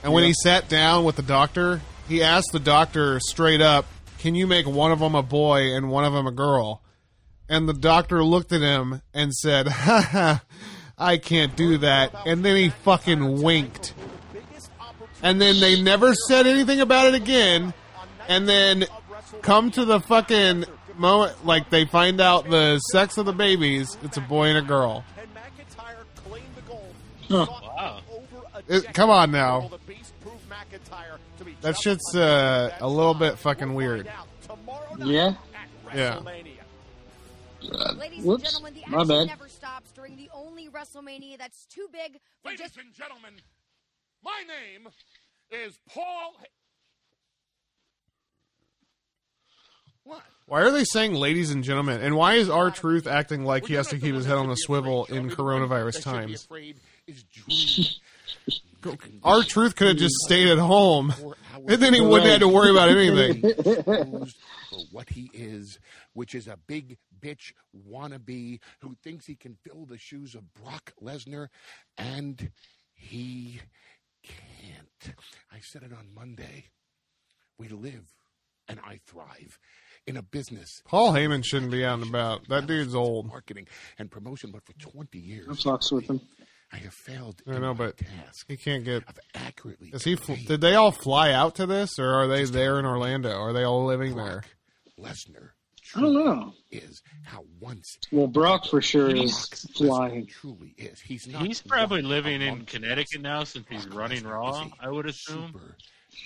C: and when he sat down with the doctor, he asked the doctor straight up, "Can you make one of them a boy and one of them a girl?" And the doctor looked at him and said, "Ha ha, I can't do that." And then he fucking winked. And then they never said anything about it again. And then come to the fucking moment, like they find out the sex of the babies. It's a boy and a girl.
D: And McIntyre claimed the goal.
C: Huh.
D: Sought
E: Wow.
D: Over a
C: It- come on now.
D: The beast proved McIntyre to be
C: That shit's uh, a little bit fucking weird.
I: Yeah?
C: Yeah.
D: WrestleMania.
X: Ladies
I: Uh, Whoops.
X: and gentlemen, the
I: My
X: action
I: bad.
X: never stops during the only WrestleMania that's too big for
O: Ladies
X: just
O: and gentlemen, my name is Paul. What?
C: Why are they saying ladies and gentlemen? And why is R Truth acting like he has to keep his head on a swivel in coronavirus times?
I: [LAUGHS]
C: R Truth could have just stayed at home. And then he wouldn't have had to worry
O: [LAUGHS]
C: about anything.
O: Exposed for what he is, which is a big bitch wannabe who thinks he can fill the shoes of Brock Lesnar, and he can't. I said it on Monday. We live and I thrive in a business
C: Paul Heyman shouldn't be out and about. That dude's old.
O: marketing and promotion, but for 20
I: I
O: years,
I: fucks with him.
O: I have failed
C: I know, but he can't get.
O: accurately.
C: Is he? fl- Did they all fly out to this, or are they there in Orlando? Are they all living there?
O: Lesnar
I: I don't know.
O: is how once
I: Well, Brock for sure is flying.
O: truly is. He's not.
E: He's probably
O: one
E: living
O: among
E: in Connecticut now since he's running Raw, I would assume.
O: super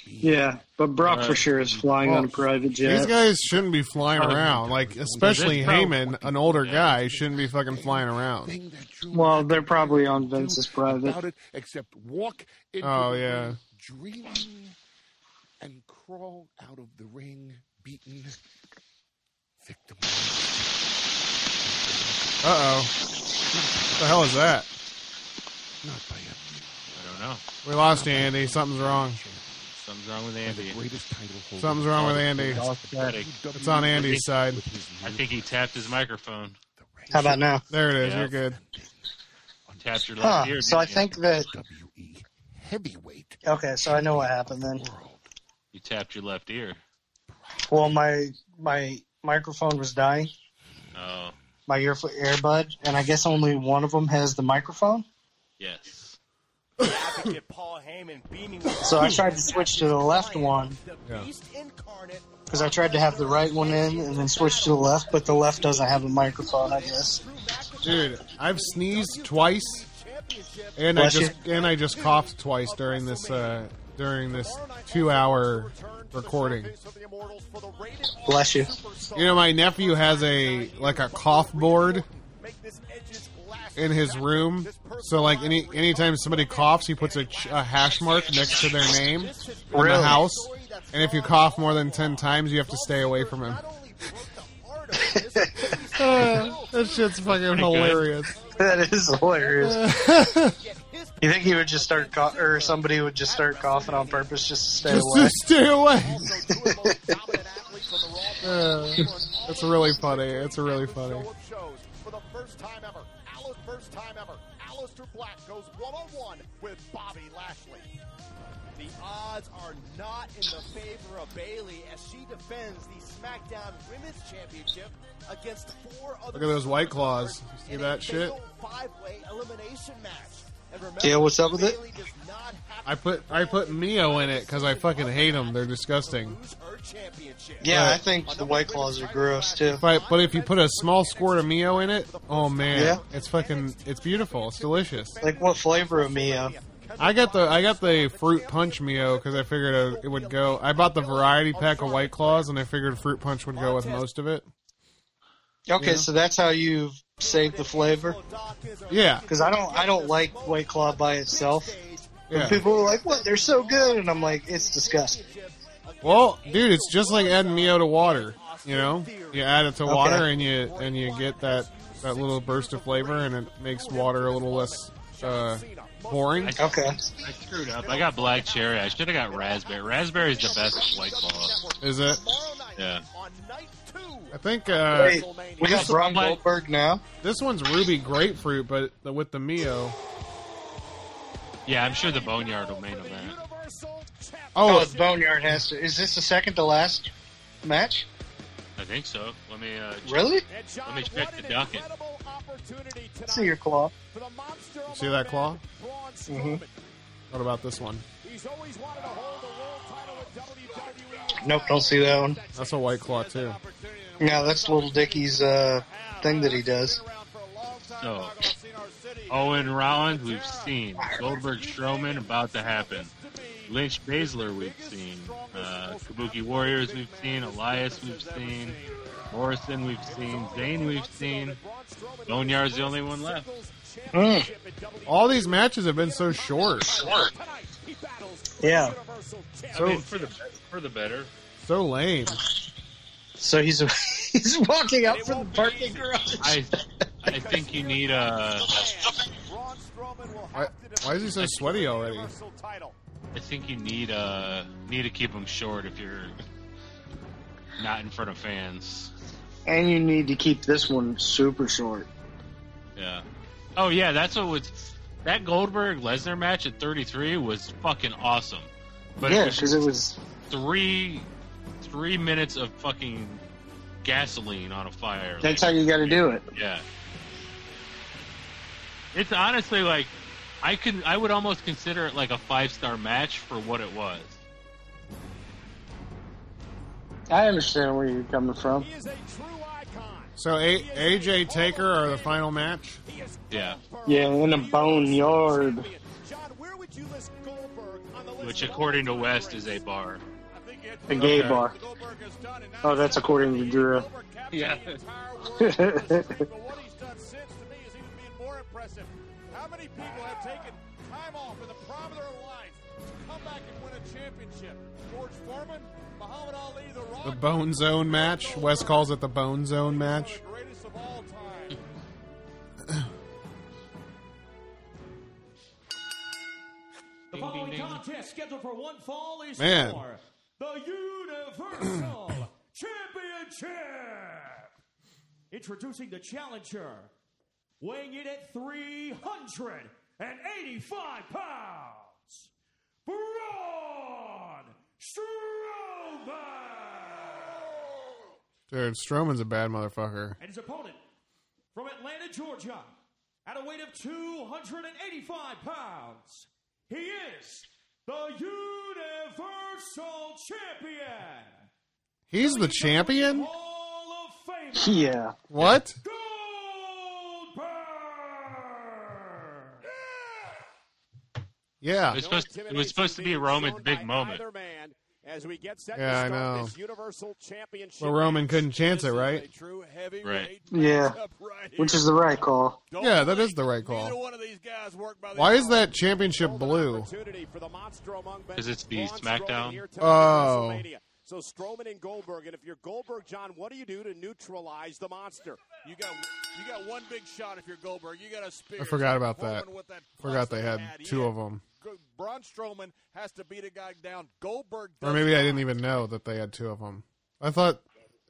I: Yeah, but Brock for sure is flying on a private
C: These
I: jet.
C: guys shouldn't be flying around. Like, especially
E: This probably-
C: Heyman, an older guy, shouldn't be fucking flying around.
O: thing that Drew
I: Well, they're probably on
O: do
I: Vince's private.
O: about it, except walk into
C: Oh,
O: the
C: yeah.
O: ring, dreaming, and crawl out of the ring beaten, victim.
C: Uh oh. What the hell is that?
O: Not by a
E: I don't know.
C: We lost you, Andy. Something's wrong.
E: Something's wrong with Andy.
O: greatest title holder.
C: Something's wrong with Andy.
E: All static.
C: It's on Andy's side.
O: E with his
E: I think he tapped his microphone.
I: How about now?
C: There it is.
E: Yeah.
C: You're good.
E: Tapped your
I: Huh,
E: left ear.
I: so I
E: didn't you?
I: think that.
O: WWE E. heavyweight
I: Okay, so I know what happened then.
O: world.
E: you tapped your left ear.
I: Well, my my microphone was dying,
E: Oh,
I: my ear earbud, and I guess only one of them has the microphone.
E: yes.
N: Advocate Paul Heyman beaming with-
I: So I tried to switch to the left one
N: The
C: Yeah.
N: beast incarnate.
I: because I tried to have the right one in and then switch to the left, but the left doesn't have a microphone. I guess.
C: Dude, I've sneezed twice
N: Championship.
C: and I
I: Bless
C: just and I just coughed twice during this uh during this 2-hour recording.
I: Bless you. [LAUGHS]
C: You know, my nephew has a like a cough board
D: Make this edge's last
C: in his room. So like any anytime somebody coughs, he puts a, ch- a hash mark next to their name in the house. And if you cough more than 10 times, you have to stay away from him.
I: [LAUGHS]
C: Uh, [LAUGHS] that shit's fucking hilarious.
I: That is hilarious. you think he would just start, cough, or somebody would just start coughing on purpose just to stay
C: [LAUGHS] Just
I: away?
C: to stay away. [LAUGHS] Uh, [LAUGHS] That's really funny. It's really funny.
G: shows for the first time ever. Alice, first time ever. Alistair Black goes one on one with Bobby Lashley.
Y: The odds are not in the favor of Bailey as she defends the SmackDown Women's Championship against four other.
C: Look at those white claws. See that shit?
Y: Five-way elimination match. And remember,
C: Yeah, what's up with it?
Y: Bailey does not have
C: I put I put Mio in it because I fucking hate them. They're disgusting.
Y: her championship.
I: Yeah, I think the White Claws are gross too.
C: If I, but if you put a small squirt of Mio in it, oh man,
I: Yeah.
C: it's fucking it's beautiful. It's delicious.
I: Like what flavor of uh, Mio?
C: I got the I got the fruit punch Mio because I figured uh, it would go. I bought the variety pack of White Claws and I figured fruit punch would go with most of it.
I: Okay,
C: Yeah.
I: so that's how you save the flavor.
C: Yeah,
I: because I don't I don't like White Claw by itself.
C: Yeah.
I: And people are like, "What? They're so good," and I'm like, "It's disgusting."
C: Well, dude, it's just like adding Mio to water. You know, you add it to
I: Okay.
C: water and you and you get that that little burst of flavor and it makes water a little less uh, boring.
I: Okay,
E: I screwed up. I got black cherry. I should have got raspberry. Raspberry's the best white claw.
C: is it?
E: Yeah.
C: I think uh,
I: Wait, we got Braun Goldberg now.
C: This one's ruby grapefruit, but the, with the Mio.
E: Yeah, I'm sure the Boneyard will main event.
I: Oh, it's Boneyard has to. Is this the second to last match?
E: I think so. Let me. Uh, check-
I: Really?
E: Let me check the docket.
I: See your claw.
C: You see that claw?
I: hmm
C: What about this one?
I: Nope, don't see that one.
C: That's a white claw too.
I: No, that's Little Dickie's uh, thing that he does.
E: So, Owen Rollins, Oh. we've seen. Goldberg Strowman, about to happen. Lynch Baszler, we've seen. Uh, Kabuki Warriors, we've seen. Elias, we've seen. Morrison, we've seen. Zane, we've seen. Boneyard's the only one left.
I: Hmm.
C: All these matches have been so short.
I: Yeah.
E: I mean, for the for the better.
C: So lame.
I: So he's he's walking out from the parking garage.
E: I I think you need uh, a.
C: Why, why is he so sweaty already?
E: I think you need a need to keep them short if you're not in front of fans.
I: And you need to keep this one super short.
E: Yeah. Oh yeah, that's what was that Goldberg Lesnar match at 33 was fucking awesome. But
I: yeah,
E: it was
I: because it was
E: three three minutes of fucking gasoline on a fire.
I: that's how you got to do it.
E: Yeah. It's honestly like I could I would almost consider it like a five star match for what it was.
I: I understand where you're coming from.
C: So a- AJ Taker are the final match.
E: Yeah.
I: Yeah, in a boneyard.
E: Which according to West is a bar.
I: A gay
E: Okay.
I: bar. Oh, that's according to Dura.
E: Yeah.
D: How many people have taken time off in the prime of their life to come back and win a championship? George Foreman, Muhammad Ali, The Rock,
C: The Bone Zone match. Wes calls it the Bone Zone match.
D: greatest of all time.
Z: The following contest scheduled for one fall is
C: Man.
Z: for the Universal Championship. Introducing the challenger, weighing in at 385 pounds, Braun Strowman.
C: Dude, Strowman's a bad motherfucker.
Z: And his opponent from Atlanta, Georgia, at a weight of 285 pounds, he is the Universal Champion,
C: He's the champion.
I: Yeah.
C: What? Yeah.
E: It was supposed, it was supposed to be Roman's big moment.
D: As we get set
C: Yeah, I
D: to start
C: know.
D: this Universal Championship.
C: But Roman couldn't chance it,
D: This is
C: right?
D: a true heavyweight
E: Right.
I: Yeah.
D: matchup right here.
I: Which is the right call.
D: Don't
C: Yeah, that
D: blink.
C: is the right call.
D: Neither one of these guys work by the
C: Why is
D: hour.
C: that championship blue?
D: Opportunity for the monster among men.
E: Because it's the
D: Braun
E: SmackDown.
D: Strowman here tonight
C: Oh.
D: at WrestleMania. So Strowman and Goldberg, and if you're Goldberg, John, what do you do to neutralize the monster?
N: You got you got one big shot if you're Goldberg. You got a spear.
C: I forgot about
N: Roman
C: that.
N: with that
C: Forgot they had
N: had. He
C: two
N: had-
C: of them.
N: Go- Braun Strowman has to beat a guy down. Goldberg.
C: Or
N: does
C: maybe I
N: not.
C: didn't even know that they had two of them. I thought,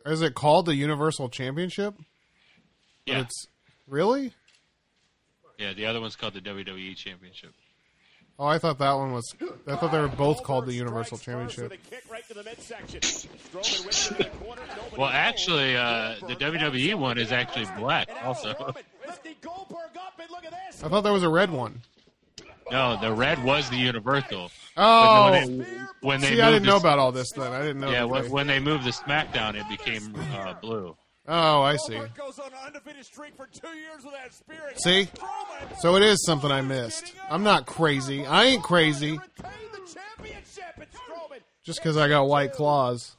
C: is it called the Universal Championship? But
E: Yeah.
C: It's really?
E: Yeah, the other one's called the WWE Championship.
C: Oh, I thought that one was. I thought they were both called the Universal Championship.
D: Kick right to the midsection. Strowman whips it in the corner. Nobody
E: Well, actually, uh, the WWE one is actually black. Also,
D: Lifting Goldberg up, and look at this.
C: I thought there was a red one.
E: no, the red was the Universal.
C: Oh.
E: But when they, when they
C: See, I
E: moved
C: didn't
E: the-
C: know about all this then. I didn't know.
E: Yeah,
C: that
E: when,
C: they-
E: when they moved the SmackDown, it became uh, blue.
C: oh, I see.
N: Goldberg goes on an undefeated streak for two years with that spear. and
C: See?
N: Strowman
C: So it is something I missed. I'm not crazy. I ain't crazy
D: Retain the championship. It's Strowman.
C: just because I got white claws.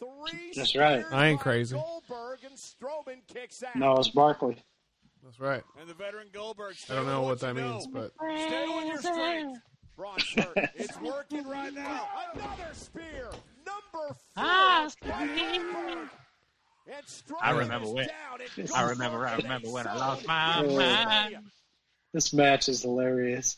D: Three
I: That's right.
D: spears
C: I ain't
D: by
C: crazy.
D: Goldberg and Strowman kicks out.
I: No, it's Barkley.
C: That's right.
N: And the veteran Goldberg.
C: I don't know what that
N: you know.
C: means, but
N: Stay with your strength.
I: [LAUGHS]
D: Braun Strowman. It's working right now. Another spear. Number four.
K: Ah,
D: by
K: Strowman.
D: Goldberg. And Strowman
E: I remember
D: is
E: when.
D: down. It
E: I
D: goes
E: remember. I
D: up.
E: remember when I lost my mind.
I: This match is hilarious.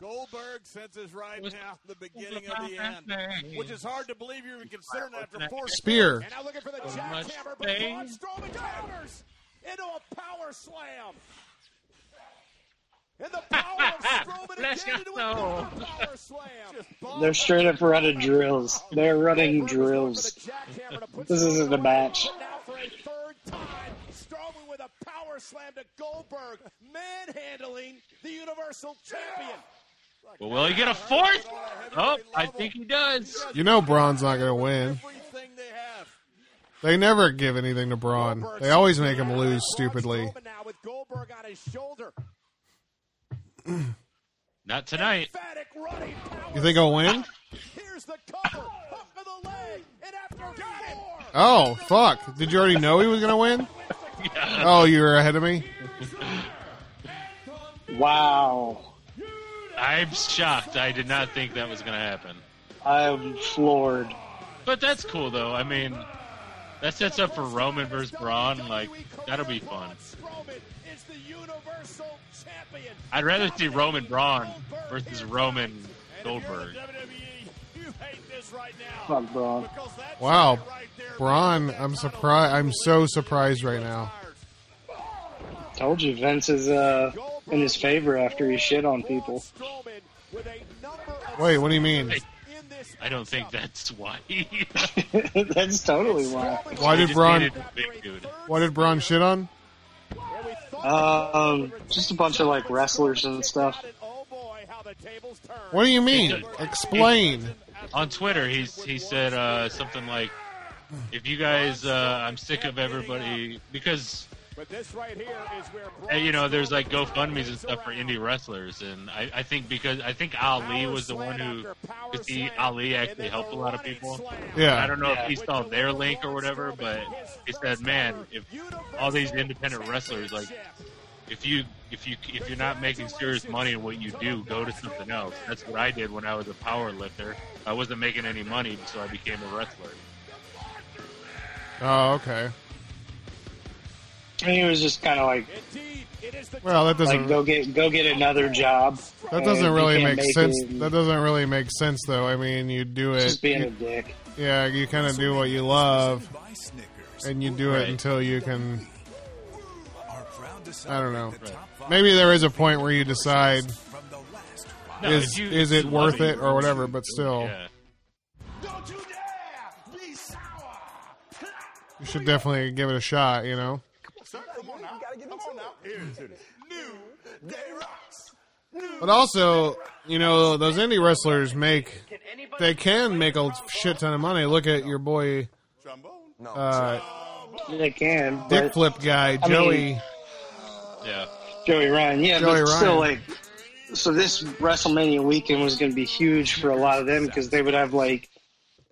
N: Goldberg senses right now the beginning of the end, which is hard to believe you're even considering after four
C: Spear.
D: And now looking for the
E: So much
D: jackhammer, but
E: pain.
D: Braun Strowman counters into a power slam. And the power of Strowman
E: Bless
D: again
E: your
D: into
E: soul.
D: a power slam. Just bomb-
I: They're straight up running drills. They're running
D: Goldberg was going for
I: drills.
D: the jackhammer to put
I: This
D: Strowman
I: isn't a
D: away.
I: match.
D: But Now for a third time, Strowman with a power slam to Goldberg, manhandling the Universal Champion.
E: Well, will he get a fourth? Oh, I think he does.
C: you know Braun's not gonna win.
N: everything they have.
C: They never give anything to Braun. They always make him lose stupidly.
D: Strowman now with Goldberg on his shoulder.
E: Not tonight.
D: Emphatic running power
C: You think he'll win?
D: Here's the cover. Hook of the leg. And after four.
C: Oh fuck! Did you already know he was gonna
E: [LAUGHS]
C: win? Oh, you were ahead of me.
I: Wow.
E: I'm shocked. I did not think that was going to happen.
I: I'm floored.
E: But that's cool, though. I mean, that sets up for Roman versus Braun. Like, that'll be fun.
D: Strowman is the Universal Champion.
E: I'd rather see Roman Braun versus Roman Goldberg.
D: WWE, you hate this right now.
I: Fuck, Braun.
C: Wow, Braun. I'm surprised. I'm so surprised right now.
I: Told you Vince is uh, in his favor after he shit on people. [LAUGHS]
D: Strowman with a number of
C: Wait, what do you mean?
D: in this.
E: I don't think that's [LAUGHS] why.
I: That's totally why.
C: Why
E: They
C: did
E: just
C: Braun-
E: needed a big dude.
C: What did Braun shit on?
D: And we thought
I: Um, just a bunch of like wrestlers and stuff.
D: that, oh boy, how the tables turned.
C: What do you mean? Explain.
E: On Twitter, he's he said uh, something like, "If you guys, uh, I'm sick of everybody because
D: But this right here is where
E: uh,
D: Braun
E: you know there's like
D: Strowman
E: GoFundmes and
D: turns
E: stuff for
D: around.
E: indie wrestlers, and I, I think because I think Ali was the one who, to see Ali actually helped a lot of people.
C: Yeah.
E: I don't know if he saw their link or whatever, but he said, "Man, if all these independent wrestlers like." If you if you if you're not making serious money in what you do, go to something else. That's what I did when I was a power lifter. I wasn't making any money, so I became a wrestler.
C: Oh, okay.
I: And he was just kind of like,
D: Indeed, it is the
C: Well, that doesn't
I: like go get go get another job.
C: that
I: And
C: doesn't
I: you
C: really
I: can't
C: make sense.
I: it and
C: That doesn't really make sense, though. I mean, you do it.
I: just being a dick.
C: Yeah, you kind of do what you love,
M: By Snickers.
C: and you do it until you can.
M: Are proud to
C: I don't know.
M: celebrate the top five
C: Maybe there is a point where you decide
M: from the last five.
E: No,
C: is
E: if you-
C: is
E: if
C: it
E: you
C: worth
E: love
C: it
E: you
C: or
E: do
C: whatever,
E: it.
C: but still,
E: Yeah.
D: Don't you dare be sour.
C: you should definitely give it a shot. You know. But also, you know, those indie wrestlers make they can make a shit ton of money. Look at your boy uh,
I: They can.
C: Dick
I: But
C: Flip guy
I: I
C: Joey.
I: mean-
E: Yeah.
I: Joey Ryan, yeah,
C: Joey
I: but
C: Ryan.
I: still like. So this WrestleMania weekend was going to be huge for a lot of them because they would have like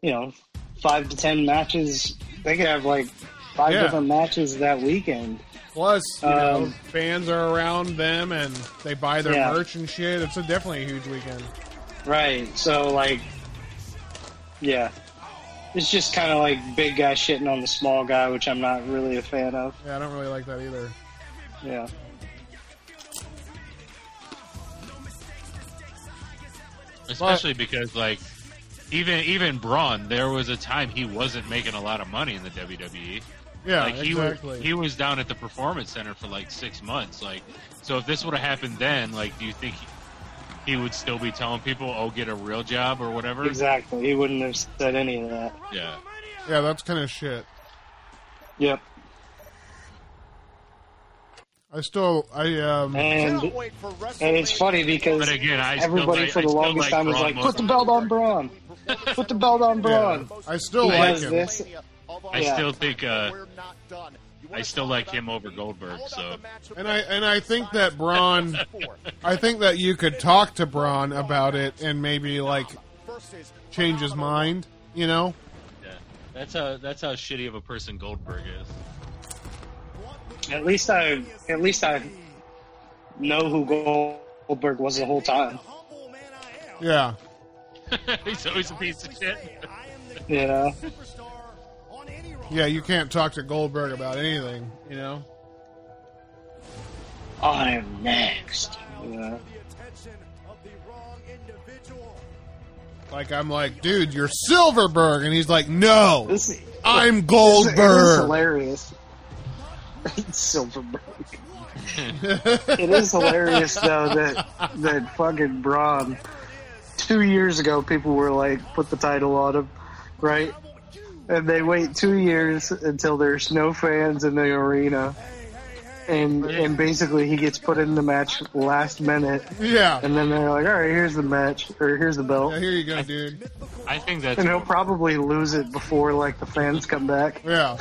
I: you know, five to ten matches. They could have like five
C: Yeah.
I: different matches that weekend.
C: Plus, you know,
I: Um,
C: fans are around them and they buy their
I: Yeah.
C: merch and shit. It's a, definitely a huge weekend.
I: Right. So like, yeah, it's just kind of like big guy shitting on the small guy, which I'm not really a fan of.
C: Yeah, I don't really like that either.
I: Yeah.
E: especially because like even even Braun, there was a time he wasn't making a lot of money in the E. WWE.
C: Yeah,
E: like he
C: exactly.
E: was he was down at the Performance Center for like six months. Like, so if this would have happened then, like, do you think he, he would still be telling people, "Oh, get a real job" or whatever?
I: Exactly. He wouldn't have said any of that.
E: Yeah.
C: Yeah, that's kind of shit.
I: Yep.
C: I still, I um,
I: And, and it's funny because
C: But again, I still
I: everybody
C: like-
I: for the
C: I still
I: longest
C: like
I: time was
C: Braun
I: like,
C: most
I: put the belt on Braun. Put the belt on Braun.
C: I still
I: He
C: like
I: does
C: him.
I: this-
E: I
I: yeah.
E: still think uh, I still like him over Goldberg. So
C: and I and I think that Braun, I think that you could talk to Braun about it and maybe like change his mind. You know,
E: yeah, that's how that's how shitty of a person Goldberg is. [LAUGHS]
I: At least I, at least I know who Goldberg was the whole time.
C: Yeah.
E: He's always a piece of shit.
I: You know.
C: yeah, you can't talk to Goldberg about anything. You know,
I: I'm next. You know.
C: like I'm like, dude, you're Silverberg, and he's like, no,
I: This-
C: I'm
I: It's, it's
C: Goldberg.
I: hilarious. [LAUGHS] Silverberg. it is hilarious though that that fucking Braun. Two years ago, people were like, "Put the title on him," right? And they wait two years until there's no fans in the arena, and and basically he gets put in the match last minute.
C: Yeah.
I: And then they're like, "All right, here's the match, or here's the belt."
C: here you go, dude.
E: I think that's
I: And he'll probably lose it before like the fans come back.
C: Yeah.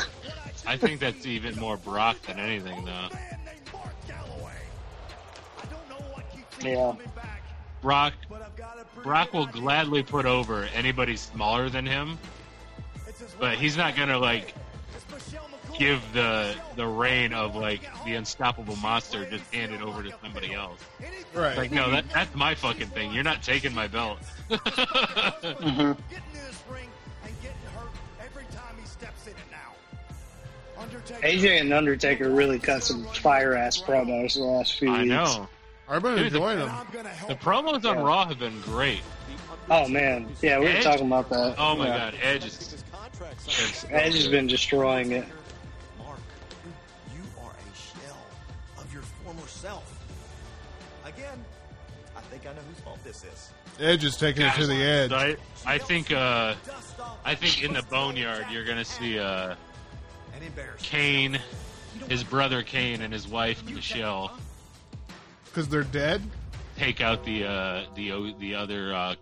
E: I think that's even more Brock than anything, though.
I: Yeah.
E: Brock, Brock will gladly put over anybody smaller than him, but he's not gonna like give the the reign of like the unstoppable monster just hand it over to somebody else. [LAUGHS]
C: Right.
E: Like, no, that, that's my fucking thing. You're not taking my belt. [LAUGHS]
I: Mhm. AJ and Undertaker really cut some fire ass promos the last few
E: I
I: weeks.
E: know.
C: I've been
E: Dude, the-
C: enjoying them.
E: The promos on Raw have been great.
I: Oh man, yeah, we were
E: Edge-
I: talking about that.
E: Oh my
I: Yeah.
E: god, Edge is.
I: Edge has been destroying it.
M: You are a shell of your former self. Again, I think I know whose fault this is.
C: Edge is taking it to the edge.
E: I, I think uh, I think in the boneyard you're gonna see uh, Kane, his brother Kane, and his wife Michelle
C: Because they're dead?
E: take out the uh, the o- the other uh,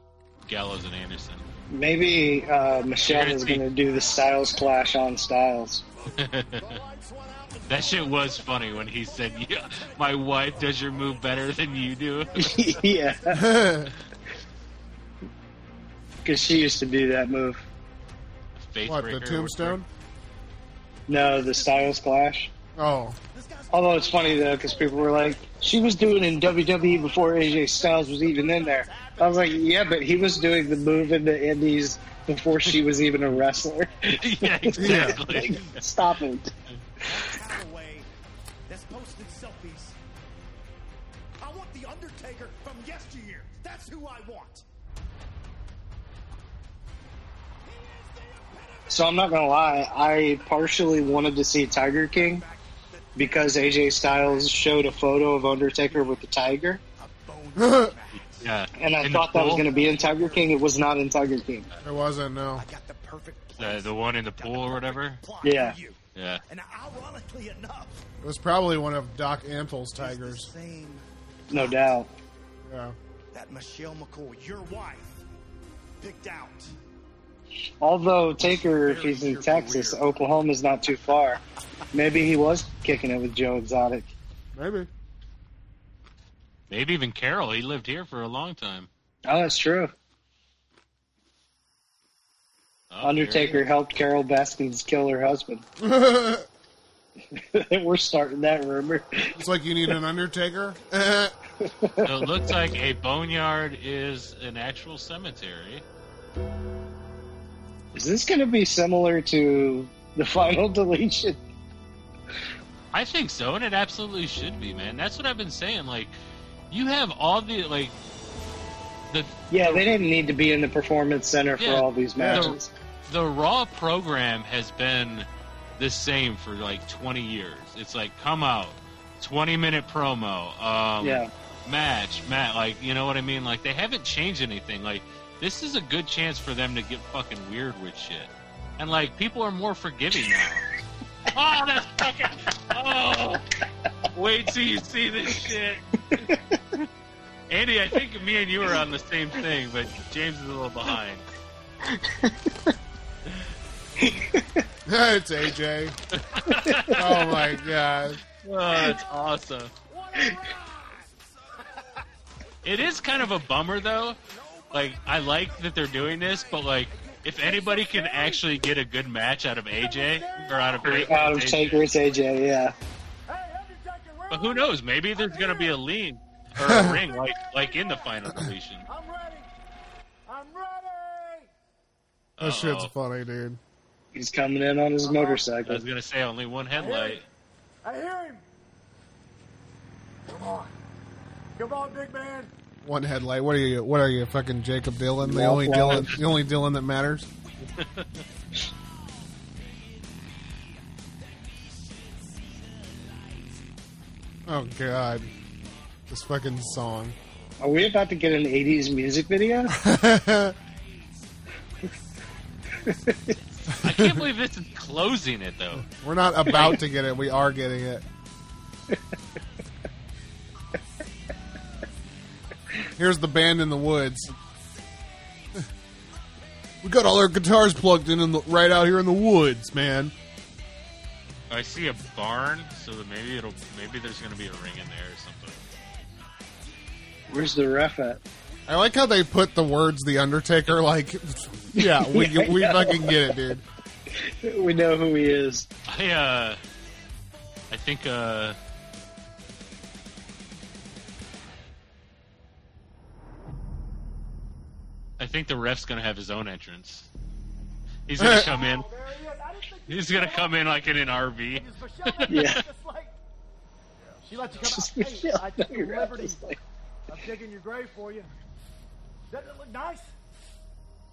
E: Gallows and Anderson.
I: Maybe uh, Michelle is going to do the Styles Clash on Styles. [LAUGHS]
E: that shit was funny when he said, yeah, "My wife does your move better than you do." [LAUGHS]
I: yeah, because she used to do that move.
E: Faith
C: What, the
E: breaker,
C: tombstone?
I: No, the Styles Clash.
C: Oh. [LAUGHS]
I: Although it's funny though, because people were like, "She was doing it in WWE before AJ Styles was even in there." I was like, "Yeah, but he was doing the move in the Indies before she was even a wrestler." [LAUGHS]
E: [LAUGHS] yeah, exactly.
I: Like, stop it.
M: That's posting selfies. I want the Undertaker from yesteryear. That's who I want.
I: So I'm not gonna lie, I partially wanted to see Tiger King because AJ Styles showed a photo of Undertaker with the tiger,
C: it
E: Yeah,
I: and I
E: In the
I: thought that was
E: pool?
I: gonna be in Tiger King. It was not in Tiger King.
C: wasn't, no.
E: the, the one in the pool or whatever.
I: Yeah,
E: Yeah,
M: Ironically enough,
C: It was probably one of Doc Antle's tigers.
I: no doubt.
C: Yeah.
M: that Michelle McCoy, your wife, picked out.
I: Although Taker, if he's in Texas, Oklahoma's not too far. Maybe he was kicking it with Joe Exotic.
C: Maybe.
E: maybe even Carol. He lived here for a long time.
I: Oh, that's true.
E: Oh,
I: Undertaker helped Carol Baskins kill her husband. [LAUGHS] We're starting that rumor.
C: It's like you need an Undertaker. [LAUGHS]
E: So it looks like a boneyard is an actual cemetery.
I: Is this going to be similar to the final [LAUGHS] deletion?
E: I think so, and it absolutely should be, man. That's what I've been saying. Like, you have all the like the
I: Yeah, they didn't need to be in the performance center for
E: Yeah,
I: all these
E: the-
I: matches.
E: the Raw program has been the same for like 20 years. It's like come out, 20 minute promo, um,
I: Yeah.
E: match, Matt. Like you know what I mean? Like they haven't changed anything. Like this is a good chance for them to get fucking weird with shit, and like people are more forgiving now. oh, that's fucking. Oh, wait till you see this shit. Andy, I think me and you are on the same thing, but James is a little behind.
C: it's AJ.
E: [LAUGHS]
C: oh my god.
E: Oh, that's awesome. It is kind of a bummer, though. Like, I like that they're doing this, but like, if anybody can actually get a good match out of AJ or out of Taker,
I: Out of
E: it's AJ.
I: Taker's AJ, yeah.
E: but who knows? Maybe there's gonna be a lean or
I: [LAUGHS]
E: a ring like like in the final deletion.
C: That shit's funny, dude.
I: He's coming in on his
E: I
I: motorcycle.
E: was gonna say only one headlight.
A: I hear him. Come on. Come on, big man.
C: One headlight. What are you? What are you? Fucking Jacob Dylan, the
I: Walk
C: only
I: wild.
C: Dylan, the only Dylan that matters. oh god, this fucking song.
I: Are we about to get an 80s music video?
E: I can't believe this is closing it though.
C: We're not about to get it. We are getting it. Here's the band in the woods. We got all our guitars plugged in, in the, right out here in the woods, man.
E: I see a barn, so that maybe it'll maybe there's gonna be a ring in there or something.
I: Where's the ref at?
C: I like how they put the words "The Undertaker." Like, yeah, we
I: Yeah, I
C: we
I: know.
C: fucking get it, dude.
I: We know who he is.
E: I uh, I think uh, I think the ref's gonna have his own entrance. He's gonna come in. He's gonna come in like in an RV.
I: [LAUGHS] Yeah.
A: She let you come out.
I: Just
A: Hey, I took the
I: Michelle, no,
A: liberty.
I: just like-
A: I'm digging your grave for you. Doesn't it look nice?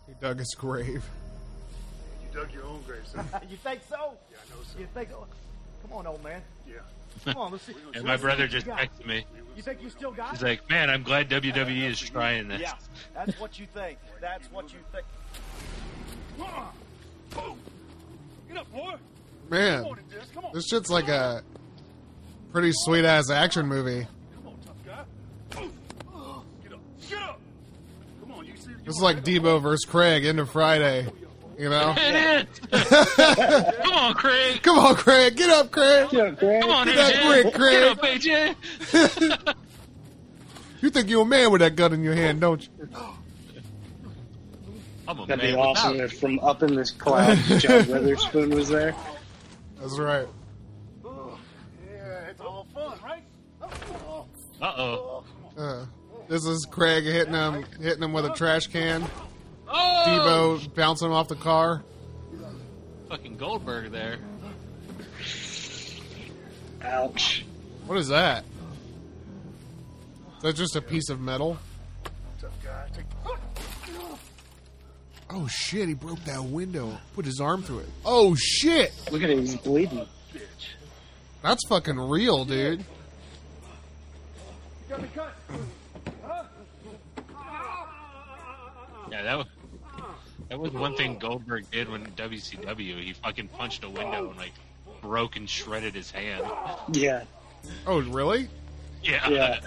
C: He dug his grave.
A: You dug your own grave, son. you think so? Yeah, I know so. You think? Come on, old man. Yeah. Come on,
E: [LAUGHS]
A: let's see.
E: And my brother
A: You
E: just
A: got-
E: texted me.
A: You think you still got
E: He's
A: it?
E: like, "Man, I'm glad WWE is trying this."
Y: Yeah, that's what you think. That's what you think.
Z: Get up, boy.
C: Man, this shit's like a pretty sweet ass action movie.
Z: Get up. Come on, you see.
C: This is like Debo versus Craig into Friday. You know?
E: It is. Come on, Craig.
C: Come on, Craig. Get up, Craig.
I: Get up, Craig.
E: Come on,
C: Get that
E: AJ.
C: brick, Craig.
E: Get up, AJ.
C: You think you're a man with that gun in your hand, don't you?
E: I'm a
I: That'd be
E: man
I: awesome
E: without
I: if from up in this [LAUGHS] cloud, John Witherspoon was there.
C: That's right.
A: Yeah, it's all fun, right?
E: it. Uh-oh.
C: Uh, this is Craig hitting him, hitting him with a trash can.
E: Oh!
C: Debo bouncing him off the car.
E: Fucking Goldberg there.
I: Ouch.
C: What is that? Is that just a piece of metal? Oh shit! He broke that window. Put his arm through it. Oh shit!
I: Look at him, he's bleeding.
C: That's fucking real, dude.
E: Yeah, that was, that was one thing Goldberg did when WCW. He fucking punched a window and like broke and shredded his hand.
I: Yeah,
C: Oh really?
E: Yeah.
I: yeah.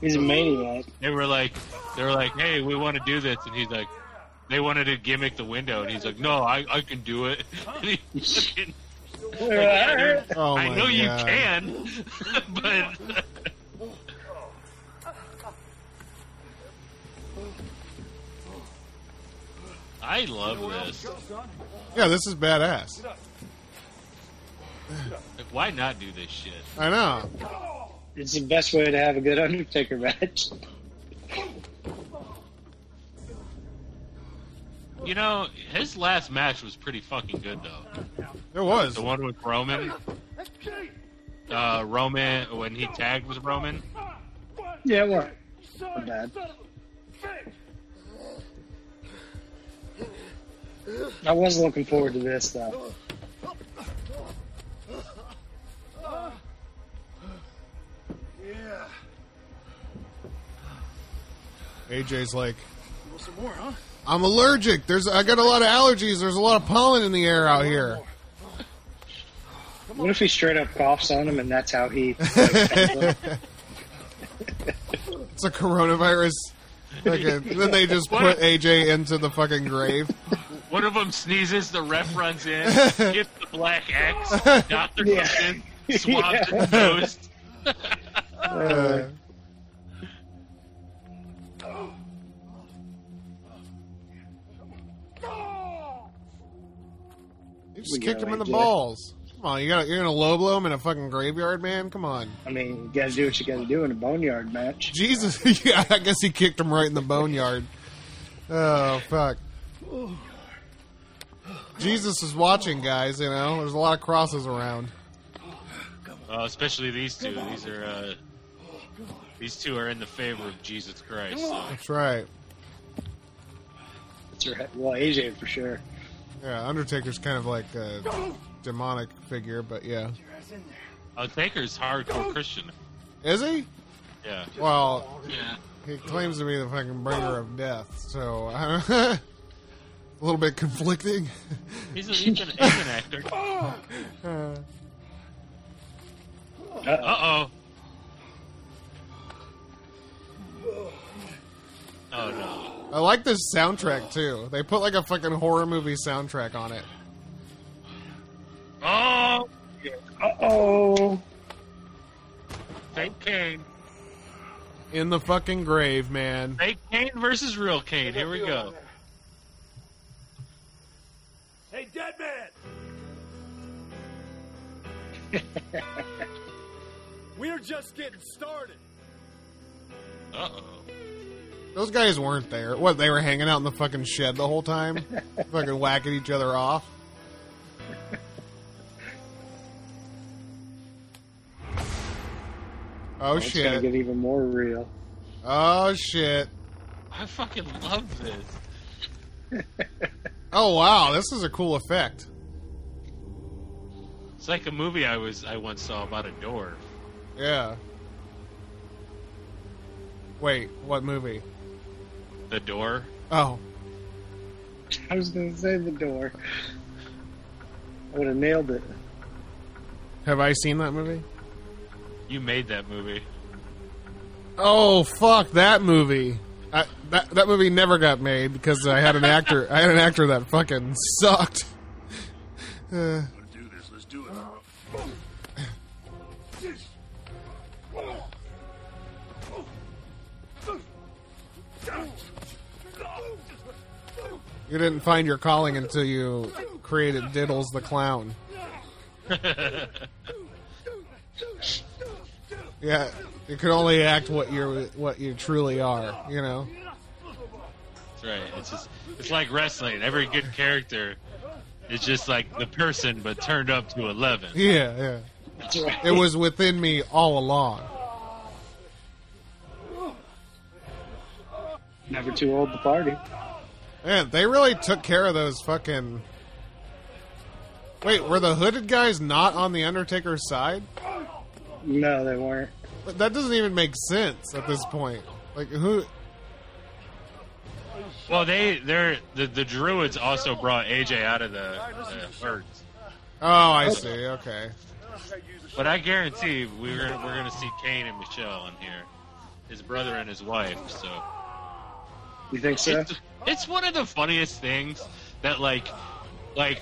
I: He's a maniac.
E: They were like, they were like, hey, we want to do this, and he's like, they wanted to gimmick the window, and he's like, no, I, I can do it. [LAUGHS] And he fucking-
C: [LAUGHS] Oh
E: I
C: my
E: know you
C: God.
E: can, [LAUGHS] but I love this.
C: Yeah, this is badass.
E: Like, why not do this shit?
C: I know.
I: It's the best way to have a good [LAUGHS] Undertaker match.
E: You know, his last match was pretty fucking good though.
C: It was.
E: The one with Roman. Uh, Roman when he tagged with Roman.
I: Yeah, it was. Not bad. I was looking forward to this though.
A: Yeah.
C: AJ's like,
A: Want some more, huh?
C: I'm allergic. There's I got a lot of allergies. There's a lot of pollen in the air out here.
I: What if he straight up coughs on him and that's how he?
C: It's a coronavirus. Okay. then they just put AJ into the fucking grave.
E: One of them sneezes, the ref runs in, gets the black X, doctor comes in, swabs his nose.
C: Uh, you just
I: We
C: kicked
I: go,
C: him in the
I: AJ.
C: balls. Come on, you got you're gonna low blow him in a fucking graveyard, man. Come on,
I: I mean, you gotta do what you gotta do in a boneyard match.
C: Jesus. [LAUGHS] yeah, I guess he kicked him right in the boneyard. Oh fuck. Jesus is watching, guys. You know, there's a lot of crosses around.
E: Uh, especially these two. These are uh, these two are in the favor of Jesus Christ. so.
C: That's right.
I: That's right. Well, AJ for sure.
C: Yeah, Undertaker's kind of like a demonic figure, but yeah,
E: Uh, Taker's hardcore Christian.
C: is he?
E: Yeah.
C: Well,
E: Yeah.
C: he claims to be the fucking bringer of death, so [LAUGHS] a little bit conflicting. [LAUGHS]
E: He's, a, he's, an, he's an actor. Uh
C: Uh,
E: oh. Oh no.
C: I like this soundtrack too. They put like a fucking horror movie soundtrack on it.
E: Oh!
I: Uh oh.
E: Fake Kane.
C: In the fucking grave, man.
E: Fake Kane versus real Kane. Here we go.
A: Hey, dead man!
C: [LAUGHS]
A: We're just getting started.
E: Uh oh.
C: Those guys weren't there. What? They were hanging out in the fucking shed the whole time, fucking whacking each other off. Oh
I: It's gonna
C: shit!
I: get even more real.
C: Oh shit!
E: I fucking love this.
C: Oh wow, this is a cool effect.
E: It's like a movie I was I once saw about a door.
C: Yeah. Wait, what movie?
E: The door.
C: Oh,
I: I was gonna say the door. I would have nailed it.
C: have I seen that movie?
E: You made that movie.
C: Oh fuck that movie. I, that that movie never got made because I had an actor. I had an actor that fucking sucked. Uh,
A: Do this, let's do it.
C: you didn't find your calling until you created Diddles the Clown. Yeah, you can only act what you're what you truly are. You know.
E: That's right. It's just it's like wrestling. Every good character is just like the person but turned up to eleven.
C: Yeah, yeah. It was within me all along.
I: Never too old to party.
C: Man, they really took care of those fucking. Wait, were the hooded guys not on the Undertaker's side?
I: No, they weren't.
C: But that doesn't even make sense at this point. Like who?
E: Well they they're the, the druids also brought AJ out of the, the herds.
C: Oh, I see. Okay.
E: But I guarantee we're gonna, we're gonna see Kane and Michelle in here. His brother and his wife, so
I: You think so?
E: It's, it's one of the funniest things that like like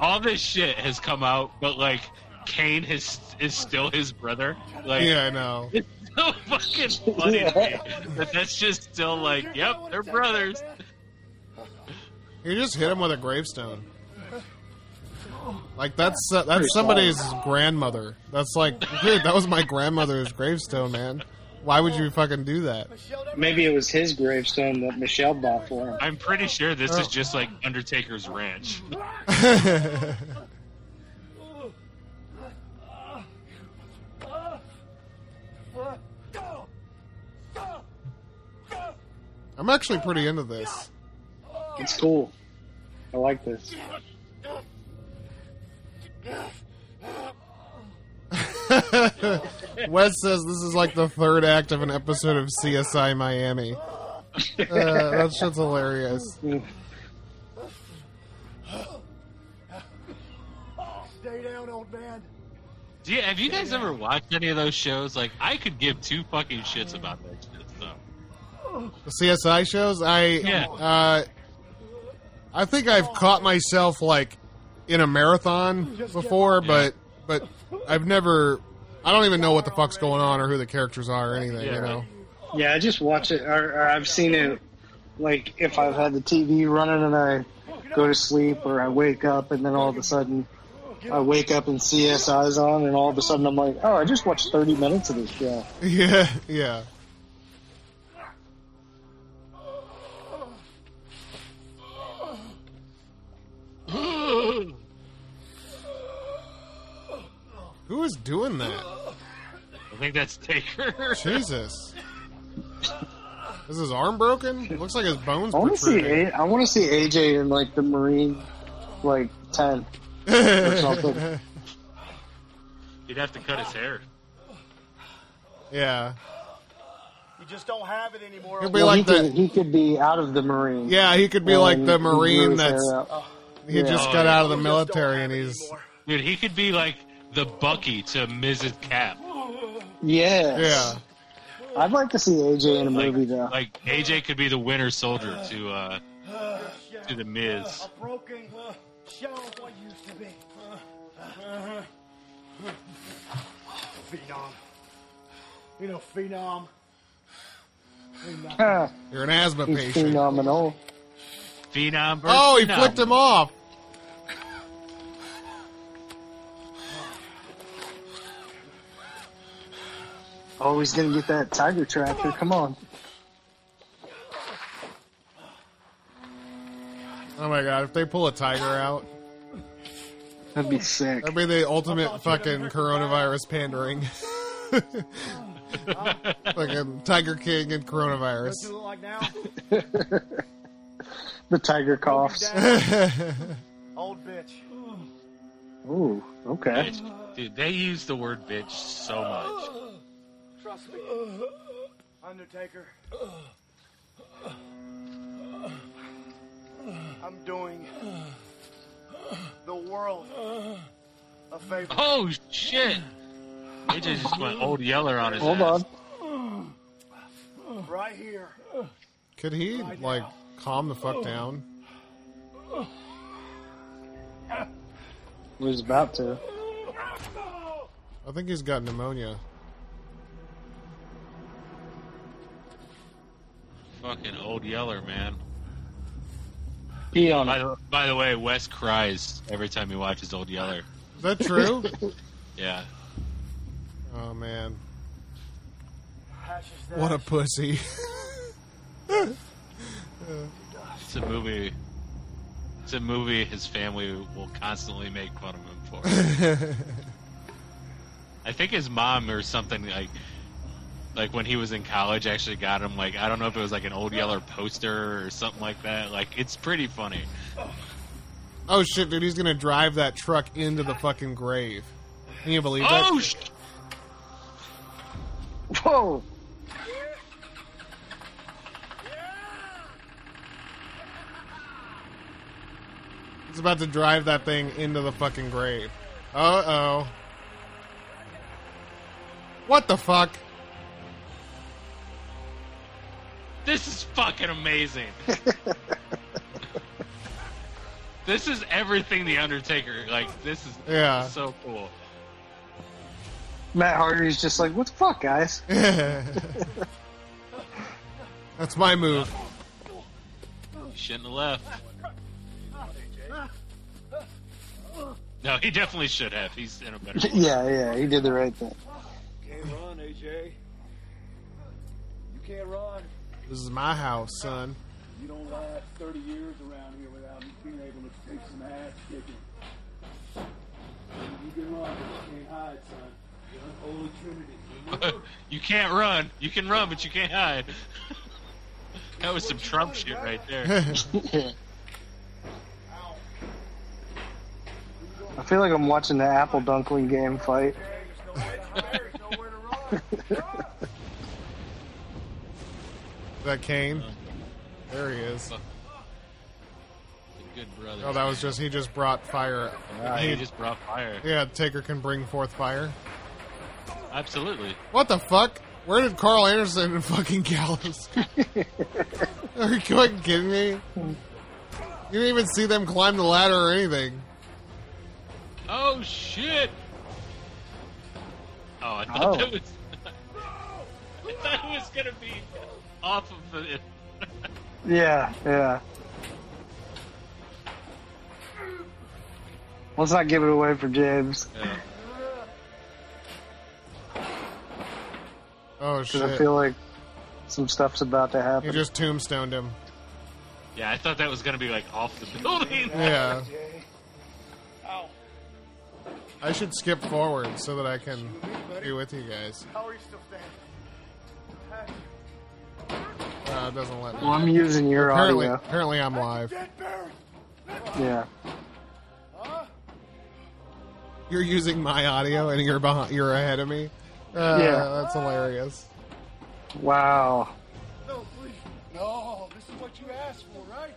E: all this shit has come out, but like Kane is is still his brother. Like
C: Yeah, I know.
E: it's so fucking funny to me that that's just still like, yep, they're brothers.
C: You just hit him with a gravestone. Like that's uh, that's somebody's grandmother. That's like, dude, that was my grandmother's gravestone, man. Why would you fucking do that?
I: Maybe it was his gravestone that Michelle bought for him.
E: I'm pretty sure this is just like Undertaker's Ranch.
C: I'm actually pretty into this.
I: It's cool. I like this.
C: Wes says this is like the third act of an episode of CSI Miami. Uh, that shit's hilarious.
A: Stay down, old man.
E: Do you, have you guys ever watched any of those shows? Like, I could give two fucking shits about that shit stuff.
C: The CSI shows, I
E: Yeah.
C: uh, I think I've caught myself like in a marathon before, but but I've never. I don't even know what the fuck's going on or who the characters are or anything. You know.
I: Yeah, I just watch it, or, or I've seen it. Like if I've had the TV running and I go to sleep, or I wake up and then all of a sudden I wake up and CSI's on, and all of a sudden I'm like, oh, I just watched 30 minutes of this show.
C: Yeah, yeah. Who is doing that?
E: I think that's Taker.
C: Jesus. Is his arm broken? Looks like his bones
I: I want to see
C: protruding.
I: A- I want to see AJ in like the Marine, like 10
C: [LAUGHS]
I: or something.
E: [LAUGHS] He'd have to cut his hair.
C: Yeah.
A: You just don't have it anymore.
C: He'll be
I: Well,
C: like
I: he,
C: the
I: could, he could be out of the Marine.
C: yeah. He could be
I: Um,
C: like the
I: he grew his
C: Marine
I: hair
C: that's
I: out.
C: Oh, he
I: Yeah.
C: just got out of the military and he's
E: Dude, he could be like the Bucky to Mrs. Cap.
I: Yes. Yeah. I'd like to see AJ in a movie though.
E: Like AJ could be the Winter Soldier to uh to the Miz.
A: broken uh, shell of what used to be. Phenom. You know, phenom. Phenom.
C: You're an asthma
I: [LAUGHS] He's
C: patient.
I: Phenomenal.
E: Phenom. versus
C: Oh, he
E: Phenom.
C: flicked him off.
I: Oh, he's gonna get that tiger tractor. Come on.
C: Oh my god! If they pull a tiger out,
I: that'd be sick.
C: That'd be the ultimate fucking coronavirus pandering. [LAUGHS] fucking Tiger King and coronavirus.
A: What you look like now?
I: The tiger coughs.
A: Old bitch.
I: Ooh, okay.
E: Bitch. Dude, they use the word bitch so much.
A: Trust me. Undertaker. I'm doing the world a favor.
E: Oh shit! Oh, AJ just went old yeller on his
C: Hold
E: ass.
C: on.
A: Right here.
C: Could he like calm the fuck down?
I: He was about to.
C: I think he's got pneumonia.
E: Fucking old yeller, man.
I: Pee on
E: by, the, by the way, Wes cries every time he watches Old Yeller.
C: Is that true?
E: Yeah.
C: oh man,
A: Ashes to
C: what a
A: ashes.
C: pussy. [LAUGHS]
E: It's a movie. It's a movie his family will constantly make fun of him
C: [LAUGHS]
E: for. I think his mom or something like, like when he was in college, actually got him like I don't know if it was like an old yeller poster or something like that. Like it's pretty funny.
C: oh shit, dude, he's gonna drive that truck into the fucking grave. Can you believe that?
E: Oh, sh-
I: Whoa!
C: He's about to drive that thing into the fucking grave. Uh oh. What the fuck? [LAUGHS]
E: this is fucking
C: [LAUGHS]
E: amazing. this is everything the Undertaker like. This is
I: Yeah.
E: so cool.
I: Matt Hardy's just like, what the fuck, guys? [LAUGHS]
C: That's my move.
E: You shouldn't have left. No, he definitely should have. He's in a better.
C: [LAUGHS]
I: yeah, yeah, he did the right thing.
L: Can't run, AJ. You can't run.
C: This is my house, son.
L: You don't last 30 years around here without being able to take some ass kicking. You can run, but you can't hide, son. You're an old trinity.
E: [LAUGHS] you can't run. You can run, but you can't hide. that was some Trump shit right
C: [LAUGHS]
E: there.
I: I feel like I'm watching the Apple Dunkling game fight.
C: Is that Kane? There he is.
E: Good brother.
C: Oh, that was just he just brought fire.
E: Yeah, he just brought fire.
C: Yeah, Taker can bring forth fire.
E: Absolutely.
C: What the fuck? Where did Carl Anderson and fucking Gallows? [LAUGHS] Are you fucking kidding me? You didn't even see them climb the ladder or anything.
E: Oh shit! Oh, I thought
C: Oh.
E: that was. [LAUGHS] I thought it was gonna be off of the.
I: Yeah, yeah. Let's not give it away for James.
C: Oh
I: Because
C: shit!
I: I feel like some stuff's about to happen.
C: he just tombstoned him.
E: Yeah, I thought that was gonna be like off the
C: [LAUGHS]
E: building.
C: Yeah. I should skip forward so that I can be with you guys.
A: How are you still standing?
C: Uh, it doesn't let me.
I: Well, I'm using your
C: apparently,
I: audio.
C: Apparently, I'm live.
I: Yeah.
C: You're using my audio and you're behind. You're ahead of me. Uh,
I: Yeah.
C: that's hilarious.
I: Wow.
L: No, please. No, this is what you asked for, right?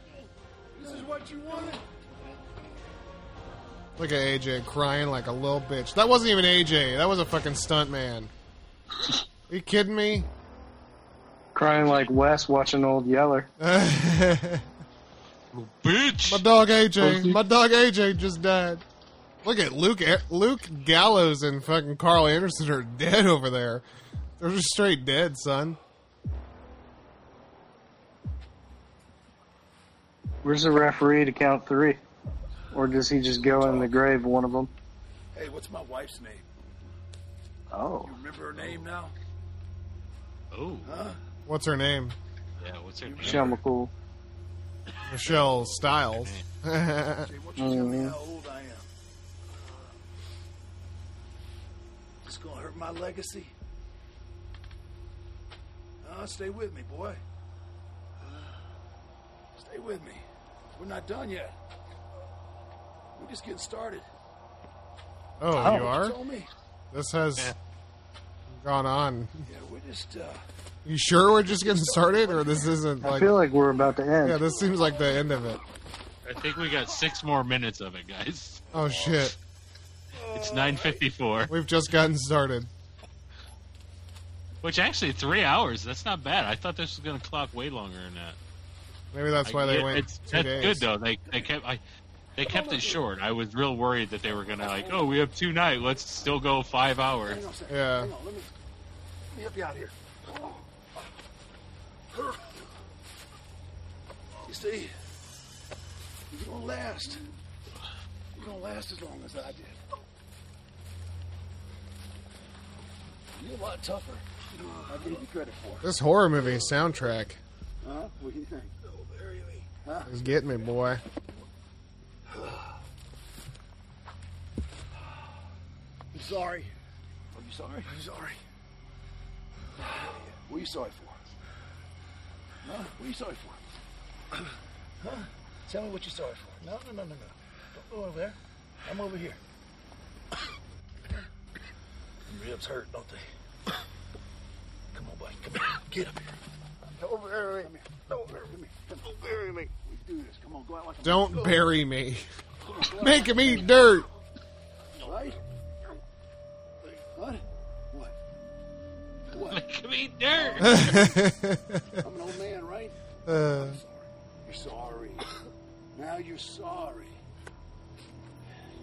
L: This is what you wanted.
C: Look at AJ crying like a little bitch. That wasn't even AJ. That was a fucking stunt man. Are you kidding me? [LAUGHS]
I: Crying like Wes watching Old Yeller.
E: Bitch.
C: My dog AJ. My dog AJ just died. Look at Luke. Luke Gallows and fucking Carl Anderson are [LAUGHS] dead over there. They're just straight dead, son.
I: Where's the referee to count three? Or does he just go in the grave, one of them?
L: Hey, what's my wife's name?
I: Oh.
L: You remember her name now?
E: Oh.
L: Huh?
C: What's her name?
E: Yeah, what's her name?
I: Michelle McCool.
C: Michelle Stiles.
I: Mhm.
L: How old I am. It's gonna hurt my legacy. Uh, stay with me, boy. Stay with me. We're not done yet. We're just getting started.
C: Oh,
L: Oh.
C: you are?
L: Told me.
C: This has gone on.
L: Yeah, we're just uh,
C: You sure we're just getting started, or this isn't
I: I
C: like?
I: feel like we're about to end.
C: Yeah, this seems like the end of it.
E: I think we got six more minutes of it, guys.
C: Oh shit,
E: It's nine fifty-four,
C: we've just gotten started.
E: which actually three hours. That's not bad. I thought this was gonna clock way longer than that.
C: Maybe that's why
E: Like,
C: they
E: it-
C: went
E: it's-
C: two
E: that's
C: days.
E: good though. They they kept I, they kept it short. I was real worried that they were gonna like, oh, we have two night. Let's still go five hours.
L: hang on a second.
C: Yeah.
L: Hang on, let me let me help you out here. You see, you're gonna last. You're gonna last as long as I did. You're a lot tougher. You know, I gave you credit for.
C: This horror movie soundtrack
L: Huh? What do you think? Don't bury me. Huh?
C: is getting me, boy.
L: I'm sorry. Are you sorry? I'm sorry. What are you sorry for? Huh? What are you sorry for? Huh? Tell me what you're sorry for. No, no, no, no, no. Don't go over there. I'm over here. [COUGHS] Your ribs hurt, don't they? [COUGHS] Come on, buddy. Come here. Get up here. Don't bury me. Come here. Don't bury me. Don't bury me. We do this. Come on, go out like a
C: Don't
L: go.
C: bury me.
L: Come on, go out
C: Make
L: like-
C: him eat dirt.
L: Right? What? What? What?
E: Come
C: [LAUGHS]
E: eat dirt.
L: I'm an old man, right?
C: Uh,
L: You're sorry. [COUGHS] Now you're sorry.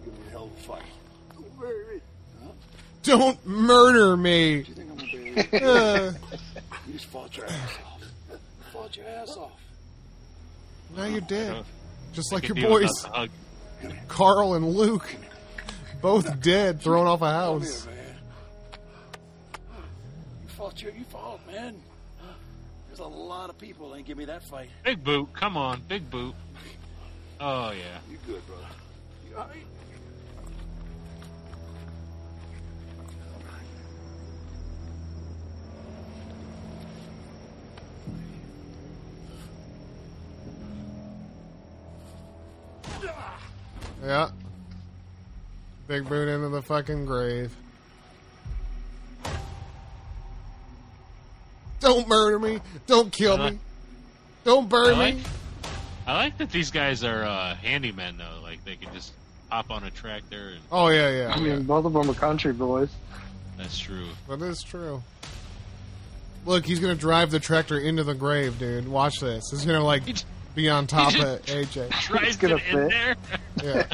L: You're in a hell of a fight. Don't bury me. Huh?
C: don't murder me.
L: Do you think I'm gonna bury you?
C: Uh,
L: You just fought your ass off. [COUGHS] Fought your ass off.
C: now you're dead, just like
E: Could
C: your
E: do without
C: boys,
E: the hug.
C: Carl and Luke. Both dead, thrown off a house.
L: Come here, man. You fought your, you fought, man. There's a lot of people that ain't give me that fight.
E: Big boot, come on, big boot. Oh yeah.
L: You good, brother? You all right?
C: Yeah. Big boot into the fucking grave. Don't murder me. Don't kill me. Don't
E: I
C: burn
E: like,
C: me.
E: I like that these guys are uh, handymen though. Like they can just hop on a tractor. And,
C: Oh yeah, yeah.
I: I mean, both of them are country boys.
C: [LAUGHS]
E: that's true.
C: That is true. Look, he's gonna drive the tractor into the grave, dude. Watch this. He's gonna like be on top of AJ.
E: Tries to in there.
C: Yeah.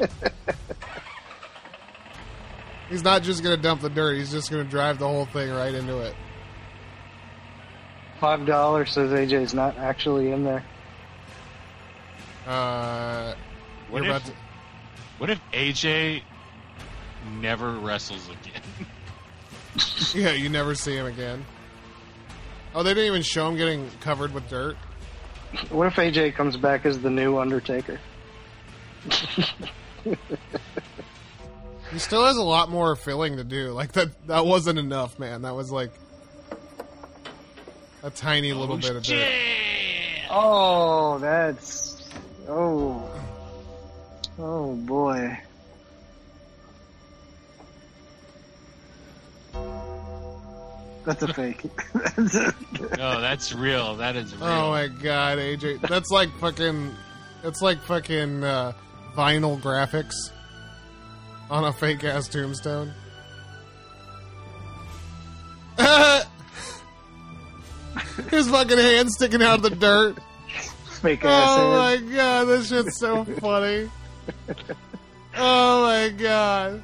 C: He's not just gonna dump the dirt. He's just gonna drive the whole thing right into it.
I: Five dollars says AJ's not actually in there.
C: Uh,
E: What
C: you're
E: if,
C: about to-
E: what if AJ never wrestles again?
C: [LAUGHS] yeah, you never see him again. Oh, they didn't even show him getting covered with dirt.
I: What if AJ comes back as the new Undertaker?
C: He still has a lot more filling to do. Like that, that wasn't enough, man. That was like [LAUGHS] a tiny little bit of dirt.
I: Oh, that's oh, oh boy. That's a fake. [LAUGHS]
E: no, that's real. That is real.
C: Oh my god, AJ, that's like fucking, that's like fucking uh, vinyl graphics on a fake ass tombstone. [LAUGHS] His fucking hand sticking out of the dirt.
I: Fake
C: oh
I: ass
C: my
I: hand.
C: god, this shit's so
I: [LAUGHS]
C: funny. oh my god.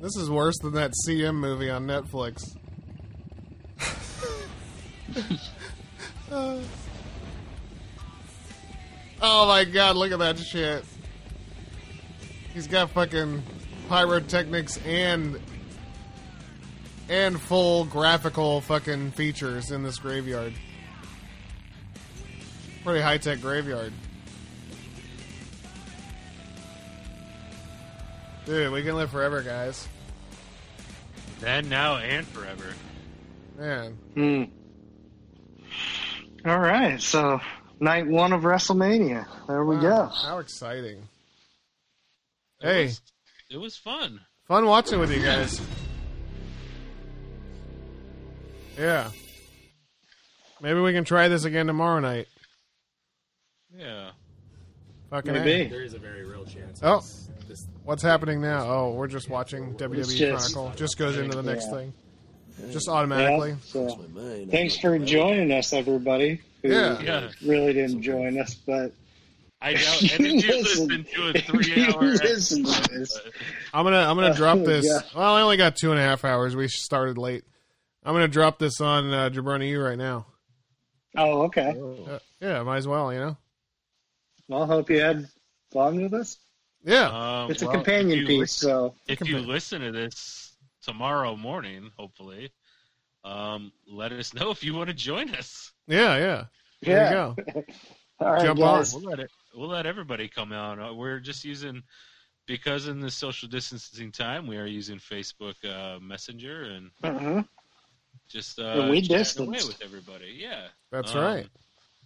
C: This is worse than that CM movie on Netflix. Uh, oh my god, look at that shit. He's got fucking pyrotechnics and and full graphical fucking features in this graveyard. Pretty high tech graveyard. Dude, we can live forever, guys.
E: Then, now, and forever.
C: Man.
I: Hmm. All right, so night one of WrestleMania. There we
C: Wow,
I: go.
C: How exciting.
E: It
C: Hey.
E: was- it was fun.
C: Fun watching with you guys. Yeah. Maybe we can try this again tomorrow night.
E: Yeah.
C: Fucking A.
J: There is a very real chance.
C: Oh. What's happening now? Oh, we're just watching WWE
I: It's just-
C: Chronicle. Just goes into the next
I: Yeah.
C: thing. Just automatically.
I: Yeah, so thanks for joining us, everybody. who
C: Yeah. Yeah.
I: Really didn't join us,
E: [LAUGHS]
I: but
E: I doubt-
C: [LAUGHS]
E: and if you listen to a
I: [LAUGHS]
E: three-hour
I: listen to this.
C: I'm gonna I'm
I: [LAUGHS]
C: gonna drop
I: Oh,
C: this.
I: yeah.
C: Well, I only got two and a half hours. We started late. I'm gonna drop this on uh, Jabroni U right now.
I: Oh, okay.
C: Uh, yeah, might as well. You know.
I: Well, hope you had fun with us.
C: Yeah.
I: [LAUGHS] Uh, It's a companion
E: um, if you
I: piece,
E: lis-
I: so-
E: if you listen to this tomorrow morning, hopefully, um, let us know if you want to join us.
C: Yeah, yeah. There you go.
I: [LAUGHS] All right,
E: Jump
I: guys.
E: on. We'll let it. We'll let everybody come out. Uh, We're just using because in this social distancing time, we are using Facebook uh, Messenger and
I: Mhm.
E: just
C: And
E: uh,
C: we
E: chatting away
C: distanced.
E: with everybody. Yeah,
C: That's
E: Um,
C: right.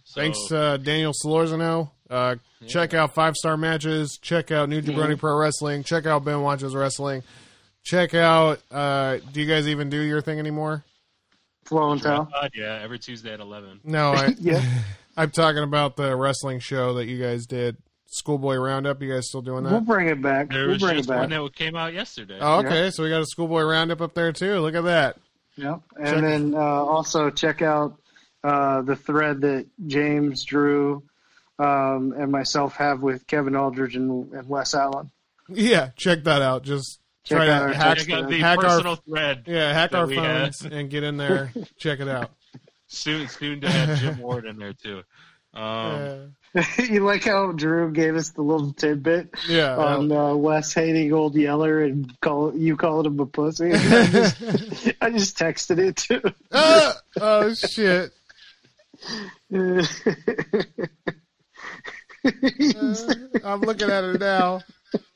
E: so- oh
C: Thanks, uh, Daniel Solorzano. Uh, Check out Five Star Matches. Check out New Jabroni
E: Mm-hmm.
I: Mhm.
C: Pro Wrestling. Check out Ben Watches Wrestling. Check out. Uh, do you guys even do your thing anymore?
I: Flow and
E: Uh, yeah, every Tuesday at eleven.
C: No,
E: [LAUGHS]
C: I, I'm talking about the wrestling show that you guys did, Schoolboy Roundup. You guys still doing that?
I: We'll bring it back.
E: There
I: we'll
E: was
I: bring it
E: just one
I: back.
E: that came out yesterday.
C: Oh, okay, so we got a Schoolboy Roundup up there too. Look at that.
I: Yep. And then uh, also check out uh, the thread that James Drew um, and myself have with Kevin Aldridge and, and Wes Allen.
C: Yeah, check that out. Just
E: Check
C: try to
E: out our
C: hack,
E: Check out the
C: hack our
E: personal thread
C: Yeah, hack
E: that
C: our
E: we
C: phones
E: have.
C: and get
E: [LAUGHS]
C: in there. check it out.
E: Soon, soon to have Jim Ward in there too. Um,
I: [LAUGHS] you like how Drew gave us the little tidbit
E: Yeah.
I: on uh, Wes hating old Yeller and call you calling him a pussy? I just, I just texted it to him.
C: oh shit! I'm looking at it now.
E: [LAUGHS]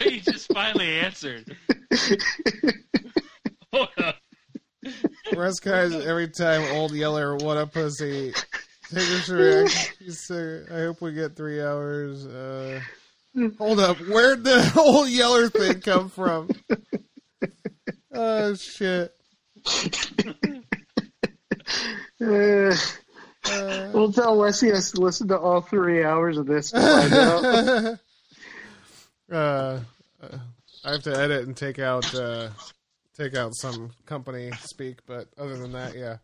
E: he just finally answered. Hold up.
C: Rest guys, every time old yeller, what a pussy. Take us reaction. He's so- I hope we get three hours. Uh, hold up, where'd the [LAUGHS] old yeller thing come from? [LAUGHS] Oh shit!
I: Uh, we'll tell Wes he has to listen to all three hours of this. to find out.
C: Uh, uh, I have to edit and take out uh, take out some company speak, but other than that, yeah,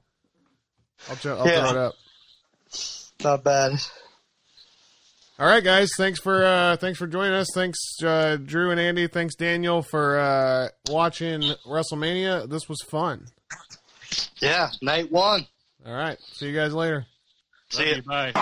C: I'll, ju- I'll
I: Yeah.
C: throw it up.
I: Not bad.
C: All right, guys. Thanks for uh, thanks for joining us. Thanks, uh, Drew and Andy. Thanks, Daniel, for uh, watching WrestleMania. This was fun.
I: Yeah, night one.
C: All right. See you guys later.
E: See you. Bye.